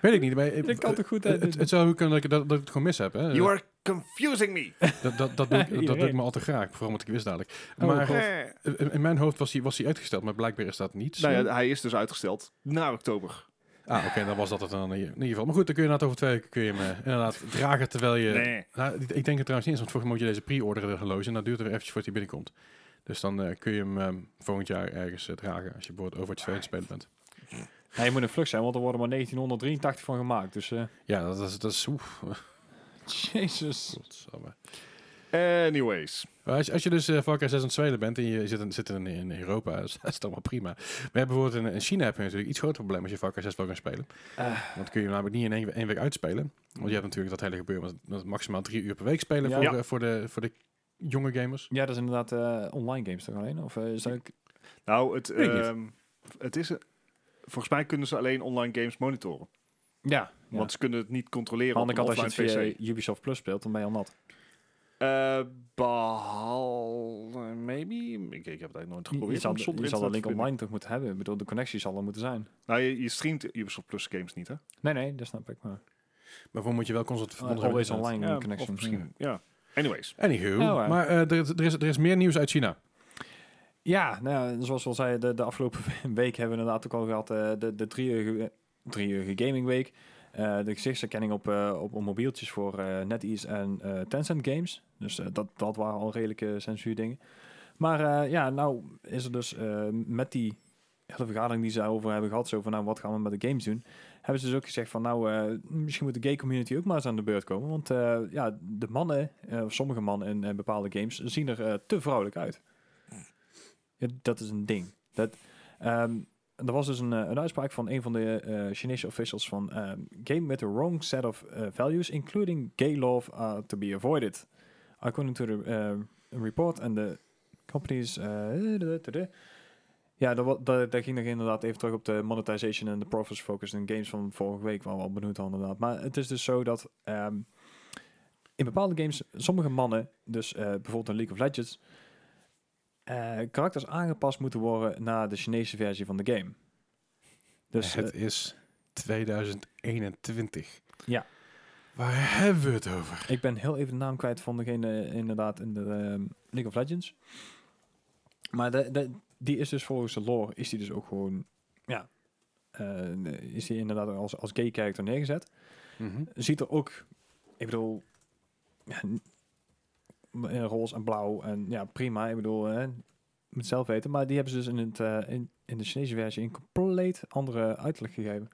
[SPEAKER 1] Weet ik niet. Maar, eh,
[SPEAKER 2] Dat kan toch goed, hè?
[SPEAKER 1] eh, het, het zou ook kunnen dat ik, dat, dat ik het gewoon mis heb.
[SPEAKER 2] Eh.
[SPEAKER 1] Hè?
[SPEAKER 3] You are confusing me.
[SPEAKER 1] Dat, dat, dat, doe ik, dat doe ik
[SPEAKER 2] Iedereen.
[SPEAKER 1] me al te graag. Vooral omdat ik wist dadelijk.
[SPEAKER 2] Oh,
[SPEAKER 1] maar
[SPEAKER 2] God.
[SPEAKER 3] Eh.
[SPEAKER 1] eh, in in mijn hoofd was hij was die uitgesteld. Maar blijkbaar is dat niet. zo.
[SPEAKER 3] Nou ja, hij is dus uitgesteld naar oktober.
[SPEAKER 1] Ah, oké. dan was dat het dan in ieder in ieder geval. Maar goed, dan kun je inderdaad over twee weken kun je hem eh, inderdaad dragen terwijl je...
[SPEAKER 3] Nee.
[SPEAKER 1] Nou, ik ik denk het trouwens niet eens. Want volgens mij moet je deze pre-orderen de horloge. En dat duurt er eventjes voordat hij binnenkomt. Dus dan eh, kun je hem ehm, volgend jaar ergens eh, dragen. Als je bijvoorbeeld
[SPEAKER 3] Ah,
[SPEAKER 1] Overwatch 2 aan het spelen bent.
[SPEAKER 2] Ja, je moet een vlug zijn, want er worden maar 1983 van gemaakt. Dus, eh
[SPEAKER 1] Ja, dat is... Dat is oef,
[SPEAKER 2] jezus.
[SPEAKER 1] godsamme.
[SPEAKER 3] Anyways.
[SPEAKER 1] Maar Als je, als je dus eh Far Cry 6 aan het spelen bent en je zit in, zit in, in Europa, dat is dat is allemaal prima. Maar je hebt bijvoorbeeld in, in China heb je natuurlijk iets groter probleem als je Far Cry 6 wil gaan spelen.
[SPEAKER 2] Eh.
[SPEAKER 1] Want kun je hem namelijk niet in één, één week uitspelen. Want je hebt natuurlijk dat hele gebeuren met, met maximaal drie uur per week spelen
[SPEAKER 2] Ja.
[SPEAKER 1] voor,
[SPEAKER 3] Ja.
[SPEAKER 1] eh, voor, de, voor de jonge gamers.
[SPEAKER 2] Ja, dat is inderdaad eh, online games toch alleen? Of eh, is dat ook...
[SPEAKER 3] Nou, het,
[SPEAKER 1] Weet ik niet.
[SPEAKER 3] ehm, het is... een- Volgens mij kunnen ze alleen online games monitoren.
[SPEAKER 2] Ja.
[SPEAKER 3] Want ze kunnen het niet controleren
[SPEAKER 2] Aan de
[SPEAKER 3] op een
[SPEAKER 2] kant, als je
[SPEAKER 3] offline
[SPEAKER 2] het eh,
[SPEAKER 3] PC.
[SPEAKER 2] via Ubisoft Plus speelt, dan ben je al nat.
[SPEAKER 3] Eh, behalve... Maybe? Ik, ik heb het eigenlijk nooit
[SPEAKER 2] Je,
[SPEAKER 3] geprobeerd.
[SPEAKER 2] zal,
[SPEAKER 3] om zonder
[SPEAKER 2] je zal dat link
[SPEAKER 3] internetverbinding.
[SPEAKER 2] online toch moeten hebben. Ik bedoel, de connectie zal er moeten zijn.
[SPEAKER 3] Nou, je, je streamt Ubisoft Plus games niet, hè?
[SPEAKER 2] Nee, nee, dat snap ik. Maar
[SPEAKER 1] Maar voor moet je wel constant verbonden zijn
[SPEAKER 2] Oh, always
[SPEAKER 1] met internet.
[SPEAKER 2] online Oh,
[SPEAKER 3] Ja,
[SPEAKER 2] connection.
[SPEAKER 3] Of misschien, ja. Anyways.
[SPEAKER 1] Anywho,
[SPEAKER 2] Ja, waar.
[SPEAKER 1] maar eh, er, is- er, is, er is meer nieuws uit China.
[SPEAKER 2] Ja, nou, ja, zoals we al zeiden, de, de afgelopen week hebben we inderdaad ook al gehad eh, de, de drieëurige drieëurige Gaming Week. Eh, de gezichtsherkenning op, eh, op, op mobieltjes voor eh, NetEase en eh, Tencent Games. Dus eh, dat, dat waren al redelijke censuurdingen. Maar eh, ja, nou is er dus eh, met die hele vergadering die ze over hebben gehad, zo van nou wat gaan we met de games doen, hebben ze dus ook gezegd van nou eh, misschien moet de gay community ook maar eens aan de beurt komen. Want eh, ja, de mannen, eh, of sommige mannen in eh, bepaalde games, zien er eh, te vrouwelijk uit. Ja, dat is een ding. Dat, ehm, er was dus een, eh, een uitspraak van een van de eh, Chinese officials van... ehm, game with the wrong set of eh, values, including gay love, are to be avoided. According to the eh, report and the companies... eh, tudu. ja, daar wa- daar daar ging nog inderdaad even terug op de monetization en de profits focus in games van vorige week. Waar we al benoemd hadden inderdaad. Maar het is dus zo dat ehm, in bepaalde games sommige mannen, dus eh, bijvoorbeeld in League of Legends, eh, karakters aangepast moeten worden naar de Chinese versie van de game. Dus eh,
[SPEAKER 1] het is 2021.
[SPEAKER 2] Ja.
[SPEAKER 1] Waar hebben we het over?
[SPEAKER 2] ik ben heel even de naam kwijt van degene eh, inderdaad in de ehm, League of Legends. Maar de, de- die is dus volgens de lore, is die dus ook gewoon, ja, eh, is die inderdaad als, als gay character neergezet.
[SPEAKER 1] Mhm.
[SPEAKER 2] ziet er ook, ik bedoel, ja, n- eh, roze en blauw en ja, prima. Ik bedoel, eh, moet het zelf weten. Maar die hebben ze dus in, het, eh, in, in de Chinese versie een compleet andere uiterlijk gegeven.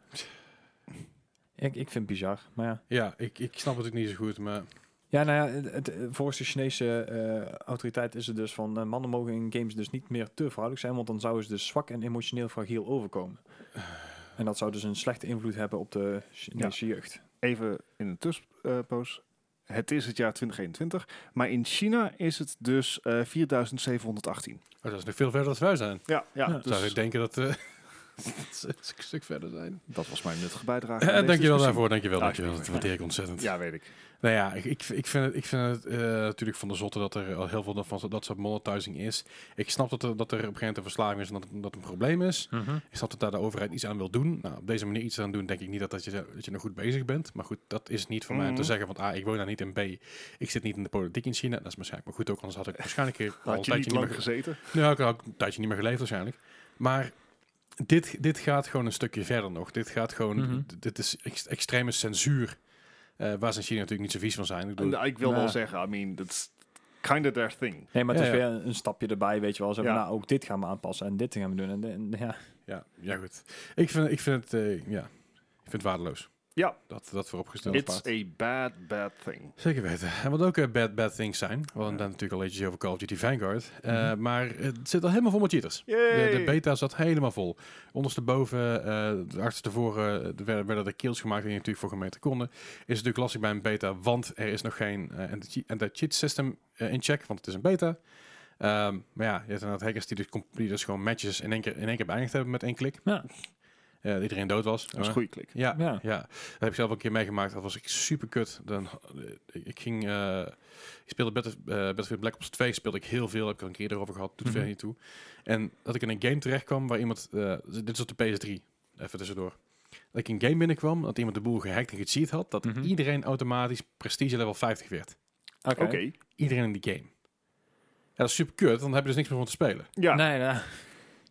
[SPEAKER 2] Ik, ik vind het bizar, maar ja.
[SPEAKER 1] Ja, ik, ik snap het ook niet zo goed, maar... oh,
[SPEAKER 2] Ja, nou ja, het, het- volgens de Chinese eh, autoriteit is het dus van... eh, mannen mogen in games dus niet meer te vrouwelijk zijn... want dan zouden ze dus zwak en emotioneel fragiel overkomen. En dat zou dus een slechte invloed hebben op de Chinese jeugd.
[SPEAKER 3] Even in een tussenpoos. het is het jaar 2021. Maar in China is het dus eh, 4718.
[SPEAKER 1] Oh, dat is nog veel verder dan wij zijn.
[SPEAKER 3] Ja, ja.
[SPEAKER 2] Ja.
[SPEAKER 3] Dus
[SPEAKER 1] Zou ik denken dat... eh, een stuk verder zijn.
[SPEAKER 3] Dat was mijn nuttige bijdrage. aan
[SPEAKER 1] Eh,
[SPEAKER 3] deze
[SPEAKER 1] dankjewel
[SPEAKER 3] discussie.
[SPEAKER 1] daarvoor, dankjewel,
[SPEAKER 3] Ja,
[SPEAKER 1] dankjewel. Dat
[SPEAKER 3] alsjeblieft.
[SPEAKER 1] waardeer ik ontzettend.
[SPEAKER 3] Ja, weet ik.
[SPEAKER 1] Nou ja, ik, ik, ik vind het, ik vind het eh, natuurlijk van de zotte dat er al heel veel van zo- dat soort monetizing is. Ik snap dat er, dat er op een gegeven moment een verslaving is en dat, het- dat het een probleem is. Ik snap dat daar de overheid iets aan wil doen. Nou, op deze manier iets aan doen, denk ik niet dat, dat, je, dat je nog goed bezig bent. Maar goed, dat is niet voor mij om
[SPEAKER 3] Mhm.
[SPEAKER 1] te zeggen. Want A, ik woon daar niet. En B, ik zit niet in de politiek in China. Dat is waarschijnlijk maar goed ook, anders had ik waarschijnlijk hier al een
[SPEAKER 3] Had je
[SPEAKER 1] tijdje
[SPEAKER 3] niet
[SPEAKER 1] niet meer
[SPEAKER 3] lang
[SPEAKER 1] ge-
[SPEAKER 3] gezeten?
[SPEAKER 1] nou, ik had ook een tijdje niet meer geleefd waarschijnlijk. Maar dit, dit gaat gewoon een stukje verder nog. Dit gaat gewoon,
[SPEAKER 2] Mhm.
[SPEAKER 1] d- dit is ex- extreme censuur. eh, waar ze in China natuurlijk niet zo vies van zijn. Ik bedoel,
[SPEAKER 3] Nou, ik wil
[SPEAKER 2] Nou.
[SPEAKER 3] wel zeggen, I mean, that's kind of their thing.
[SPEAKER 2] Nee, maar het
[SPEAKER 1] Ja,
[SPEAKER 2] is
[SPEAKER 1] ja.
[SPEAKER 2] weer een stapje erbij, weet je wel. Zo van,
[SPEAKER 3] Ja.
[SPEAKER 2] nou, ook dit gaan we aanpassen en dit gaan we doen. En, de- en- ja.
[SPEAKER 1] ja, ja, goed. Ik vind, ik vind het, eh, ja, ik vind het waardeloos.
[SPEAKER 3] Ja.
[SPEAKER 1] Dat, dat vooropgesteld
[SPEAKER 3] It's
[SPEAKER 1] apart.
[SPEAKER 2] e-
[SPEAKER 3] a bad, bad thing.
[SPEAKER 1] Zeker weten. En wat ook eh, bad, bad things zijn. We hadden het natuurlijk al eventjes over Call of Duty Vanguard. eh,
[SPEAKER 2] Mhm.
[SPEAKER 1] Maar het zit al helemaal vol met cheaters. De, de
[SPEAKER 3] Yay!
[SPEAKER 1] beta zat helemaal vol. Ondersteboven, eh achterstevoren eh, er werden, werden er kills gemaakt die je natuurlijk voor gemeten konden. Is natuurlijk lastig bij een beta, want er is nog geen eh, anti- anti-cheat system eh, in check, want het is een beta. Ehm, maar ja, je hebt inderdaad hackers die dus, com- die dus gewoon matches in één keer, in één keer beëindigd hebben met één klik.
[SPEAKER 2] Ja.
[SPEAKER 1] Eh, dat iedereen dood was.
[SPEAKER 3] Dat is
[SPEAKER 1] Eh,
[SPEAKER 3] een goede klik.
[SPEAKER 1] ja,
[SPEAKER 2] Ja.
[SPEAKER 1] ja. dat heb ik zelf ook een keer meegemaakt. Dat was ik super kut. Dan, eh, ik ging, eh, ik speelde Battle, eh, Battlefield Black Ops 2, speelde ik heel veel. Heb ik al een keer erover gehad, doet
[SPEAKER 2] Mhm.
[SPEAKER 1] verder niet toe. En dat ik in een game terecht kwam waar iemand, eh, dit is op de PS3, even tussendoor. Dat ik in een game binnenkwam, dat iemand de boel gehackt en gecheat had, dat
[SPEAKER 2] Mhm.
[SPEAKER 1] iedereen automatisch prestige level 50 werd.
[SPEAKER 2] Oké.
[SPEAKER 3] Oké.
[SPEAKER 1] Iedereen in die game. Ja, dat is super kut, want dan heb je dus niks meer om te spelen.
[SPEAKER 3] Ja,
[SPEAKER 2] Nee, nou, nee.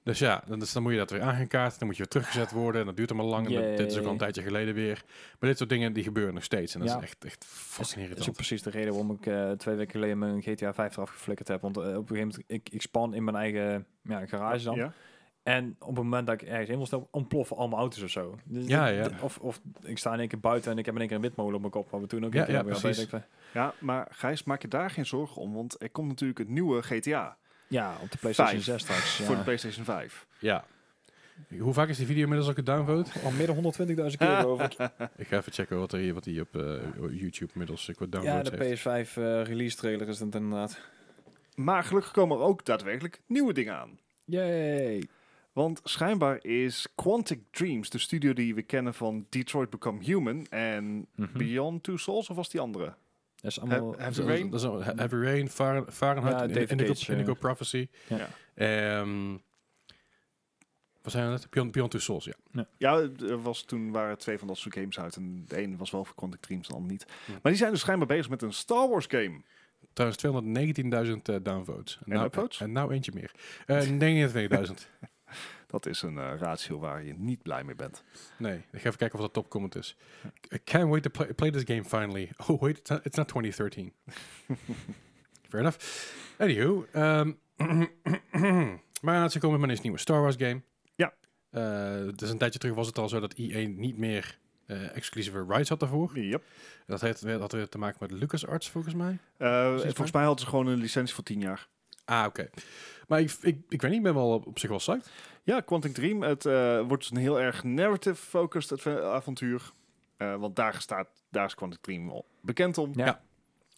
[SPEAKER 1] Dus ja, dan, dus dan moet je dat weer aangekaart. Dan moet je weer teruggezet worden. En dat duurt allemaal lang. En dat- dit is ook al
[SPEAKER 2] Jee.
[SPEAKER 1] een tijdje geleden weer. Maar dit soort dingen die gebeuren nog steeds. En dat
[SPEAKER 2] Ja.
[SPEAKER 1] is echt, echt
[SPEAKER 2] Dat
[SPEAKER 1] fucking
[SPEAKER 2] is- dat is ook
[SPEAKER 1] irritant.
[SPEAKER 2] precies de reden waarom ik eh, twee weken geleden mijn GTA 5 eraf geflikkerd heb. Want eh, op een gegeven moment, ik, ik span in mijn eigen ja, garage dan.
[SPEAKER 3] Ja.
[SPEAKER 2] En op het moment dat ik ergens in wil stappen, ontploffen al mijn auto's of zo. Dus
[SPEAKER 1] Ja,
[SPEAKER 2] dat-
[SPEAKER 1] ja.
[SPEAKER 2] dat- Of, of ik sta in één keer buiten en ik heb in één keer een witmolen op mijn kop. Wat we toen ook een
[SPEAKER 1] Ja,
[SPEAKER 2] keer
[SPEAKER 1] ja,
[SPEAKER 2] hebben gehad.
[SPEAKER 1] precies.
[SPEAKER 2] Dat ik van-
[SPEAKER 3] ja, maar Gijs, maak je daar geen zorgen om, want er komt natuurlijk het nieuwe GTA
[SPEAKER 2] ja, op de PlayStation
[SPEAKER 3] Vijf.
[SPEAKER 2] 6 straks.
[SPEAKER 3] voor
[SPEAKER 2] Ja.
[SPEAKER 3] de PlayStation 5.
[SPEAKER 1] Ja. Hoe vaak is die video inmiddels al gedownload?
[SPEAKER 2] Al meer dan 120.000 keer over.
[SPEAKER 1] Ik ga even checken wat, er hier, wat die op eh, YouTube inmiddels eh, qua
[SPEAKER 2] Ja,
[SPEAKER 1] downloads
[SPEAKER 2] de
[SPEAKER 1] heeft.
[SPEAKER 2] PS5 eh, release trailer is het inderdaad.
[SPEAKER 3] Maar gelukkig komen er ook daadwerkelijk nieuwe dingen aan.
[SPEAKER 2] Yay!
[SPEAKER 3] Want schijnbaar is Quantic Dreams, de studio die we kennen van Detroit Become Human en Beyond Two Souls, of was die andere?
[SPEAKER 2] Dat is allemaal...
[SPEAKER 3] Heb- heb
[SPEAKER 1] Dat is-
[SPEAKER 3] Rain?
[SPEAKER 1] dat is al- Heavy Rain, Far- Fahrenheit,
[SPEAKER 2] Ja,
[SPEAKER 1] Indi-
[SPEAKER 2] David
[SPEAKER 1] Indigo,
[SPEAKER 2] Cage,
[SPEAKER 1] Indigo
[SPEAKER 2] eh.
[SPEAKER 1] Prophecy.
[SPEAKER 2] Ja.
[SPEAKER 3] Ja.
[SPEAKER 1] Ehm, wat zijn we net? Beyond, Beyond Two Souls, ja.
[SPEAKER 3] Ja, er was, toen waren twee van dat soort games uit en de een was wel voor Quantic Dreams, de ander niet. Maar die zijn dus schijnbaar bezig met een Star Wars game.
[SPEAKER 1] Trouwens, 219.000 eh, downvotes.
[SPEAKER 3] En upvotes?
[SPEAKER 1] En nou eentje meer. Eh 29.000.
[SPEAKER 3] Dat is een eh, ratio waar je niet blij mee bent.
[SPEAKER 1] Nee, ik ga even kijken of dat topcomment is. I can't wait to play, play this game finally. Oh wait, it's not, it's not 2013. Fair enough. Anywho, ehm maar ja, ze komen met een nieuwe Star Wars game.
[SPEAKER 3] Ja.
[SPEAKER 1] Eh, dus een tijdje terug was het al zo dat EA niet meer eh, exclusieve rights had daarvoor.
[SPEAKER 3] Yep.
[SPEAKER 1] Dat had, dat had weer te maken met LucasArts volgens mij.
[SPEAKER 3] Eh,
[SPEAKER 1] Precies,
[SPEAKER 3] volgens mij hadden ze gewoon een licentie voor 10 jaar.
[SPEAKER 1] Ah, oké. Maar ik, ik, ik weet niet, ik ben wel op, op zich wel psyched.
[SPEAKER 3] Ja, Quantic Dream. Het eh, wordt dus een heel erg narrative-focused adve- avontuur. Eh, want daar, staat, daar is Quantic Dream al bekend om.
[SPEAKER 2] Ja.
[SPEAKER 1] Ja.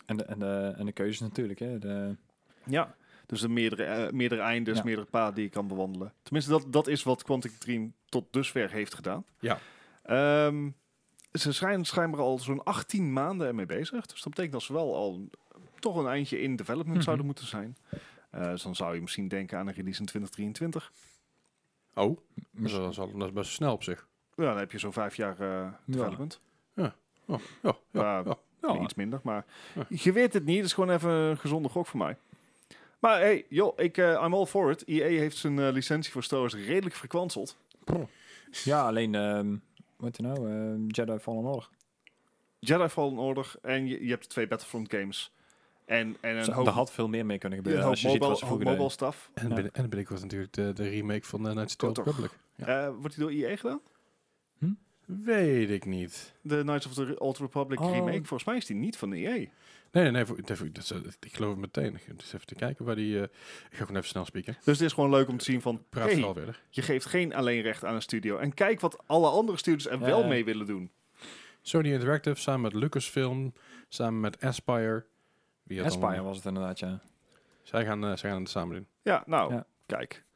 [SPEAKER 2] En, de, en, de, en de keuzes natuurlijk, hè. De,
[SPEAKER 3] Ja. Dus er meerdere, eh, meerdere eindes,
[SPEAKER 2] Ja.
[SPEAKER 3] meerdere paden die je kan bewandelen. Tenminste, dat, dat is wat Quantic Dream tot dusver heeft gedaan.
[SPEAKER 1] Ja.
[SPEAKER 3] Ehm, ze zijn schijnbaar al zo'n 18 maanden ermee bezig. Dus dat betekent dat ze wel al toch een eindje in development
[SPEAKER 2] Mhm.
[SPEAKER 3] zouden moeten zijn. Eh, dus dan zou je misschien denken aan een release in 2023.
[SPEAKER 1] Oh, dat is, dat is al- dat is best snel op zich.
[SPEAKER 3] Ja, dan heb je zo'n vijf jaar eh, development.
[SPEAKER 1] Ja,
[SPEAKER 3] Ja,
[SPEAKER 1] ja, ja, ja.
[SPEAKER 3] Eh, Iets minder, maar
[SPEAKER 1] Ja.
[SPEAKER 3] je weet het niet. Het is gewoon even een gezonde gok voor mij. Maar hey, joh, ik, eh, I'm all for it. EA heeft zijn eh, licentie voor Star Wars redelijk verkwanseld.
[SPEAKER 2] ja, alleen... ehm wat je nou? ehm, Jedi Fallen Order.
[SPEAKER 3] Jedi Fallen Order en je, je hebt twee Battlefront games. En, en een
[SPEAKER 2] Zo,
[SPEAKER 3] hoop,
[SPEAKER 2] Er had veel meer mee kunnen
[SPEAKER 3] een
[SPEAKER 2] gebeuren
[SPEAKER 3] hoop
[SPEAKER 2] als je ziet wat
[SPEAKER 3] mobile,
[SPEAKER 2] ze
[SPEAKER 3] hoop
[SPEAKER 2] vroeger
[SPEAKER 3] mobile
[SPEAKER 2] deden.
[SPEAKER 3] stuff.
[SPEAKER 1] En,
[SPEAKER 2] Ja.
[SPEAKER 1] binnen, en binnenkort natuurlijk de, de remake van uh, Knights of the Old
[SPEAKER 3] Kotor.
[SPEAKER 1] Republic. Ja.
[SPEAKER 3] Eh, wordt die door EA gedaan?
[SPEAKER 1] Weet ik niet.
[SPEAKER 3] De Knights of the Old Republic
[SPEAKER 2] Oh.
[SPEAKER 3] remake? Volgens mij is die niet van E EA.
[SPEAKER 1] Nee, nee, nee. Voor, nee, voor- dat, is, eh, ik geloof het meteen. Ik ga dus even te kijken waar die... eh, ik ga gewoon even snel spieken.
[SPEAKER 3] Dus het is gewoon leuk om te zien van,
[SPEAKER 1] Praat
[SPEAKER 3] hey,
[SPEAKER 1] vooral verder.
[SPEAKER 3] je geeft geen alleenrecht aan een studio. En kijk wat alle andere studios er wel
[SPEAKER 2] Ja.
[SPEAKER 3] mee willen doen.
[SPEAKER 1] Sony Interactive samen met Lucasfilm, samen met Aspire. Wie had allemaal-
[SPEAKER 2] Aspire was het inderdaad, ja.
[SPEAKER 1] Zij gaan, eh, zij gaan het samen doen.
[SPEAKER 3] Ja, nou,
[SPEAKER 2] Ja.
[SPEAKER 3] kijk. Eh,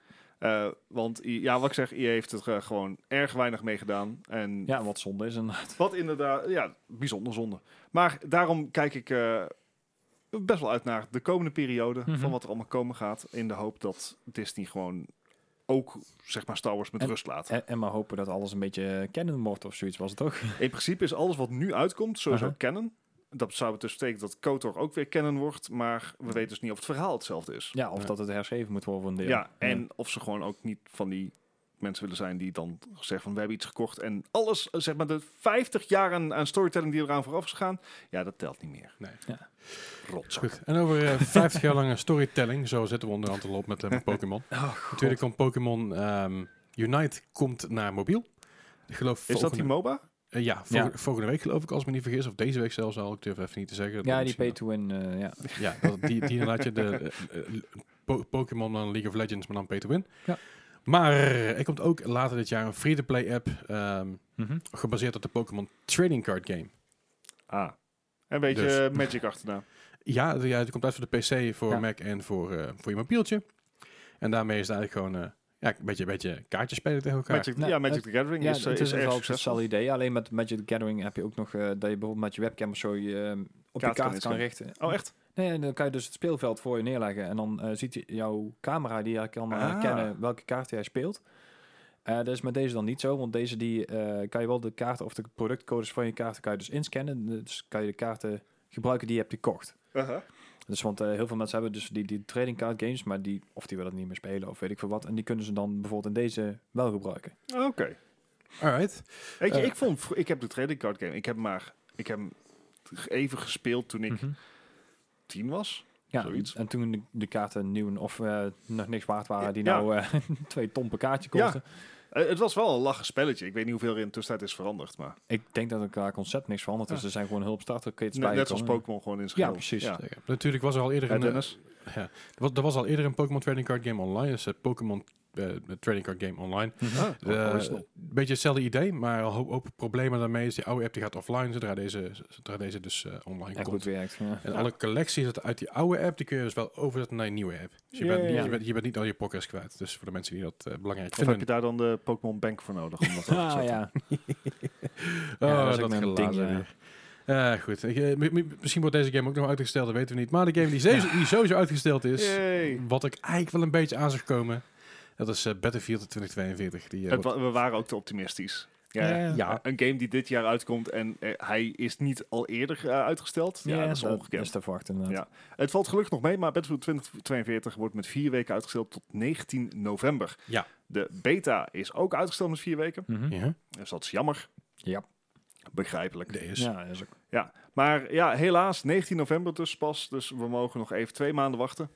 [SPEAKER 3] Eh, want I- ja, wat ik zeg, IE heeft er eh, gewoon erg weinig mee gedaan. En
[SPEAKER 2] Ja, wat zonde is inderdaad.
[SPEAKER 3] wat inderdaad, ja, bijzonder zonde. Maar daarom kijk ik eh, best wel uit naar de komende periode
[SPEAKER 2] Mhm.
[SPEAKER 3] van wat er allemaal komen gaat. In de hoop dat Disney gewoon ook, zeg maar, Star Wars met
[SPEAKER 2] En-
[SPEAKER 3] rust laat.
[SPEAKER 2] En, en maar hopen dat alles een beetje kennen wordt of zoiets was het ook.
[SPEAKER 3] In principe is alles wat nu uitkomt sowieso
[SPEAKER 2] Aha.
[SPEAKER 3] canon. Dat zou dus betekenen dat KOTOR ook weer canon wordt. Maar we weten dus niet of het verhaal hetzelfde is.
[SPEAKER 2] Ja, of
[SPEAKER 1] Ja.
[SPEAKER 2] dat het herschreven moet worden voor een
[SPEAKER 3] Ja,
[SPEAKER 2] deel.
[SPEAKER 3] en of ze gewoon ook niet van die mensen willen zijn die dan zeggen van we hebben iets gekocht en alles, eh, zeg maar de 50 jaar aan, aan storytelling die eraan vooraf is gegaan, ja dat telt niet meer.
[SPEAKER 1] Nee.
[SPEAKER 2] Ja.
[SPEAKER 1] Is
[SPEAKER 3] Rotzak.
[SPEAKER 1] goed. En over eh, 50 jaar lange storytelling, zo zitten we onderhand al op met, eh, met Pokémon. Natuurlijk komt Pokémon ehm, Unite komt naar mobiel. Ik geloof
[SPEAKER 3] Is dat die
[SPEAKER 1] volgende-
[SPEAKER 3] MOBA?
[SPEAKER 1] eh, ja, volgende,
[SPEAKER 2] Ja.
[SPEAKER 1] volgende week geloof ik, als ik me niet vergis. Of deze week zelfs al, ik durf even niet te zeggen. Dat
[SPEAKER 2] Ja,
[SPEAKER 1] moet
[SPEAKER 2] die
[SPEAKER 1] misschien-
[SPEAKER 2] pay-to-win, eh, ja.
[SPEAKER 1] Ja, dat, die, die inderdaad je de eh, eh, Po- Pokémon dan League of Legends, maar dan pay to win.
[SPEAKER 2] Ja.
[SPEAKER 1] Maar er komt ook later dit jaar een free-to-play app ehm,
[SPEAKER 2] Mhm.
[SPEAKER 1] gebaseerd op de Pokémon Trading Card Game.
[SPEAKER 3] Ah. Een beetje
[SPEAKER 1] Dus.
[SPEAKER 3] eh, Magic achterna.
[SPEAKER 1] Ja, de- ja, het komt uit voor de PC, voor
[SPEAKER 2] Ja.
[SPEAKER 1] Mac en voor, eh, voor je mobieltje. En daarmee is het eigenlijk gewoon eh, ja, een beetje, een beetje kaartjes spelen tegen elkaar.
[SPEAKER 3] Magic,
[SPEAKER 2] Nou,
[SPEAKER 3] ja, Magic
[SPEAKER 2] het-
[SPEAKER 3] the Gathering
[SPEAKER 2] Ja,
[SPEAKER 3] is, eh,
[SPEAKER 2] het is,
[SPEAKER 3] is erg
[SPEAKER 2] wel
[SPEAKER 3] succesvol.
[SPEAKER 2] hetzelfde idee. Alleen met Magic the Gathering heb je ook nog eh, dat je bijvoorbeeld met je webcam of zo je, ehm, op
[SPEAKER 3] Kaart
[SPEAKER 2] je
[SPEAKER 3] kan
[SPEAKER 2] kaart kan
[SPEAKER 3] inscannen.
[SPEAKER 2] richten.
[SPEAKER 3] Oh echt?
[SPEAKER 2] Nee, en dan kan je dus het speelveld voor je neerleggen. En dan eh, ziet je- jouw camera die hij kan eh,
[SPEAKER 3] Ah.
[SPEAKER 2] herkennen welke kaart jij speelt. Eh, dat is met deze dan niet zo, want deze die, eh, kan je wel de kaarten of de productcodes van je kaarten kan je dus inscannen. Dus kan je de kaarten gebruiken die je hebt gekocht.
[SPEAKER 3] Aha.
[SPEAKER 2] Dus want eh, heel veel mensen hebben dus die, die trading card games, maar die, of die willen het niet meer spelen of weet ik veel wat. En die kunnen ze dan bijvoorbeeld in deze wel gebruiken.
[SPEAKER 3] Oké.
[SPEAKER 1] Alright.
[SPEAKER 3] Weet je,
[SPEAKER 1] Eh.
[SPEAKER 3] ik vond, vro- ik heb de trading card game, ik heb maar, ik heb hem even gespeeld toen ik
[SPEAKER 2] Mhm.
[SPEAKER 3] tien was.
[SPEAKER 2] Ja,
[SPEAKER 3] Zoiets.
[SPEAKER 2] en toen de, de kaarten nieuw of eh, nog niks waard waren, die
[SPEAKER 3] Ja.
[SPEAKER 2] nou eh, twee ton per kaartje
[SPEAKER 3] Ja.
[SPEAKER 2] kosten.
[SPEAKER 3] Eh, het was wel een lachen spelletje. Ik weet niet hoeveel er in de tussentijd is veranderd, maar
[SPEAKER 2] Ik denk dat het qua concept niks veranderd is.
[SPEAKER 3] Ja.
[SPEAKER 2] Er zijn gewoon hulpstarter kits
[SPEAKER 3] net,
[SPEAKER 2] bij.
[SPEAKER 3] net zoals Pokémon gewoon in zijn
[SPEAKER 2] Ja,
[SPEAKER 3] geheel.
[SPEAKER 2] precies.
[SPEAKER 3] Ja.
[SPEAKER 1] Zeker. Natuurlijk was er al eerder
[SPEAKER 3] Ja,
[SPEAKER 1] een, eh,
[SPEAKER 3] Dennis?
[SPEAKER 1] er was- er was al eerder een Pokémon Trading Card Game online. Dus eh, Pokémon eh, Trading Card Game online.
[SPEAKER 2] Mhm.
[SPEAKER 3] Ah,
[SPEAKER 1] De-
[SPEAKER 2] Eh,
[SPEAKER 3] original.
[SPEAKER 1] Eh, een beetje hetzelfde idee, maar al hoop, hoop problemen daarmee. is Die oude app die gaat offline zodra deze, zodra deze dus eh, online
[SPEAKER 2] En
[SPEAKER 1] komt.
[SPEAKER 2] goed werkt. Ja.
[SPEAKER 1] En alle collecties dat uit die oude app, die kun je dus wel overzetten naar een nieuwe app. Dus je, bent, niet-
[SPEAKER 2] Yay.
[SPEAKER 1] je, bent, je bent niet al je pockets kwijt. Dus voor de mensen die dat eh, belangrijk
[SPEAKER 3] Of heb je
[SPEAKER 1] vinden.
[SPEAKER 3] daar dan de Pokémon Bank voor nodig? Om dat over te
[SPEAKER 2] Ah
[SPEAKER 3] zetten?
[SPEAKER 2] ja.
[SPEAKER 1] Oh,
[SPEAKER 2] Ja, dat is ook
[SPEAKER 1] dat
[SPEAKER 2] mijn
[SPEAKER 1] gelazen
[SPEAKER 2] ding, ja.
[SPEAKER 1] weer. Eh, goed, Ik, eh, mi- mi- misschien wordt deze game ook nog uitgesteld, dat weten we niet. Maar de game die, sowieso- die sowieso uitgesteld is,
[SPEAKER 3] Yay.
[SPEAKER 1] wat ik eigenlijk wel een beetje aan zag komen, dat is eh, Battlefield 2042. Die, eh,
[SPEAKER 3] Het
[SPEAKER 1] wordt-
[SPEAKER 3] wa- we waren ook te optimistisch. Ja.
[SPEAKER 2] Ja.
[SPEAKER 1] ja,
[SPEAKER 3] Een game die dit jaar uitkomt en eh, hij is niet al eerder eh, uitgesteld. Ja, dat is
[SPEAKER 2] Dat
[SPEAKER 3] ongekend.
[SPEAKER 2] is te verwachten. inderdaad.
[SPEAKER 3] Ja. Het valt gelukkig nog mee, maar Battlefield 2042 wordt met vier weken uitgesteld tot 19 november.
[SPEAKER 1] Ja.
[SPEAKER 3] De beta is ook uitgesteld met vier weken.
[SPEAKER 2] Mhm.
[SPEAKER 1] ja,
[SPEAKER 3] Dus dat is jammer.
[SPEAKER 2] Ja.
[SPEAKER 3] Begrijpelijk.
[SPEAKER 1] de is.
[SPEAKER 2] Ja, dat is ook.
[SPEAKER 3] Maar ja, helaas, 19 november dus pas. Dus we mogen nog even twee maanden wachten.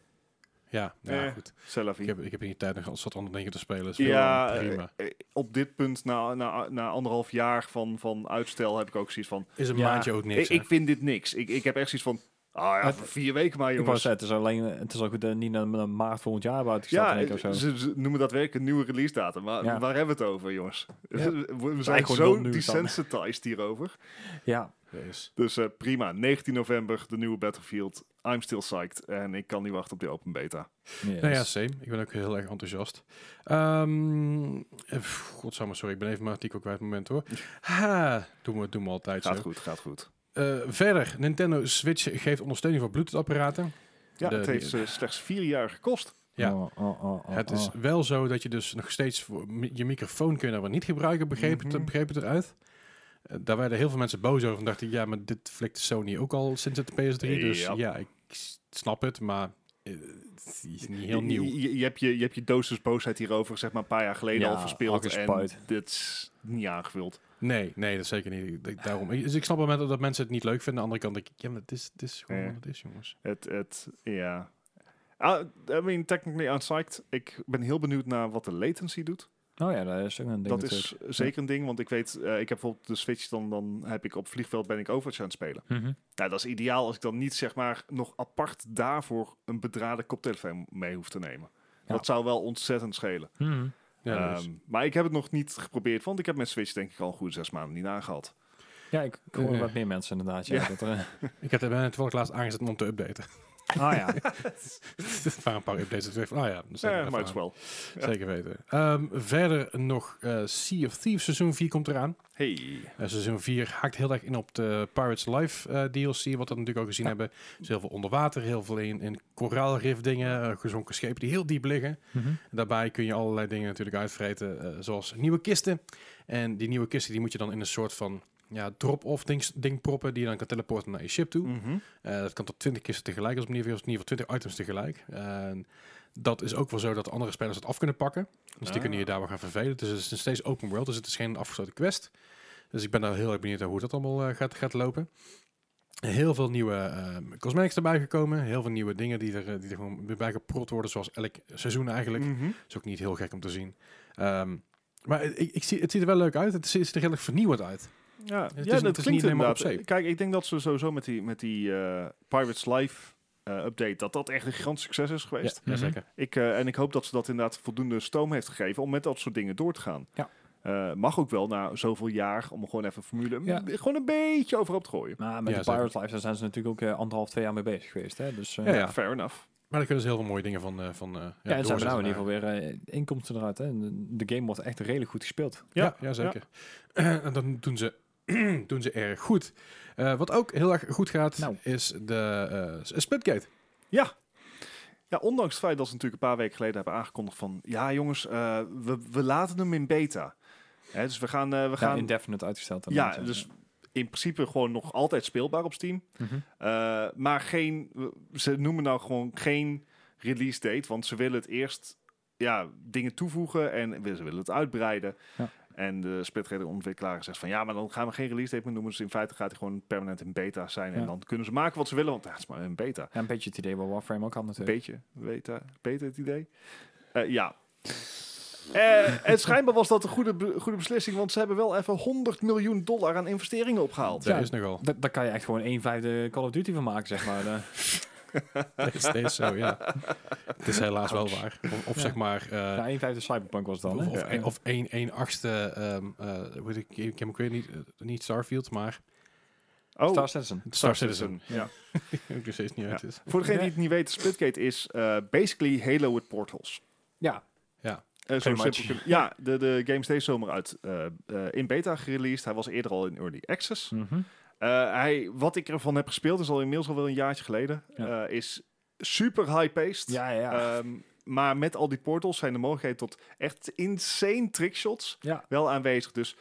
[SPEAKER 1] Ja, ja,
[SPEAKER 3] Eh.
[SPEAKER 1] goed.
[SPEAKER 3] Selfie.
[SPEAKER 1] Ik heb, ik heb in die tijd nog al zat andere dingen te spelen. Dus
[SPEAKER 3] Ja,
[SPEAKER 1] ja, prima.
[SPEAKER 3] eh, eh, op dit punt, na, na, na anderhalf jaar van, van uitstel, heb ik ook zoiets van...
[SPEAKER 1] Is een
[SPEAKER 2] ja,
[SPEAKER 1] maandje ook niks.
[SPEAKER 3] Ik, ik
[SPEAKER 1] hè?
[SPEAKER 3] vind dit niks. Ik, ik heb echt zoiets van... Ah ja,
[SPEAKER 2] Het-
[SPEAKER 3] voor vier weken maar,
[SPEAKER 2] Ik wou
[SPEAKER 3] jongens.
[SPEAKER 2] zeggen, het is alleen, het is al goed dat het niet naar, naar maart volgend jaar hebben uitgesteld.
[SPEAKER 3] ja,
[SPEAKER 2] denk ik, of zo.
[SPEAKER 3] ze, ze noemen daadwerkelijk een nieuwe release datum. Maar
[SPEAKER 2] Ja.
[SPEAKER 3] waar hebben we het over, jongens? We- We zijn
[SPEAKER 2] eigenlijk gewoon
[SPEAKER 3] zo
[SPEAKER 2] nul nieuws dan.
[SPEAKER 3] desensitized hierover.
[SPEAKER 2] ja.
[SPEAKER 1] Dat is-
[SPEAKER 3] Dus eh, prima. 19 november, de nieuwe Battlefield. I'm still psyched. En ik kan niet wachten op de open beta.
[SPEAKER 2] Yes.
[SPEAKER 1] Nou ja, same. Ik ben ook heel erg enthousiast. Ehm eh, pff, Godsamme, sorry. Ik ben even mijn artikel kwijt. Moment hoor. Ha, doen we, doen we altijd
[SPEAKER 3] Gaat
[SPEAKER 1] zo.
[SPEAKER 3] goed, gaat goed.
[SPEAKER 1] Eh, verder, Nintendo Switch geeft ondersteuning voor bluetooth-apparaten.
[SPEAKER 3] Ja,
[SPEAKER 1] De-
[SPEAKER 3] het heeft eh, slechts vier jaar gekost.
[SPEAKER 1] Ja.
[SPEAKER 2] Oh, oh, oh, oh,
[SPEAKER 1] Het is
[SPEAKER 2] oh.
[SPEAKER 1] wel zo dat je dus nog steeds voor- mi- je microfoon kunnen we niet gebruiken, begreep, het,
[SPEAKER 3] Mhm.
[SPEAKER 1] begreep het eruit. Eh, daar werden heel veel mensen boos over en dachten, ja, maar dit flikt Sony ook al sinds het PS3. Dus
[SPEAKER 3] Ja.
[SPEAKER 1] ja, ik s- snap het, maar eh, het is niet heel
[SPEAKER 3] Je-
[SPEAKER 1] nieuw.
[SPEAKER 3] Je, je, hebt je, je hebt je dosis boosheid hierover, zeg maar, een paar jaar geleden
[SPEAKER 2] Ja,
[SPEAKER 3] al verspeeld. En
[SPEAKER 2] afgespuit.
[SPEAKER 3] dit is niet aangevuld.
[SPEAKER 1] Nee, nee, dat zeker niet. Ik- Daarom. Dus ik snap wel met- dat mensen het niet leuk vinden. Aan de andere kant denk ik, ja, maar het is, het is gewoon
[SPEAKER 3] Ja.
[SPEAKER 1] wat het is, jongens.
[SPEAKER 3] Het, het, ja. Ah, I mean, technically I'm psyched. Ik ben heel benieuwd naar wat de latency doet.
[SPEAKER 2] Oh ja, dat is ook een ding
[SPEAKER 3] dat is zeker een ding, want ik weet, eh, ik heb bijvoorbeeld de Switch, dan, dan heb ik op vliegveld ben ik Overwatch aan het spelen.
[SPEAKER 1] Mhm.
[SPEAKER 3] Nou, dat is ideaal als ik dan niet, zeg maar, nog apart daarvoor een bedrade koptelefoon mee hoef te nemen.
[SPEAKER 2] Ja.
[SPEAKER 3] Dat zou wel ontzettend schelen.
[SPEAKER 1] Ja, dus.
[SPEAKER 3] Ehm, maar ik heb het nog niet geprobeerd, want ik heb mijn Switch denk ik al een goede zes maanden niet aangehad.
[SPEAKER 2] Ja, ik ik hoor
[SPEAKER 1] Eh.
[SPEAKER 2] wat meer mensen inderdaad. Ja,
[SPEAKER 3] Ja.
[SPEAKER 2] Dat, eh. er-
[SPEAKER 3] Ehm.
[SPEAKER 1] Ik heb het toevallig laatst aangezet om te updaten.
[SPEAKER 2] Ah ja.
[SPEAKER 1] Het waren een paar updates. dat ik dacht van, ah ja, dan zet ik
[SPEAKER 3] Ja,
[SPEAKER 1] even
[SPEAKER 3] maar
[SPEAKER 1] aan.
[SPEAKER 3] het wel. Ja.
[SPEAKER 1] Zeker weten. Ehm, verder nog eh, Sea of Thieves seizoen 4 komt eraan.
[SPEAKER 3] Hey.
[SPEAKER 1] Eh, seizoen 4 haakt heel erg in op de Pirates Life eh, DLC, wat we natuurlijk ook gezien
[SPEAKER 2] Ja.
[SPEAKER 1] hebben. Dus heel veel onder water, heel veel in, in koraalrif dingen, eh, gezonken schepen die heel diep liggen. En daarbij kun je allerlei dingen natuurlijk uitvreten, eh, zoals nieuwe kisten. En die nieuwe kisten die moet je dan in een soort van ja, drop-off ding, ding proppen, die je dan kan teleporten naar je ship toe.
[SPEAKER 3] Mhm.
[SPEAKER 1] Eh, dat kan tot 20 kisten tegelijk, als ik me niet vergis, of in ieder geval 20 items tegelijk. En dat is ook wel zo dat andere spelers het af kunnen pakken. Dus die
[SPEAKER 3] Ah.
[SPEAKER 1] kunnen je daar wel gaan vervelen. Dus het is nog steeds open world, dus het is geen afgesloten quest. Dus ik ben daar heel erg benieuwd naar hoe dat allemaal eh, gaat, gaat lopen. Heel veel nieuwe ehm, cosmetics erbij gekomen. Heel veel nieuwe dingen die er, eh, die er gewoon weer bij geprot worden, zoals elk seizoen eigenlijk.
[SPEAKER 2] Mm.
[SPEAKER 3] Mhm.
[SPEAKER 1] Dat is ook niet heel gek om te zien. Ehm, maar ik, ik zie, het ziet er wel leuk uit. Het ziet er heel erg vernieuwend uit.
[SPEAKER 3] Ja, ja
[SPEAKER 1] is-
[SPEAKER 3] dat
[SPEAKER 1] het is
[SPEAKER 3] klinkt
[SPEAKER 1] niet helemaal op
[SPEAKER 3] inderdaad.
[SPEAKER 1] zeep.
[SPEAKER 3] Kijk, ik denk dat ze sowieso met die, met die eh, Pirates Live eh, update, dat dat echt een grand succes is
[SPEAKER 1] Ja,
[SPEAKER 3] geweest.
[SPEAKER 1] zeker.
[SPEAKER 3] Ik, eh, en ik hoop dat ze dat inderdaad voldoende stoom heeft gegeven om met dat soort dingen door te gaan.
[SPEAKER 2] Ja.
[SPEAKER 3] Eh, mag ook wel na zoveel jaar om gewoon even formule
[SPEAKER 2] Ja.
[SPEAKER 3] m- gewoon een beetje overop te gooien.
[SPEAKER 2] Maar met
[SPEAKER 1] Ja,
[SPEAKER 2] de
[SPEAKER 1] zeker.
[SPEAKER 2] Pirate Life daar zijn ze natuurlijk ook eh, anderhalf, twee jaar mee bezig geweest. Hè? Dus, eh,
[SPEAKER 1] Ja, ja.
[SPEAKER 3] Fair enough.
[SPEAKER 1] Maar daar kunnen ze heel veel mooie dingen van, eh van eh,
[SPEAKER 2] Ja, en zijn we
[SPEAKER 1] doorzetten
[SPEAKER 2] nou
[SPEAKER 1] naar-
[SPEAKER 2] in ieder geval weer eh, inkomsten eruit. Hè? En De de game wordt echt redelijk goed gespeeld.
[SPEAKER 1] Ja,
[SPEAKER 3] Ja,
[SPEAKER 1] ja, zeker. en dan doen ze, doen ze erg goed. Eh, wat ook heel erg goed gaat,
[SPEAKER 2] Nou.
[SPEAKER 1] is de eh, Splitgate.
[SPEAKER 3] Ja, ondanks het feit dat ze natuurlijk een paar weken geleden hebben aangekondigd van... Ja jongens, eh, we, we laten hem in beta. Hè, dus we gaan... eh, we
[SPEAKER 2] We gaan
[SPEAKER 3] gaan
[SPEAKER 2] indefinite uitgesteld. dan
[SPEAKER 3] ja,
[SPEAKER 2] moet, eh,
[SPEAKER 3] dus in principe gewoon nog altijd speelbaar op Steam.
[SPEAKER 2] Mhm.
[SPEAKER 3] Eh, maar geen, ze noemen nou gewoon geen release date, want ze willen het eerst ja, dingen toevoegen en we- ze willen het uitbreiden.
[SPEAKER 2] Ja.
[SPEAKER 3] En de splitrate ontwikkelaar zegt van ja, maar dan gaan we geen release date meer noemen. Dus in feite gaat hij gewoon permanent in beta zijn en
[SPEAKER 2] Ja.
[SPEAKER 3] dan kunnen ze maken wat ze willen, want ja, het is maar een beta.
[SPEAKER 2] Ja, een beetje het idee wat Warframe ook had natuurlijk.
[SPEAKER 3] Beetje beta, beta het idee. Eh, ja. Eh, en schijnbaar was dat een goede, be- goede beslissing, want ze hebben wel even 100 miljoen dollar aan investeringen opgehaald.
[SPEAKER 1] Dat
[SPEAKER 2] Ja.
[SPEAKER 1] is nogal.
[SPEAKER 2] Da- daar kan je echt gewoon 1 vijfde Call of Duty van maken, zeg maar. Eh,
[SPEAKER 1] Dat is steeds zo, ja. Het is helaas wel waar. Of, of
[SPEAKER 2] Ja.
[SPEAKER 1] zeg maar... eh,
[SPEAKER 2] ja, 1 nou, vijfde Cyberpunk was het dan.
[SPEAKER 1] of,
[SPEAKER 2] hè?
[SPEAKER 1] of,
[SPEAKER 2] Ja.
[SPEAKER 1] een, of één, één achtste, ehm, eh, hoe heet ik, ik heb ook weer niet, eh, niet Starfield, maar
[SPEAKER 3] Oh,
[SPEAKER 2] Star Citizen.
[SPEAKER 1] Star Citizen.
[SPEAKER 3] Ja.
[SPEAKER 1] Ik nog steeds niet uit is.
[SPEAKER 3] Voor degene die het niet weten, Splitgate is eh, basically Halo with portals.
[SPEAKER 2] Ja,
[SPEAKER 3] Eh, zo
[SPEAKER 2] Pretty much.
[SPEAKER 3] simpel kun- ja, de, de game is deze zomer uit eh, eh, in beta gereleased. Hij was eerder al in early access.
[SPEAKER 1] Mhm.
[SPEAKER 3] Eh, hij, wat ik ervan heb gespeeld, is al inmiddels al wel een jaartje geleden,
[SPEAKER 2] Ja.
[SPEAKER 3] eh, is super high-paced.
[SPEAKER 2] ja, ja. Ja,
[SPEAKER 3] Ehm, maar met al die portals zijn de mogelijkheden tot echt insane trickshots
[SPEAKER 2] Ja.
[SPEAKER 3] wel aanwezig. Dus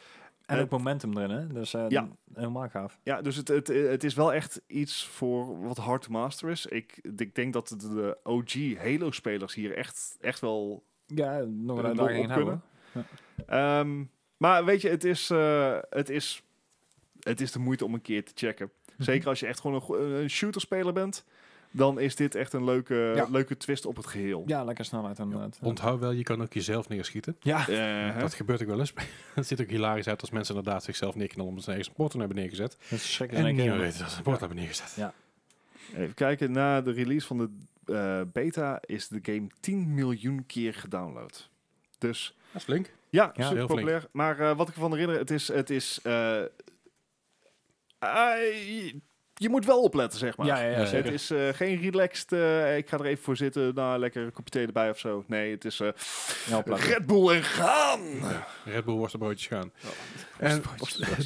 [SPEAKER 2] en
[SPEAKER 3] eh,
[SPEAKER 2] ook momentum erin, hè? Dus eh,
[SPEAKER 3] ja.
[SPEAKER 2] helemaal gaaf.
[SPEAKER 3] Ja, dus het, het, het is wel echt iets voor wat hard to master is. Ik, ik denk dat de- de OG Halo-spelers hier echt, echt wel...
[SPEAKER 2] Ja, nog een
[SPEAKER 3] Eh,
[SPEAKER 2] uitdaging in
[SPEAKER 3] op
[SPEAKER 2] houden.
[SPEAKER 3] Ehm, maar weet je, het is, eh, het, is, het is de moeite om een keer te checken.
[SPEAKER 2] Mhm.
[SPEAKER 3] Zeker als je echt gewoon een, go- een shooter-speler bent. Dan is dit echt een leuke,
[SPEAKER 2] Ja.
[SPEAKER 3] leuke twist op het geheel.
[SPEAKER 2] Ja, lekker snelheid inderdaad.
[SPEAKER 1] Onthoud wel, je kan ook jezelf neerschieten.
[SPEAKER 2] Ja,
[SPEAKER 3] Eh,
[SPEAKER 2] Uh-huh.
[SPEAKER 3] hè?
[SPEAKER 1] Dat gebeurt ook wel eens. Het ziet ook hilarisch uit als mensen inderdaad zichzelf neerknallen omdat ze ergens een bord naar hebben neergezet.
[SPEAKER 2] dat is schrikkelijk.
[SPEAKER 1] En
[SPEAKER 2] in één
[SPEAKER 1] niemand weet
[SPEAKER 2] keer.
[SPEAKER 1] dat ze een bord naar hebben neergezet.
[SPEAKER 3] Even kijken, na de release van de eh, beta is de game 10 miljoen keer gedownload. Dus
[SPEAKER 1] Dat is flink.
[SPEAKER 3] Ja,
[SPEAKER 2] Ja,
[SPEAKER 3] super
[SPEAKER 1] heel
[SPEAKER 3] populair. Maar eh, wat ik ervan herinner, het is... Het is eh, eh, je moet wel opletten, zeg maar.
[SPEAKER 2] Ja, ja, ja,
[SPEAKER 1] Ja,
[SPEAKER 2] zeker.
[SPEAKER 3] Het is eh, geen relaxed, eh, ik ga er even voor zitten, nou, lekker een kopje thee erbij of zo. Nee, het is eh,
[SPEAKER 2] Ja, op laten.
[SPEAKER 3] Red Bull en gaan!
[SPEAKER 1] Red Bull worstenbroodjes gaan. en
[SPEAKER 3] Oh, worstenbroodjes.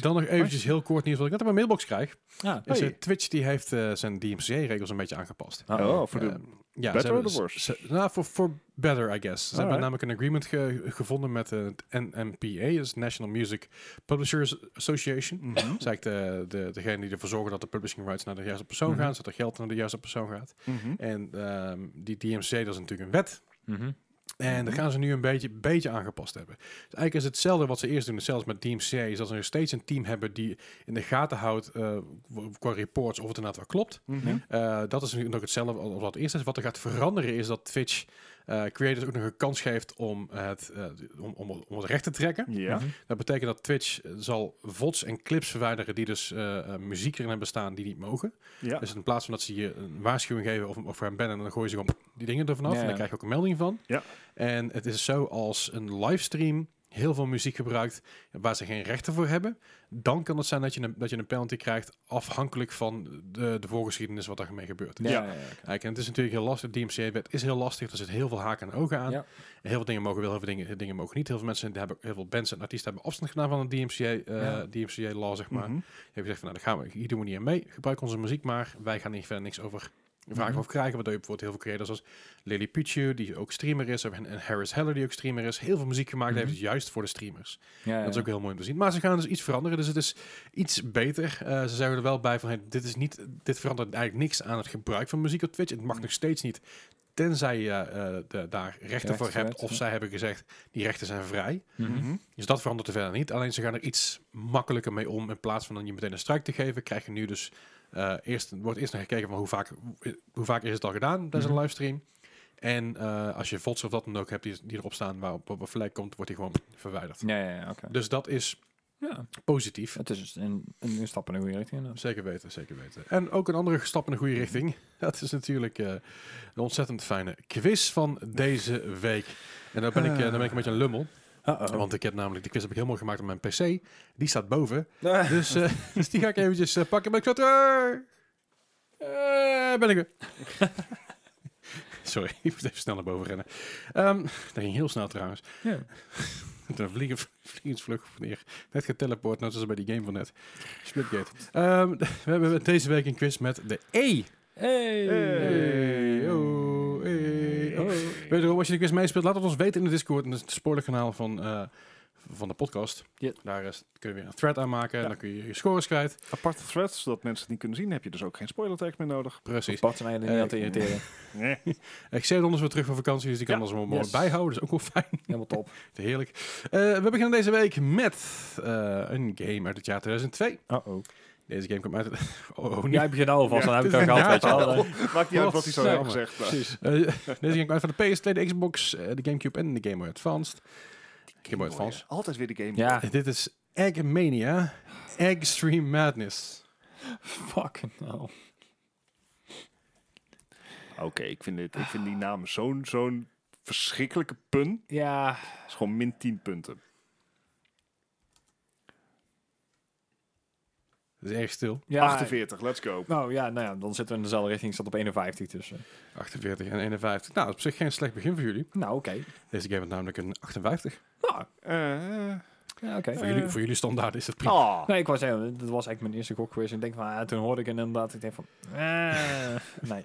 [SPEAKER 1] dan nog eventjes heel kort nieuws wat ik net op mijn mailbox krijg.
[SPEAKER 2] Ja.
[SPEAKER 1] Is,
[SPEAKER 3] Hey.
[SPEAKER 1] eh, Twitch die heeft eh, zijn DMCA-regels een beetje aangepast.
[SPEAKER 3] Oh, voor de...
[SPEAKER 1] Eh, ja,
[SPEAKER 3] better
[SPEAKER 1] ze hebben-
[SPEAKER 3] or the worse?
[SPEAKER 1] ze- nou, voor, voor better, I guess. Ze hebben
[SPEAKER 3] Alright.
[SPEAKER 1] namelijk een agreement ge- gevonden met eh, het NMPA, dus National Music Publishers Association.
[SPEAKER 3] Mhm,
[SPEAKER 1] Dat is eigenlijk de, de, degene die ervoor zorgen dat de publishing rights naar de juiste persoon
[SPEAKER 2] Mhm.
[SPEAKER 1] gaan, zodat er geld naar de juiste persoon gaat.
[SPEAKER 3] mhm.
[SPEAKER 1] En ehm, die DMCA, dat is natuurlijk een wet.
[SPEAKER 2] Mhm.
[SPEAKER 1] En dat gaan ze nu een beetje, beetje aangepast hebben. Dus eigenlijk is hetzelfde wat ze eerst doen, zelfs met DMCA, is dat ze nog steeds een team hebben die in de gaten houdt eh, qua reports of het inderdaad wel klopt.
[SPEAKER 3] Mhm.
[SPEAKER 1] Eh, dat is natuurlijk ook hetzelfde als wat het eerst is. Wat er gaat veranderen is dat Twitch eh, creators ook nog een kans geeft om het, eh, om, om, om het recht te trekken.
[SPEAKER 3] Ja.
[SPEAKER 2] Mhm.
[SPEAKER 1] Dat betekent dat Twitch eh, zal vods en clips verwijderen die dus eh, eh, muziek erin hebben staan die niet mogen.
[SPEAKER 3] ja.
[SPEAKER 1] Dus in plaats van dat ze je een waarschuwing geven of, of gaan bannen, dan gooien ze gewoon die dingen ervan af
[SPEAKER 2] Ja,
[SPEAKER 1] en
[SPEAKER 2] ja.
[SPEAKER 1] dan krijg je ook een melding van.
[SPEAKER 3] Ja.
[SPEAKER 1] En het is zo als een livestream heel veel muziek gebruikt waar ze geen rechten voor hebben, dan kan het zijn dat je een, dat je een penalty krijgt afhankelijk van de, de voorgeschiedenis wat daarmee gebeurt.
[SPEAKER 2] Ja, ja, ja, oké.
[SPEAKER 1] Kijk, en het is natuurlijk heel lastig. DMCA-wet is heel lastig. Er zit heel veel haken en ogen aan.
[SPEAKER 2] Ja.
[SPEAKER 1] Heel veel dingen mogen wel, heel veel dingen, dingen mogen niet. Heel veel mensen hebben, heel veel bands en artiesten hebben afstand gedaan van de DMCA, eh
[SPEAKER 2] Ja.
[SPEAKER 1] DMCA law, zeg maar.
[SPEAKER 3] Mhm.
[SPEAKER 1] Je hebt gezegd van, nou, daar gaan we, hier doen we niet aan mee. Gebruik onze muziek maar. Wij gaan hier verder niks over vragen
[SPEAKER 2] Mhm.
[SPEAKER 1] of krijgen. Waardoor je bijvoorbeeld heel veel creators als Lily Pichu, die ook streamer is, en en Harris Heller, die ook streamer is, heel veel muziek gemaakt
[SPEAKER 2] Mhm.
[SPEAKER 1] heeft, dus juist voor de streamers.
[SPEAKER 2] Ja, ja,
[SPEAKER 1] Dat is ook heel mooi om te zien. Maar ze gaan dus iets veranderen, dus het is iets beter. Eh, ze zeggen er wel bij van, hey, dit, is niet, dit verandert eigenlijk niks aan het gebruik van muziek op Twitch. Het
[SPEAKER 2] Mhm.
[SPEAKER 1] mag nog steeds niet, tenzij je eh, de- daar rechten
[SPEAKER 2] Rechten
[SPEAKER 1] voor hebt.
[SPEAKER 2] hebt,
[SPEAKER 1] Of
[SPEAKER 2] ja.
[SPEAKER 1] zij hebben gezegd, die rechten zijn vrij.
[SPEAKER 2] Mhm.
[SPEAKER 3] Mhm.
[SPEAKER 1] Dus dat verandert er verder niet. Alleen ze gaan er iets makkelijker mee om. In plaats van dan je meteen een strijk te geven, krijg je nu dus eh, eerst wordt eerst naar gekeken van hoe vaak, hoe vaak is het al gedaan tijdens een
[SPEAKER 2] Mhm.
[SPEAKER 1] livestream. En eh, als je VODs of dat dan ook hebt die, die erop staan waarop op een vlek komt, wordt die gewoon verwijderd.
[SPEAKER 2] Ja, ja, ja, oké.
[SPEAKER 1] Dus dat is
[SPEAKER 2] Ja,
[SPEAKER 1] positief.
[SPEAKER 2] het is dus een, een stap in de goede richting. inderdaad.
[SPEAKER 1] Zeker weten, zeker weten. En ook een andere stap in de
[SPEAKER 2] Mhm.
[SPEAKER 1] goede richting. Dat is natuurlijk eh, de ontzettend fijne quiz van deze week. En daar ben ik, eh, daar ben ik een beetje een lummel.
[SPEAKER 2] Uh-oh.
[SPEAKER 1] Want ik heb namelijk de quiz heb ik heel mooi gemaakt op mijn PC. Die staat boven. Dus, eh, dus die ga ik eventjes eh, pakken. Maar ik zat er. Eh, ben ik weer. Sorry, ik moet even snel naar boven rennen. Ehm dat ging heel snel trouwens.
[SPEAKER 2] Ja.
[SPEAKER 1] Met een vliegen, vliegensvlug neer. Net geteleport, net zoals bij die game van net. Splitgate. Ehm, we hebben deze week een quiz met de E.
[SPEAKER 2] Hey!
[SPEAKER 1] Hey, oh, hey, oh. Wederom, als je de quiz meespeelt, laat het ons weten in de Discord. In het spoilerkanaal van, eh, van de podcast.
[SPEAKER 2] Ja.
[SPEAKER 1] Daar is, kun je weer een thread aanmaken. En
[SPEAKER 3] Ja.
[SPEAKER 1] dan kun je je scores kwijt.
[SPEAKER 3] Aparte threads, zodat mensen het niet kunnen zien, heb je dus ook geen spoiler tag meer nodig.
[SPEAKER 1] Precies.
[SPEAKER 2] Bart en eigenlijk
[SPEAKER 1] Eh,
[SPEAKER 2] niet aan te irriteren.
[SPEAKER 3] Nee.
[SPEAKER 1] Ik zei anders weer terug van vakantie, dus die kan
[SPEAKER 3] Ja.
[SPEAKER 1] ons wel mooi
[SPEAKER 2] Yes.
[SPEAKER 1] bijhouden. Dat is ook wel fijn.
[SPEAKER 2] Helemaal top.
[SPEAKER 1] Heerlijk. Eh, we beginnen deze week met eh, een game uit het jaar 2002.
[SPEAKER 2] Uh-oh.
[SPEAKER 1] Deze game komt uit... Oh, oh, niet.
[SPEAKER 2] Jij begint alvast,
[SPEAKER 3] Ja,
[SPEAKER 2] dan heb ik
[SPEAKER 1] het
[SPEAKER 2] het
[SPEAKER 1] is
[SPEAKER 2] al
[SPEAKER 1] een
[SPEAKER 2] gehad, weet je wel.
[SPEAKER 1] nadeel.
[SPEAKER 3] Maakt niet uit wat hij zou hebben
[SPEAKER 1] Godsamme.
[SPEAKER 3] gezegd. maar-
[SPEAKER 1] Eh, deze game kwam uit van de PS2, de Xbox, eh, de Gamecube en de Game Boy Advanced. Game Boy Advance.
[SPEAKER 3] Altijd weer de Game Boy.
[SPEAKER 2] Ja,
[SPEAKER 1] Eh, dit is Eggmania. Extreme Madness.
[SPEAKER 2] fucking hell.
[SPEAKER 3] Oké, ik, vind dit- ik vind die naam zo'n zo'n verschrikkelijke pun.
[SPEAKER 2] Ja,
[SPEAKER 3] Dat is gewoon min 10 punten.
[SPEAKER 1] Dat is erg stil.
[SPEAKER 2] ja.
[SPEAKER 3] 48, let's go.
[SPEAKER 2] Nou ja, nou ja, dan zitten we in dezelfde richting. Ik zat op 51 dus. eh.
[SPEAKER 1] 48 en 51. Nou, dat is op zich geen slecht begin voor jullie.
[SPEAKER 2] Nou, oké.
[SPEAKER 1] Deze game had namelijk een 58.
[SPEAKER 2] Nou,
[SPEAKER 3] Eh, eh.
[SPEAKER 2] ja, oké.
[SPEAKER 1] Voor, jullie, voor jullie standaard is het prima.
[SPEAKER 3] Ah.
[SPEAKER 2] Oh. Nee, ik was zeggen, dat was eigenlijk mijn eerste gokquiz. En ik denk van, ah, toen hoorde ik het inderdaad, ik denk van, eh, nee.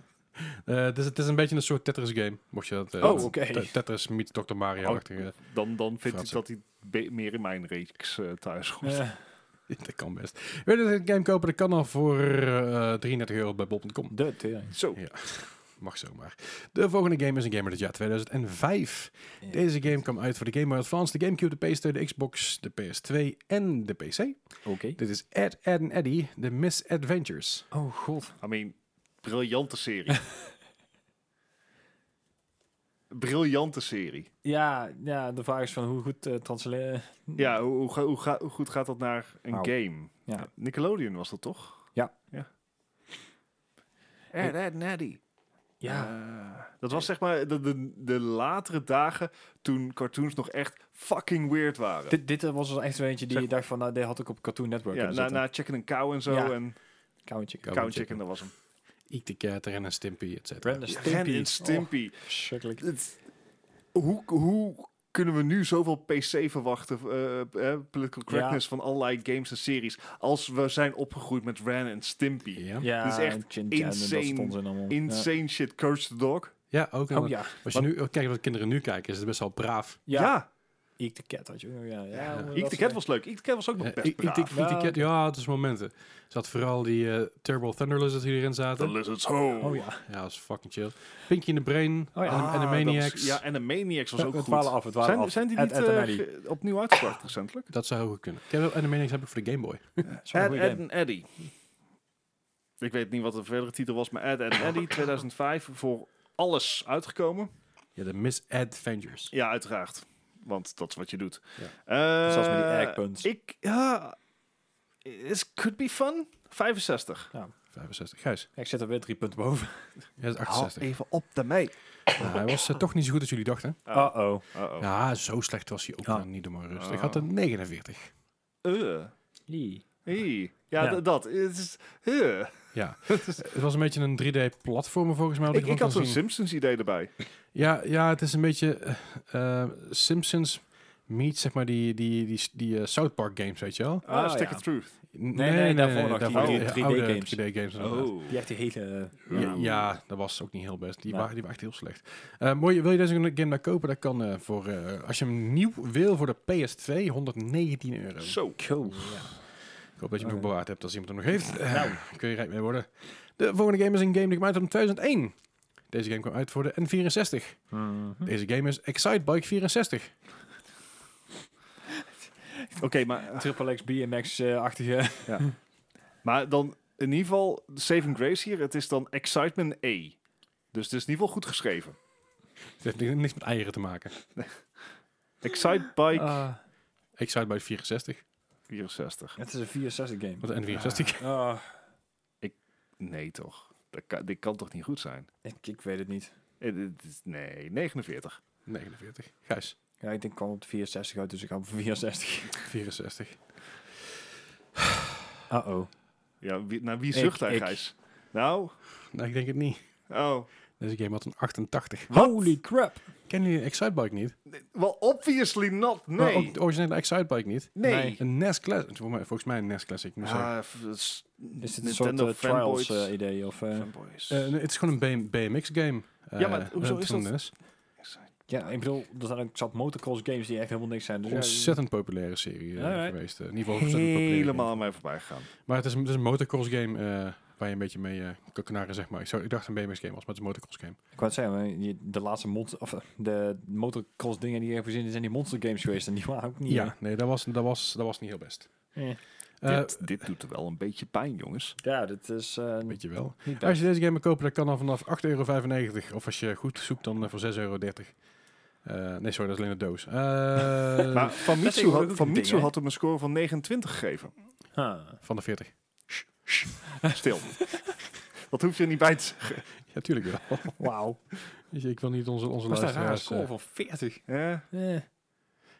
[SPEAKER 1] Eh, het, is, het is een beetje een soort Tetris game, mocht je dat... eh,
[SPEAKER 2] Oh, oké. Oh.
[SPEAKER 1] Te- Tetris meets Dr. Mario-achtige...
[SPEAKER 3] Dan, dan vind ik
[SPEAKER 1] Fratsen.
[SPEAKER 3] dat hij be- meer in mijn reeks eh, thuis hoort.
[SPEAKER 2] Eh,
[SPEAKER 1] dat kan best. Wil je een game kopen? Dat kan al voor eh, 33 euro bij bol.com.
[SPEAKER 2] de tering.
[SPEAKER 3] Zo.
[SPEAKER 1] Ja. Mag zomaar. De volgende game is een game uit het jaar 2005. Deze game kwam uit voor de Game Boy Advance, de Gamecube, de PS2, de Xbox, de PS2 en de PC.
[SPEAKER 2] Oké.
[SPEAKER 1] Dit is Ed, Ed en Eddie, The Misadventures.
[SPEAKER 2] Oh god.
[SPEAKER 3] I mean, briljante serie. briljante serie.
[SPEAKER 2] Ja, ja, de vraag is van hoe goed eh transleren.
[SPEAKER 3] Ja, hoe, hoe, ga- hoe, ga- hoe goed gaat dat naar een
[SPEAKER 2] Au.
[SPEAKER 3] game?
[SPEAKER 2] Ja.
[SPEAKER 3] Nickelodeon was dat toch?
[SPEAKER 2] Ja.
[SPEAKER 3] ja. Ed, Ed en Eddy.
[SPEAKER 2] Ja.
[SPEAKER 3] Eh, dat was zeg maar de, de, de latere dagen toen cartoons nog echt fucking weird waren.
[SPEAKER 2] Dit, dit was dus echt zo'n eentje die
[SPEAKER 3] Zeg-
[SPEAKER 2] je dacht van, nou, dit had ik op Cartoon Network
[SPEAKER 3] ja,
[SPEAKER 2] kunnen
[SPEAKER 3] na,
[SPEAKER 2] zitten.
[SPEAKER 3] na Chicken and Cow en zo
[SPEAKER 2] Ja.
[SPEAKER 3] en
[SPEAKER 2] Kouwtje.
[SPEAKER 1] Cow and
[SPEAKER 3] Cow and
[SPEAKER 1] Chicken.
[SPEAKER 3] Chicken, dat was hem.
[SPEAKER 1] Eek the Cat, Ren en Stimpy, et cetera.
[SPEAKER 2] Ren en Stimpy.
[SPEAKER 3] Ren en Stimpy.
[SPEAKER 2] Oh, verschrikkelijk.
[SPEAKER 3] Het- hoe, hoe kunnen we nu zoveel PC verwachten, eh, eh, political correctness van allerlei games en series, als we zijn opgegroeid met Ren en Stimpy?
[SPEAKER 1] Ja.
[SPEAKER 2] Ja,
[SPEAKER 3] Dit is echt
[SPEAKER 2] Chin Chan en dat soort
[SPEAKER 3] insane-
[SPEAKER 2] onzin allemaal.
[SPEAKER 3] Insane shit, Courage the Dog.
[SPEAKER 1] ja, ook.
[SPEAKER 2] Ja.
[SPEAKER 1] een-
[SPEAKER 2] Oh ja.
[SPEAKER 1] Als je nu kijkt wat kinderen nu kijken, is het best wel braaf.
[SPEAKER 2] Ja.
[SPEAKER 3] ja.
[SPEAKER 2] Ik de Cat had je ook nog,
[SPEAKER 1] Ja.
[SPEAKER 2] Ja, ja, hoe
[SPEAKER 3] Eek
[SPEAKER 2] dat
[SPEAKER 3] the
[SPEAKER 2] soort-
[SPEAKER 3] Cat was leuk. Eek the Cat was ook nog
[SPEAKER 1] Eh,
[SPEAKER 3] best
[SPEAKER 1] ik- ik- ik-
[SPEAKER 3] braaf.
[SPEAKER 1] ik- ik- ik- Ja, het is momenten. Er zat vooral die eh, Turbo Thunderlust die erin
[SPEAKER 3] The
[SPEAKER 1] zaten.
[SPEAKER 3] Lizard's Home.
[SPEAKER 2] Oh ja.
[SPEAKER 1] Ja, dat is fucking chill. Pinky in the Brain,
[SPEAKER 2] Oh ja.
[SPEAKER 1] Anim-
[SPEAKER 3] Ah, dat
[SPEAKER 1] Animaniacs.
[SPEAKER 3] was- Ja, Animaniacs was ook
[SPEAKER 2] we
[SPEAKER 3] goed.
[SPEAKER 2] dwalen af, we dwalen
[SPEAKER 3] Zijn,
[SPEAKER 2] af.
[SPEAKER 3] zijn die
[SPEAKER 2] Ed,
[SPEAKER 3] niet
[SPEAKER 2] Ed en
[SPEAKER 3] eh,
[SPEAKER 2] Eddy.
[SPEAKER 3] ge- opnieuw uitgebracht recentelijk?
[SPEAKER 1] Dat zou heel goed kunnen. Ik heb wel Animaniacs heb ik voor de Game Boy.
[SPEAKER 2] Dat is wel een
[SPEAKER 3] Ed,
[SPEAKER 2] goeie
[SPEAKER 3] Ed
[SPEAKER 2] game.
[SPEAKER 3] en Eddy. Ik weet niet wat de verdere titel was, maar Ed, Ed en Eddy 2005 voor alles uitgekomen.
[SPEAKER 1] Ja, de Misadventures.
[SPEAKER 3] Ja, uiteraard. Want dat is wat je doet.
[SPEAKER 1] Ja.
[SPEAKER 3] Eh,
[SPEAKER 2] Zoals met die eggpunts.
[SPEAKER 3] Ik, ja, this could be fun. 65.
[SPEAKER 1] 65. Gijs,
[SPEAKER 2] Ja, ik zit er weer drie punten boven.
[SPEAKER 1] jij is
[SPEAKER 3] Haal
[SPEAKER 1] 68.
[SPEAKER 3] even op daarmee.
[SPEAKER 1] Nou, hij was eh, toch niet zo goed als jullie dachten.
[SPEAKER 3] Oh. Ah.
[SPEAKER 2] Uh-oh.
[SPEAKER 3] Uh-oh.
[SPEAKER 1] Ja, zo slecht was hij ook
[SPEAKER 2] Ja.
[SPEAKER 1] nou niet, maar rustig. Hij had een 49.
[SPEAKER 3] Eh.
[SPEAKER 2] Die.
[SPEAKER 3] Hey. Ja,
[SPEAKER 2] Ja.
[SPEAKER 3] d- dat. Het is, eh.
[SPEAKER 1] Ja, het was een beetje een 3D-platformer volgens mij. wat
[SPEAKER 3] Ik,
[SPEAKER 1] ervan
[SPEAKER 3] ik had
[SPEAKER 1] kon
[SPEAKER 3] zo'n
[SPEAKER 1] zien.
[SPEAKER 3] Simpsons idee erbij.
[SPEAKER 1] Ja, ja, het is een beetje eh, eh, Simpsons meets, zeg maar, die, die, die, die eh, South Park games, weet je wel?
[SPEAKER 3] Ah,
[SPEAKER 2] Ah,
[SPEAKER 3] Stick
[SPEAKER 2] ja.
[SPEAKER 3] it truth.
[SPEAKER 1] Nee,
[SPEAKER 2] nee, daarvoor nog die
[SPEAKER 1] daarvoor
[SPEAKER 3] oude
[SPEAKER 1] die
[SPEAKER 2] 3D
[SPEAKER 1] oude
[SPEAKER 2] games. Oh. Nou.
[SPEAKER 1] 3D games inderdaad.
[SPEAKER 3] Oh.
[SPEAKER 2] Die echt die hele... eh,
[SPEAKER 1] Ja, ja, dat was ook niet heel best. Die,
[SPEAKER 2] Nee.
[SPEAKER 1] waren, die waren echt heel slecht. Eh, mooi, wil je deze game nou kopen? Dat kan eh, voor, eh, als je hem nieuw wil voor de PS2, 119 euro.
[SPEAKER 3] Zo.
[SPEAKER 2] Cool.
[SPEAKER 1] Ik hoop dat je hem
[SPEAKER 2] Oké.
[SPEAKER 1] nog bewaard hebt als iemand hem nog heeft. Nou, kun je rijk mee worden. De volgende game is een game die gemaakt is in 2001. Deze game kwam uit voor de N64.
[SPEAKER 2] Hm.
[SPEAKER 1] Deze game is Excitebike 64.
[SPEAKER 3] Oké, maar,
[SPEAKER 2] Triple X, eh, BMX-achtige...
[SPEAKER 3] maar dan in ieder geval, de saving grace hier, het is dan excitement A. Dus het is in ieder geval goed geschreven.
[SPEAKER 1] Het heeft ni- niks met eieren te maken.
[SPEAKER 3] Excite Bike
[SPEAKER 2] Ah,
[SPEAKER 1] Excitebike 64.
[SPEAKER 3] 64.
[SPEAKER 2] het is een 64 game.
[SPEAKER 1] Wat een N64.
[SPEAKER 2] Ah,
[SPEAKER 3] Nee toch, dat kan, dit kan toch niet goed zijn?
[SPEAKER 2] ik, ik weet het niet.
[SPEAKER 3] Eh, dit is- Nee, 49.
[SPEAKER 1] 49. Gijs.
[SPEAKER 2] Ja, ik denk ik kwam op de 64 uit, dus ik ga voor 64.
[SPEAKER 1] 64.
[SPEAKER 2] Uh-oh.
[SPEAKER 3] Ja, wie, naar wie
[SPEAKER 2] Ik-
[SPEAKER 3] zucht hij,
[SPEAKER 2] ik.
[SPEAKER 3] Gijs? Nou,
[SPEAKER 1] Nou, ik denk het niet.
[SPEAKER 3] oh.
[SPEAKER 1] Deze game had een 88.
[SPEAKER 2] Holy crap.
[SPEAKER 1] Kennen jullie Excitebike niet?
[SPEAKER 3] Well, obviously not,
[SPEAKER 1] Maar
[SPEAKER 3] nee.
[SPEAKER 1] ook de originele Excitebike niet?
[SPEAKER 3] nee.
[SPEAKER 2] nee.
[SPEAKER 1] Een NES Classic. Volgens mij- volgens mij een NES Classic. moet ik zeggen.
[SPEAKER 3] Ja, Ah, f- s-
[SPEAKER 2] Is dit een
[SPEAKER 3] Nintendo
[SPEAKER 2] soort eh, Trials
[SPEAKER 3] fanboys.
[SPEAKER 2] eh, idee? Of, eh,
[SPEAKER 3] fanboys.
[SPEAKER 1] Eh, nee, het is gewoon een BMX game. Eh,
[SPEAKER 3] Ja, maar hoezo is dat-
[SPEAKER 1] NES.
[SPEAKER 3] Excite-
[SPEAKER 2] ja, ik bedoel, er zijn ook zat motocross games die echt helemaal niks zijn. Dus ja,
[SPEAKER 1] Ontzettend populaire serie eh,
[SPEAKER 2] Alright.
[SPEAKER 1] geweest. eh, in ieder geval ontzettend populair.
[SPEAKER 3] Helemaal aan mij voorbij gegaan.
[SPEAKER 1] Maar het is, een- het is een motocross game eh, waar je een beetje mee eh, kan knarren, zeg maar. Ik, zou, ik dacht een BMX game was, maar het is een motocross game.
[SPEAKER 2] Ik wou het zeggen, maar je- de laatste mot of eh, de motocross dingen die je hebt gezien, zijn die monster games geweest. En die waren ook niet...
[SPEAKER 1] Ja, nee, dat was, dat, was, dat was niet heel best.
[SPEAKER 2] eh.
[SPEAKER 1] Eh
[SPEAKER 3] dit, dit doet er wel een beetje pijn, jongens.
[SPEAKER 2] Ja, dat is eh,
[SPEAKER 1] weet je wel.
[SPEAKER 2] niet
[SPEAKER 1] Als
[SPEAKER 2] best.
[SPEAKER 1] je deze game wil kopen, dan kan dat vanaf 8,95 euro. Of als je goed zoekt, dan eh, voor 6,30 euro. Eh, nee, sorry, dat is alleen de doos. Eh,
[SPEAKER 3] maar van
[SPEAKER 2] dat is
[SPEAKER 3] Mitsu,
[SPEAKER 2] ook
[SPEAKER 3] had,
[SPEAKER 2] een
[SPEAKER 3] van
[SPEAKER 2] ding,
[SPEAKER 3] Mitsu
[SPEAKER 2] hè?
[SPEAKER 3] had hem een score van 29 gegeven.
[SPEAKER 2] Huh.
[SPEAKER 1] van de 40.
[SPEAKER 3] Stil. Dat hoef je er niet bij te zeggen.
[SPEAKER 1] Ja, tuurlijk wel.
[SPEAKER 2] Wauw.
[SPEAKER 1] Weet je, Dus ik wil niet onze, onze
[SPEAKER 2] Was dat een rare
[SPEAKER 1] luisteraars...
[SPEAKER 2] score
[SPEAKER 1] eh,
[SPEAKER 2] van 40?
[SPEAKER 3] hè?
[SPEAKER 2] Eh.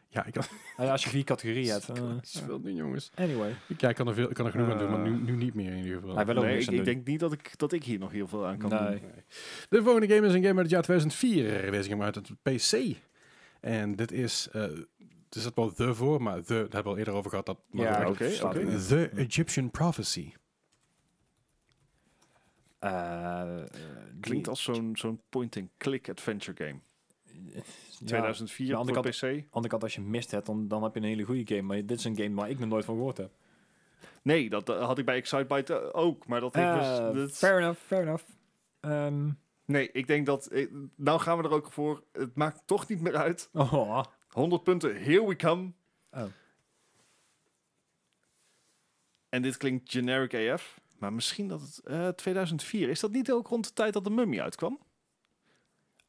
[SPEAKER 1] ja, ik kan...
[SPEAKER 2] Nou ja, als je vier categorieën hebt. eh,
[SPEAKER 1] is veel doen, jongens.
[SPEAKER 2] anyway.
[SPEAKER 1] Ik, ja, ik kan er, veel, ik kan er genoeg aan doen, maar nu, nu niet meer in ieder geval.
[SPEAKER 2] Hij wil ook
[SPEAKER 3] Nee,
[SPEAKER 2] niks
[SPEAKER 3] ik,
[SPEAKER 2] aan
[SPEAKER 3] ik
[SPEAKER 2] doen.
[SPEAKER 3] denk niet dat ik, dat ik hier nog heel veel aan kan
[SPEAKER 2] Nee.
[SPEAKER 3] doen.
[SPEAKER 1] De volgende game is een game uit het jaar 2004. Deze game uit het PC. En dit is... eh er zat wel The voor, maar The, daar hebben we al eerder over gehad. Dat, maar
[SPEAKER 2] Ja,
[SPEAKER 1] dat-
[SPEAKER 3] oké,
[SPEAKER 2] dat staat
[SPEAKER 3] oké.
[SPEAKER 2] in.
[SPEAKER 1] The Egyptian Prophecy.
[SPEAKER 2] Eh, eh, die-
[SPEAKER 3] Klinkt als zo'n zo'n point-and-click adventure game.
[SPEAKER 2] Ja,
[SPEAKER 3] 2004
[SPEAKER 2] Ja, aan de
[SPEAKER 3] voor PC.
[SPEAKER 2] aan de kant, als je mist hebt, dan, dan heb je een hele goede game. Maar dit is een game waar ik nog nooit van gehoord heb.
[SPEAKER 3] Nee, dat eh, had ik bij Excitebike eh, ook. Maar dat heeft dus-
[SPEAKER 2] Eh,
[SPEAKER 3] dat-
[SPEAKER 2] fair enough, fair enough. Ehm,
[SPEAKER 3] Nee, ik denk dat... eh, nou gaan we er ook voor. Het maakt toch niet meer uit.
[SPEAKER 2] oh,
[SPEAKER 3] 100 punten, here we come.
[SPEAKER 2] Oh.
[SPEAKER 3] En dit klinkt generic AF. Maar misschien dat het... eh, 2004, is dat niet ook rond de tijd dat de Mummy uitkwam?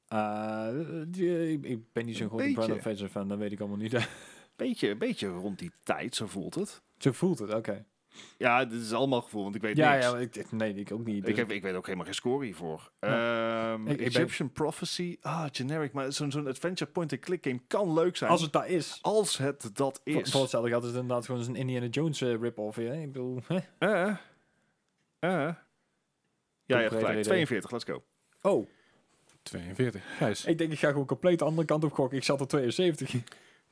[SPEAKER 2] Eh, die- ik, ik ben niet zo'n
[SPEAKER 3] Een
[SPEAKER 2] grote
[SPEAKER 3] beetje.
[SPEAKER 2] Brandon Fraser fan, dat weet ik allemaal niet.
[SPEAKER 3] Beetje, beetje rond die tijd, zo voelt het.
[SPEAKER 2] Zo voelt het, oké.
[SPEAKER 3] Ja, dit is allemaal gevoel, want ik weet
[SPEAKER 2] Ja,
[SPEAKER 3] niks.
[SPEAKER 2] ja, maar ik, ik- nee, ik ook niet.
[SPEAKER 3] ik,
[SPEAKER 2] Dus-
[SPEAKER 3] heb, ik weet ook helemaal geen score hiervoor. Ehm,
[SPEAKER 2] Ik- ik ben-
[SPEAKER 3] Egyptian Prophecy. Ah, generic. Maar zo'n zo'n adventure point-and-click game kan leuk zijn.
[SPEAKER 2] als het daar is.
[SPEAKER 3] als het dat
[SPEAKER 2] Voor,
[SPEAKER 3] is.
[SPEAKER 2] voor hetzelfde geld is het inderdaad gewoon een Indiana Jones eh, rip-off. hè. Ik bedoel, hè?
[SPEAKER 3] Eh, eh. Ja, je hebt
[SPEAKER 2] Concreet
[SPEAKER 3] gelijk.
[SPEAKER 2] idee.
[SPEAKER 3] 42, let's go.
[SPEAKER 2] Oh,
[SPEAKER 1] 42. Gijs,
[SPEAKER 2] ik denk ik ga gewoon compleet de andere kant op gokken. Ik zat op 72.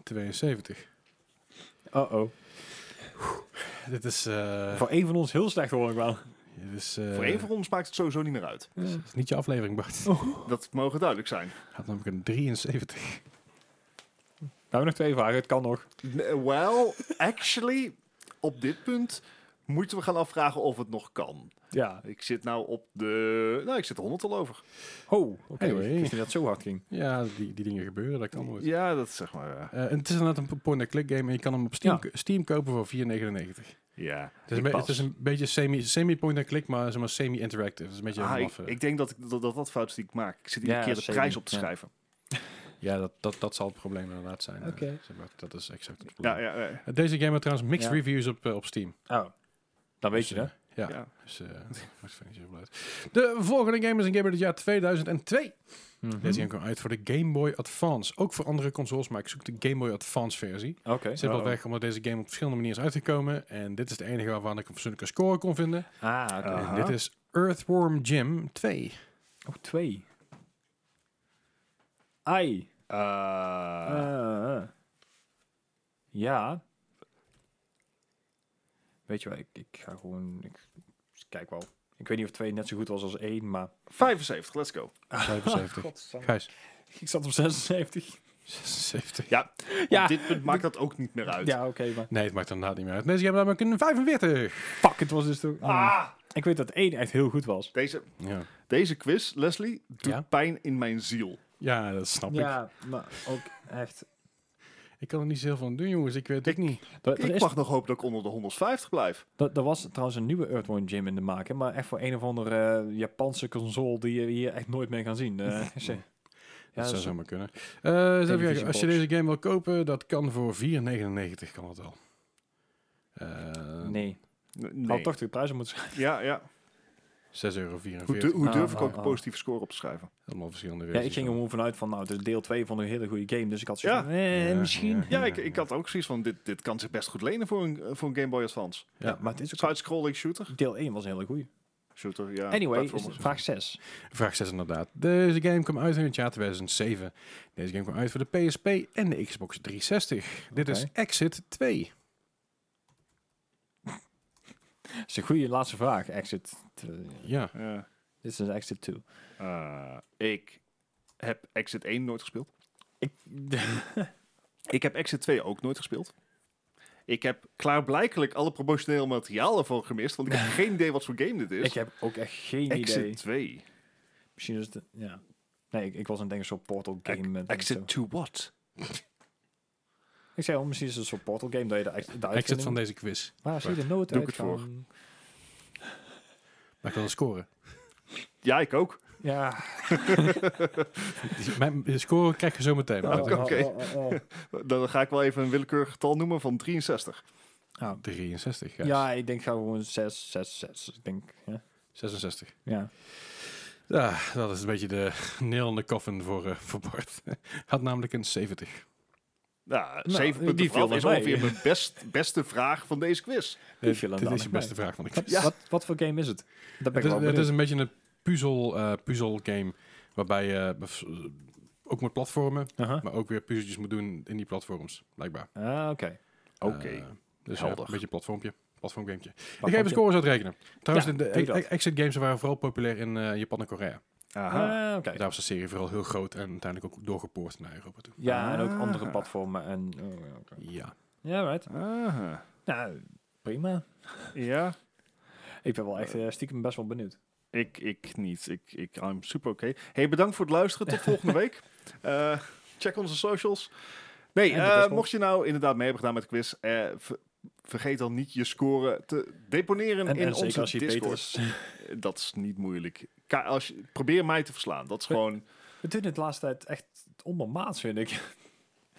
[SPEAKER 1] 72.
[SPEAKER 2] Uh-oh.
[SPEAKER 1] Dit is... eh
[SPEAKER 2] Voor één van ons heel slecht hoor ik wel.
[SPEAKER 1] dit is eh,
[SPEAKER 3] Voor één van ons maakt het sowieso niet meer uit.
[SPEAKER 1] dit is niet je aflevering, Bart.
[SPEAKER 3] Dat mogen duidelijk zijn.
[SPEAKER 1] Had namelijk een 73.
[SPEAKER 2] We hebben nog twee vragen, het kan nog.
[SPEAKER 3] N- Well, actually, op dit punt moeten we gaan afvragen of het nog kan.
[SPEAKER 2] Ja.
[SPEAKER 3] Ik zit nou op de... Nou, ik zit er 100 al over.
[SPEAKER 2] Oh, oké.
[SPEAKER 1] Anyway.
[SPEAKER 2] Ik wist niet dat het zo hard ging.
[SPEAKER 1] Ja, die, die dingen gebeuren, dat kan nooit.
[SPEAKER 3] Ja, dat is zeg maar... eh,
[SPEAKER 1] Eh, en het is inderdaad een point-and-click game en je kan hem op Steam,
[SPEAKER 2] Ja.
[SPEAKER 1] ko- Steam kopen voor 4,99.
[SPEAKER 3] ja,
[SPEAKER 1] Het is,
[SPEAKER 3] ik
[SPEAKER 1] een be-
[SPEAKER 3] pas.
[SPEAKER 1] het is een beetje semi- semi-point-and-click, maar, zeg maar semi-interactive. Het is een beetje eh,
[SPEAKER 3] Ah,
[SPEAKER 1] een
[SPEAKER 3] ik,
[SPEAKER 1] maffe.
[SPEAKER 3] ik denk dat, ik, dat dat dat fout is die ik maak. Ik zit iedere
[SPEAKER 2] Ja,
[SPEAKER 3] keer de
[SPEAKER 2] zeker.
[SPEAKER 3] prijs op te
[SPEAKER 2] Ja.
[SPEAKER 3] schrijven.
[SPEAKER 1] Ja, dat, dat, dat zal het probleem inderdaad zijn. eh,
[SPEAKER 2] Oké.
[SPEAKER 1] zeg maar, dat is exact het probleem.
[SPEAKER 3] Ja, ja, ja.
[SPEAKER 1] Eh, Deze game had trouwens mixed
[SPEAKER 2] Ja.
[SPEAKER 1] reviews op, eh, op Steam.
[SPEAKER 2] Oh. Dan weet je
[SPEAKER 1] Dus,
[SPEAKER 2] hè?
[SPEAKER 1] eh, Ja.
[SPEAKER 3] Ja.
[SPEAKER 1] Dus, eh, maakt verder niet zoveel uit. De volgende game is een game uit het jaar 2002.
[SPEAKER 2] Mhm.
[SPEAKER 1] Deze game kwam uit voor de Game Boy Advance. Ook voor andere consoles, maar ik zoek de Game Boy Advance versie.
[SPEAKER 2] Oké.
[SPEAKER 1] Het zit wel
[SPEAKER 3] Oh.
[SPEAKER 1] weg, omdat deze game op verschillende manieren is uitgekomen. En dit is de enige waarvan ik een persoonlijke score kon vinden.
[SPEAKER 2] Ah, oké.
[SPEAKER 3] Ja.
[SPEAKER 1] En
[SPEAKER 3] Aha.
[SPEAKER 1] dit is Earthworm Jim 2.
[SPEAKER 2] Oh, twee. Ai.
[SPEAKER 3] Eh,
[SPEAKER 2] Eh, eh. ja. Weet je wel, ik, ik ga gewoon... Ik, kijk wel. Ik weet niet of twee net zo goed was als één, maar...
[SPEAKER 3] 75, let's go.
[SPEAKER 2] Ah.
[SPEAKER 1] 75. Gijs.
[SPEAKER 2] Ik zat op 76.
[SPEAKER 1] 76.
[SPEAKER 3] Ja,
[SPEAKER 2] Ja.
[SPEAKER 3] op dit punt maakt dat ook niet meer uit.
[SPEAKER 2] Ja, oké, maar...
[SPEAKER 1] Nee, het maakt inderdaad niet meer uit. Deze game hebben namelijk een 45.
[SPEAKER 2] Fuck, het was dus toch...
[SPEAKER 3] Ah,
[SPEAKER 2] Ik weet dat één echt heel goed was.
[SPEAKER 3] deze,
[SPEAKER 1] Ja,
[SPEAKER 3] deze quiz, Leslie, doet
[SPEAKER 1] Ja?
[SPEAKER 3] pijn in mijn ziel.
[SPEAKER 1] ja dat snap ik.
[SPEAKER 2] Ja, maar ook echt...
[SPEAKER 1] Ik kan er niet zoveel van doen, jongens. Ik weet het
[SPEAKER 3] Ik-
[SPEAKER 1] ook niet.
[SPEAKER 2] Er, er
[SPEAKER 3] Ik
[SPEAKER 2] is
[SPEAKER 3] mag nog hopen dat ik onder de 150 blijf.
[SPEAKER 2] Er, er was trouwens een nieuwe Earthworm Jim in de maak, hè, maar echt voor een of andere eh, Japanse console die je hier echt nooit meer kan zien. Eh, ze- ja,
[SPEAKER 1] Dat
[SPEAKER 2] dat
[SPEAKER 1] zou zomaar
[SPEAKER 2] is-
[SPEAKER 1] kunnen. Eh, eens even kijken. Als je
[SPEAKER 2] box.
[SPEAKER 1] deze game wil kopen, dat kan voor 4,99 kan dat al. Eh,
[SPEAKER 2] nee.
[SPEAKER 3] N-
[SPEAKER 2] Had
[SPEAKER 3] Nee.
[SPEAKER 2] toch de prijs op moeten schrijven.
[SPEAKER 3] Ja, ja.
[SPEAKER 1] 6,44 euro.
[SPEAKER 3] Hoe, du- hoe
[SPEAKER 2] Ah,
[SPEAKER 3] durf ik
[SPEAKER 2] ah,
[SPEAKER 3] ook
[SPEAKER 2] ah.
[SPEAKER 3] een positieve score op te schrijven?
[SPEAKER 1] Allemaal verschillende
[SPEAKER 2] Ja,
[SPEAKER 1] versies.
[SPEAKER 2] ik ging er
[SPEAKER 1] van.
[SPEAKER 2] gewoon vanuit van, nou, de deel 2 vond ik een hele goede game, dus ik had zoiets
[SPEAKER 3] Ja.
[SPEAKER 2] van, eh,
[SPEAKER 1] Ja,
[SPEAKER 2] misschien.
[SPEAKER 1] ja.
[SPEAKER 2] Ja.
[SPEAKER 3] Ja, ik, ik had ook zoiets van, dit, dit kan zich best goed lenen voor een, voor een Game Boy Advance.
[SPEAKER 1] Ja.
[SPEAKER 2] maar het is ook...
[SPEAKER 3] Side-scrolling shooter.
[SPEAKER 2] Deel 1 was een hele goede.
[SPEAKER 3] Shooter, ja.
[SPEAKER 2] Anyway, is
[SPEAKER 3] platformer.
[SPEAKER 2] het vraag 6.
[SPEAKER 1] Vraag 6 inderdaad. Deze game kwam uit in het jaar 2007. Deze game kwam uit voor de PSP en de Xbox 360. Dit is
[SPEAKER 2] Oké.
[SPEAKER 1] Exit 2.
[SPEAKER 2] Dat is een goede laatste vraag, Exit. eh,
[SPEAKER 1] Ja.
[SPEAKER 3] Ja.
[SPEAKER 2] Dit is een Exit 2.
[SPEAKER 3] Eh, ik heb Exit 1 nooit gespeeld.
[SPEAKER 2] Ik,
[SPEAKER 3] Ik heb Exit 2 ook nooit gespeeld. Ik heb klaarblijkelijk alle promotioneel materiaal ervan gemist, want ik heb geen idee wat voor game dit is.
[SPEAKER 2] ik heb ook echt geen
[SPEAKER 3] dus Exit
[SPEAKER 2] idee.
[SPEAKER 3] 2.
[SPEAKER 2] Misschien is het... Ja. Nee, ik, ik was aan het denken zo'n Portal game. met- zo.
[SPEAKER 3] Exit 2 what?
[SPEAKER 2] Ik zei al, misschien is het een soort Portal game dat je de, ex- de
[SPEAKER 1] Exit
[SPEAKER 2] uitvinding-
[SPEAKER 1] van deze quiz.
[SPEAKER 2] Waar zie je de nood
[SPEAKER 3] Doe
[SPEAKER 2] uit
[SPEAKER 3] ik het voor.
[SPEAKER 2] van?
[SPEAKER 1] Maar ik wil een scoren.
[SPEAKER 3] Ja, ik ook.
[SPEAKER 2] Ja.
[SPEAKER 1] Die- Mijn de score krijg je zo meteen.
[SPEAKER 2] Oh,
[SPEAKER 3] Oké.
[SPEAKER 2] oh, oh, oh, oh.
[SPEAKER 3] Dan ga ik wel even een willekeurig getal noemen van 63.
[SPEAKER 2] Nou,
[SPEAKER 1] 63, Gijs.
[SPEAKER 2] ja, ik denk gewoon 6, 6, 6. Ik denk, ja.
[SPEAKER 1] 66.
[SPEAKER 2] ja.
[SPEAKER 1] Ja, dat is een beetje de nail in de coffin voor, eh, voor Bart. Had namelijk een 70.
[SPEAKER 3] Nou,
[SPEAKER 2] Nou,
[SPEAKER 3] 7 punten
[SPEAKER 2] die viel
[SPEAKER 3] vooraf is
[SPEAKER 2] wel mee.
[SPEAKER 3] ongeveer mijn best, beste vraag van deze quiz.
[SPEAKER 2] Die
[SPEAKER 1] Dit
[SPEAKER 2] viel
[SPEAKER 1] dit
[SPEAKER 2] dan
[SPEAKER 1] is de
[SPEAKER 2] nog
[SPEAKER 1] beste
[SPEAKER 2] mee.
[SPEAKER 1] vraag van de
[SPEAKER 2] Wat,
[SPEAKER 1] quiz.
[SPEAKER 3] Ja.
[SPEAKER 2] wat, wat voor game is het? Dat ben
[SPEAKER 1] Het
[SPEAKER 2] ik
[SPEAKER 1] is,
[SPEAKER 2] wel
[SPEAKER 1] het is
[SPEAKER 2] benieuwd.
[SPEAKER 1] een beetje een puzzel, eh, puzzel game waarbij je bef- ook moet platformen,
[SPEAKER 2] Aha.
[SPEAKER 1] maar ook weer puzzeltjes moet doen in die platforms, blijkbaar.
[SPEAKER 2] Ah, oké.
[SPEAKER 3] Oké.
[SPEAKER 1] Eh, dus ja,
[SPEAKER 3] helder.
[SPEAKER 1] een beetje een platformpje. Platformgame. Ik ga even scores uitrekenen. Trouwens,
[SPEAKER 2] Ja,
[SPEAKER 1] de,
[SPEAKER 2] doe
[SPEAKER 1] de
[SPEAKER 2] dat.
[SPEAKER 1] e- exit games waren vooral populair in eh, Japan en Korea.
[SPEAKER 3] Aha.
[SPEAKER 2] Ah, oké.
[SPEAKER 1] Daar was de serie vooral heel groot en uiteindelijk ook doorgepoord naar Europa toe.
[SPEAKER 2] Ja, en ook
[SPEAKER 3] Ah.
[SPEAKER 2] andere platformen. En, oh, ja, oké.
[SPEAKER 1] Ja.
[SPEAKER 2] ja, right.
[SPEAKER 3] Aha.
[SPEAKER 2] Nou, prima.
[SPEAKER 3] Eh, Ja,
[SPEAKER 2] Ik ben wel echt eh, stiekem best wel benieuwd.
[SPEAKER 3] ik, ik niet. Ik, ik, I'm super oké. Hey, bedankt voor het luisteren. Tot volgende week. Eh, check onze socials. Nee,
[SPEAKER 2] En de
[SPEAKER 3] eh,
[SPEAKER 2] Discord.
[SPEAKER 3] mocht je nou inderdaad mee hebben gedaan met de quiz, eh, ver- vergeet dan niet je score te deponeren
[SPEAKER 2] En,
[SPEAKER 3] in
[SPEAKER 2] en zeker
[SPEAKER 3] onze
[SPEAKER 2] als je
[SPEAKER 3] Discord.
[SPEAKER 2] beter is.
[SPEAKER 3] Eh, Dat is niet moeilijk. Ka- als je, probeer mij te verslaan. Dat is gewoon...
[SPEAKER 2] We doen het de laatste tijd echt ondermaats, vind ik.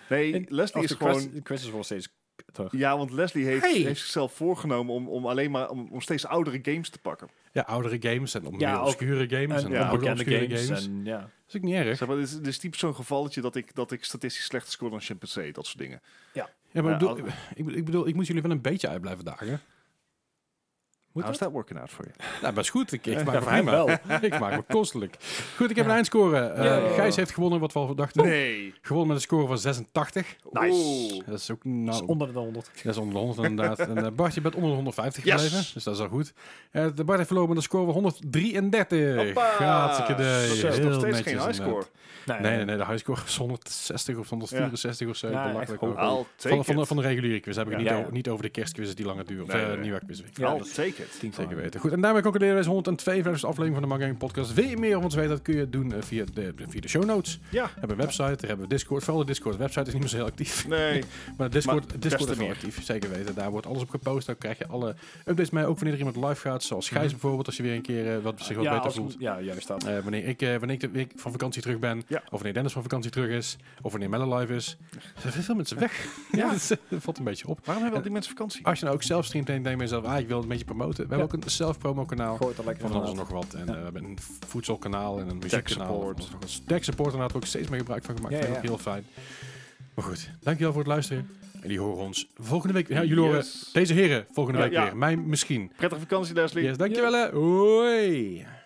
[SPEAKER 3] Nee,
[SPEAKER 2] En
[SPEAKER 3] Leslie
[SPEAKER 2] Of de
[SPEAKER 3] is gewoon...
[SPEAKER 2] quiz- quizzes worden steeds terug.
[SPEAKER 3] Ja, want Leslie heeft,
[SPEAKER 1] Hey!
[SPEAKER 3] heeft zichzelf voorgenomen om, om alleen maar om, om steeds oudere games te pakken.
[SPEAKER 1] ja, oudere games en om
[SPEAKER 2] Ja,
[SPEAKER 1] meer
[SPEAKER 2] ook-
[SPEAKER 1] obscure games en,
[SPEAKER 2] En
[SPEAKER 3] ja,
[SPEAKER 1] ja,
[SPEAKER 2] onbekende
[SPEAKER 1] obscure
[SPEAKER 2] games.
[SPEAKER 1] games.
[SPEAKER 2] En, ja.
[SPEAKER 1] Dat is ook niet erg.
[SPEAKER 3] Zeg maar, dit is, dit is typisch zo'n gevalletje dat ik, dat ik statistisch slechter scoor dan chimpansee, dat soort dingen.
[SPEAKER 1] Ja, maar ik,
[SPEAKER 3] Ja,
[SPEAKER 1] bedoel, ik, ik bedoel, ik moet jullie wel een beetje uit blijven dagen.
[SPEAKER 2] Moet
[SPEAKER 3] How's
[SPEAKER 2] dat?
[SPEAKER 3] that working out voor je?
[SPEAKER 1] Nou, best goed. Ik, ik maak
[SPEAKER 2] Ja,
[SPEAKER 1] me
[SPEAKER 2] voor hem
[SPEAKER 1] prima.
[SPEAKER 2] wel.
[SPEAKER 1] Ik maak me kostelijk. Goed, ik heb
[SPEAKER 2] Ja.
[SPEAKER 1] een eindscore. Eh,
[SPEAKER 2] Ja.
[SPEAKER 1] Gijs heeft gewonnen wat we al dachten.
[SPEAKER 3] Nee.
[SPEAKER 1] Gewonnen met een score van 86.
[SPEAKER 2] Nice.
[SPEAKER 3] Oeh.
[SPEAKER 1] Dat is ook
[SPEAKER 2] Dat is
[SPEAKER 1] nou,
[SPEAKER 2] onder de 100.
[SPEAKER 1] dat is onder de 100 inderdaad. En eh, Bart, je bent onder de 150
[SPEAKER 3] Yes.
[SPEAKER 1] gebleven. Dus dat is al goed. Eh, de Bart heeft verloren met een score van 133.
[SPEAKER 3] Hoppa.
[SPEAKER 1] Hartstikke
[SPEAKER 3] Dat is
[SPEAKER 1] idee.
[SPEAKER 3] nog
[SPEAKER 1] Heel
[SPEAKER 3] steeds
[SPEAKER 1] netjes
[SPEAKER 3] geen high
[SPEAKER 1] inderdaad.
[SPEAKER 3] score.
[SPEAKER 1] Nee, nee, nee. De highscore was 160 of 164 of zo.
[SPEAKER 2] Ja, echt
[SPEAKER 1] Belachelijk
[SPEAKER 2] hoog.
[SPEAKER 1] hoog.
[SPEAKER 3] I'll take
[SPEAKER 1] Van, van, de,
[SPEAKER 3] it.
[SPEAKER 1] van de reguliere quiz. Heb ik
[SPEAKER 3] Ja.
[SPEAKER 1] niet,
[SPEAKER 2] Ja,
[SPEAKER 1] o-
[SPEAKER 2] ja.
[SPEAKER 1] niet over de kerstquiz die langer duurt. Of
[SPEAKER 3] Nee,
[SPEAKER 1] eh,
[SPEAKER 3] nee.
[SPEAKER 1] nieuwe quiz.
[SPEAKER 2] Ja,
[SPEAKER 3] I'll
[SPEAKER 2] dat-
[SPEAKER 3] Nou, take it.
[SPEAKER 2] Tien
[SPEAKER 1] Zeker
[SPEAKER 2] van.
[SPEAKER 1] weten. Goed, en daarmee concluderen we deze 102 de aflevering van de Manga Game Podcast. Wil je meer over ons weten? Dat kun je doen eh, via de, via de show notes.
[SPEAKER 3] Ja.
[SPEAKER 1] We hebben een website, daar hebben we Discord. Vooral de Discord. De website is niet meer zo heel actief.
[SPEAKER 3] Nee.
[SPEAKER 1] Maar Discord,
[SPEAKER 3] Maar des
[SPEAKER 1] Discord
[SPEAKER 3] te
[SPEAKER 1] is wel
[SPEAKER 3] meer.
[SPEAKER 1] actief, zeker weten. Daar wordt alles op gepost. Daar krijg je alle updates mee. Ook wanneer er iemand live gaat. Zoals
[SPEAKER 3] Mhm.
[SPEAKER 1] Gijs bijvoorbeeld, als je weer een keer eh, wat, zich wat
[SPEAKER 2] ja,
[SPEAKER 1] beter
[SPEAKER 2] als-
[SPEAKER 1] voelt.
[SPEAKER 2] ja, juist dat.
[SPEAKER 1] Eh, wanneer ik, eh, wanneer ik de week van vakantie terug ben.
[SPEAKER 3] Ja.
[SPEAKER 1] Of wanneer Dennis van vakantie terug is. Of wanneer Melle live is. Er zijn veel mensen weg.
[SPEAKER 3] Ja.
[SPEAKER 1] dat, is- dat valt een beetje op.
[SPEAKER 3] Waarom hebben al die mensen vakantie?
[SPEAKER 1] Als je nou ook zelf streamt en je denkt bij jezelf, ah, ik wil het een beetje promoten. genoten. We hebben ook een zelf-promo kanaal.
[SPEAKER 2] Gooit er lekker
[SPEAKER 1] Van
[SPEAKER 2] in.
[SPEAKER 1] alles nog wat. En
[SPEAKER 2] Ja.
[SPEAKER 1] eh, we hebben een voedselkanaal en een muziekkanaal.
[SPEAKER 3] support.
[SPEAKER 1] Van alles nog wat. Tech support, daar hadden we ook steeds meer gebruik van gemaakt.
[SPEAKER 2] Ja,
[SPEAKER 1] Vind ik
[SPEAKER 2] ja.
[SPEAKER 1] ook heel fijn. Maar goed, dankjewel voor het luisteren. En die horen ons volgende week. Ja, jullie horen
[SPEAKER 3] Yes.
[SPEAKER 1] deze heren volgende
[SPEAKER 3] Ja,
[SPEAKER 1] week
[SPEAKER 3] ja.
[SPEAKER 1] weer. Mij misschien.
[SPEAKER 3] Prettige vakantie, Leslie.
[SPEAKER 1] Yes, dankjewel. hè. Hoi.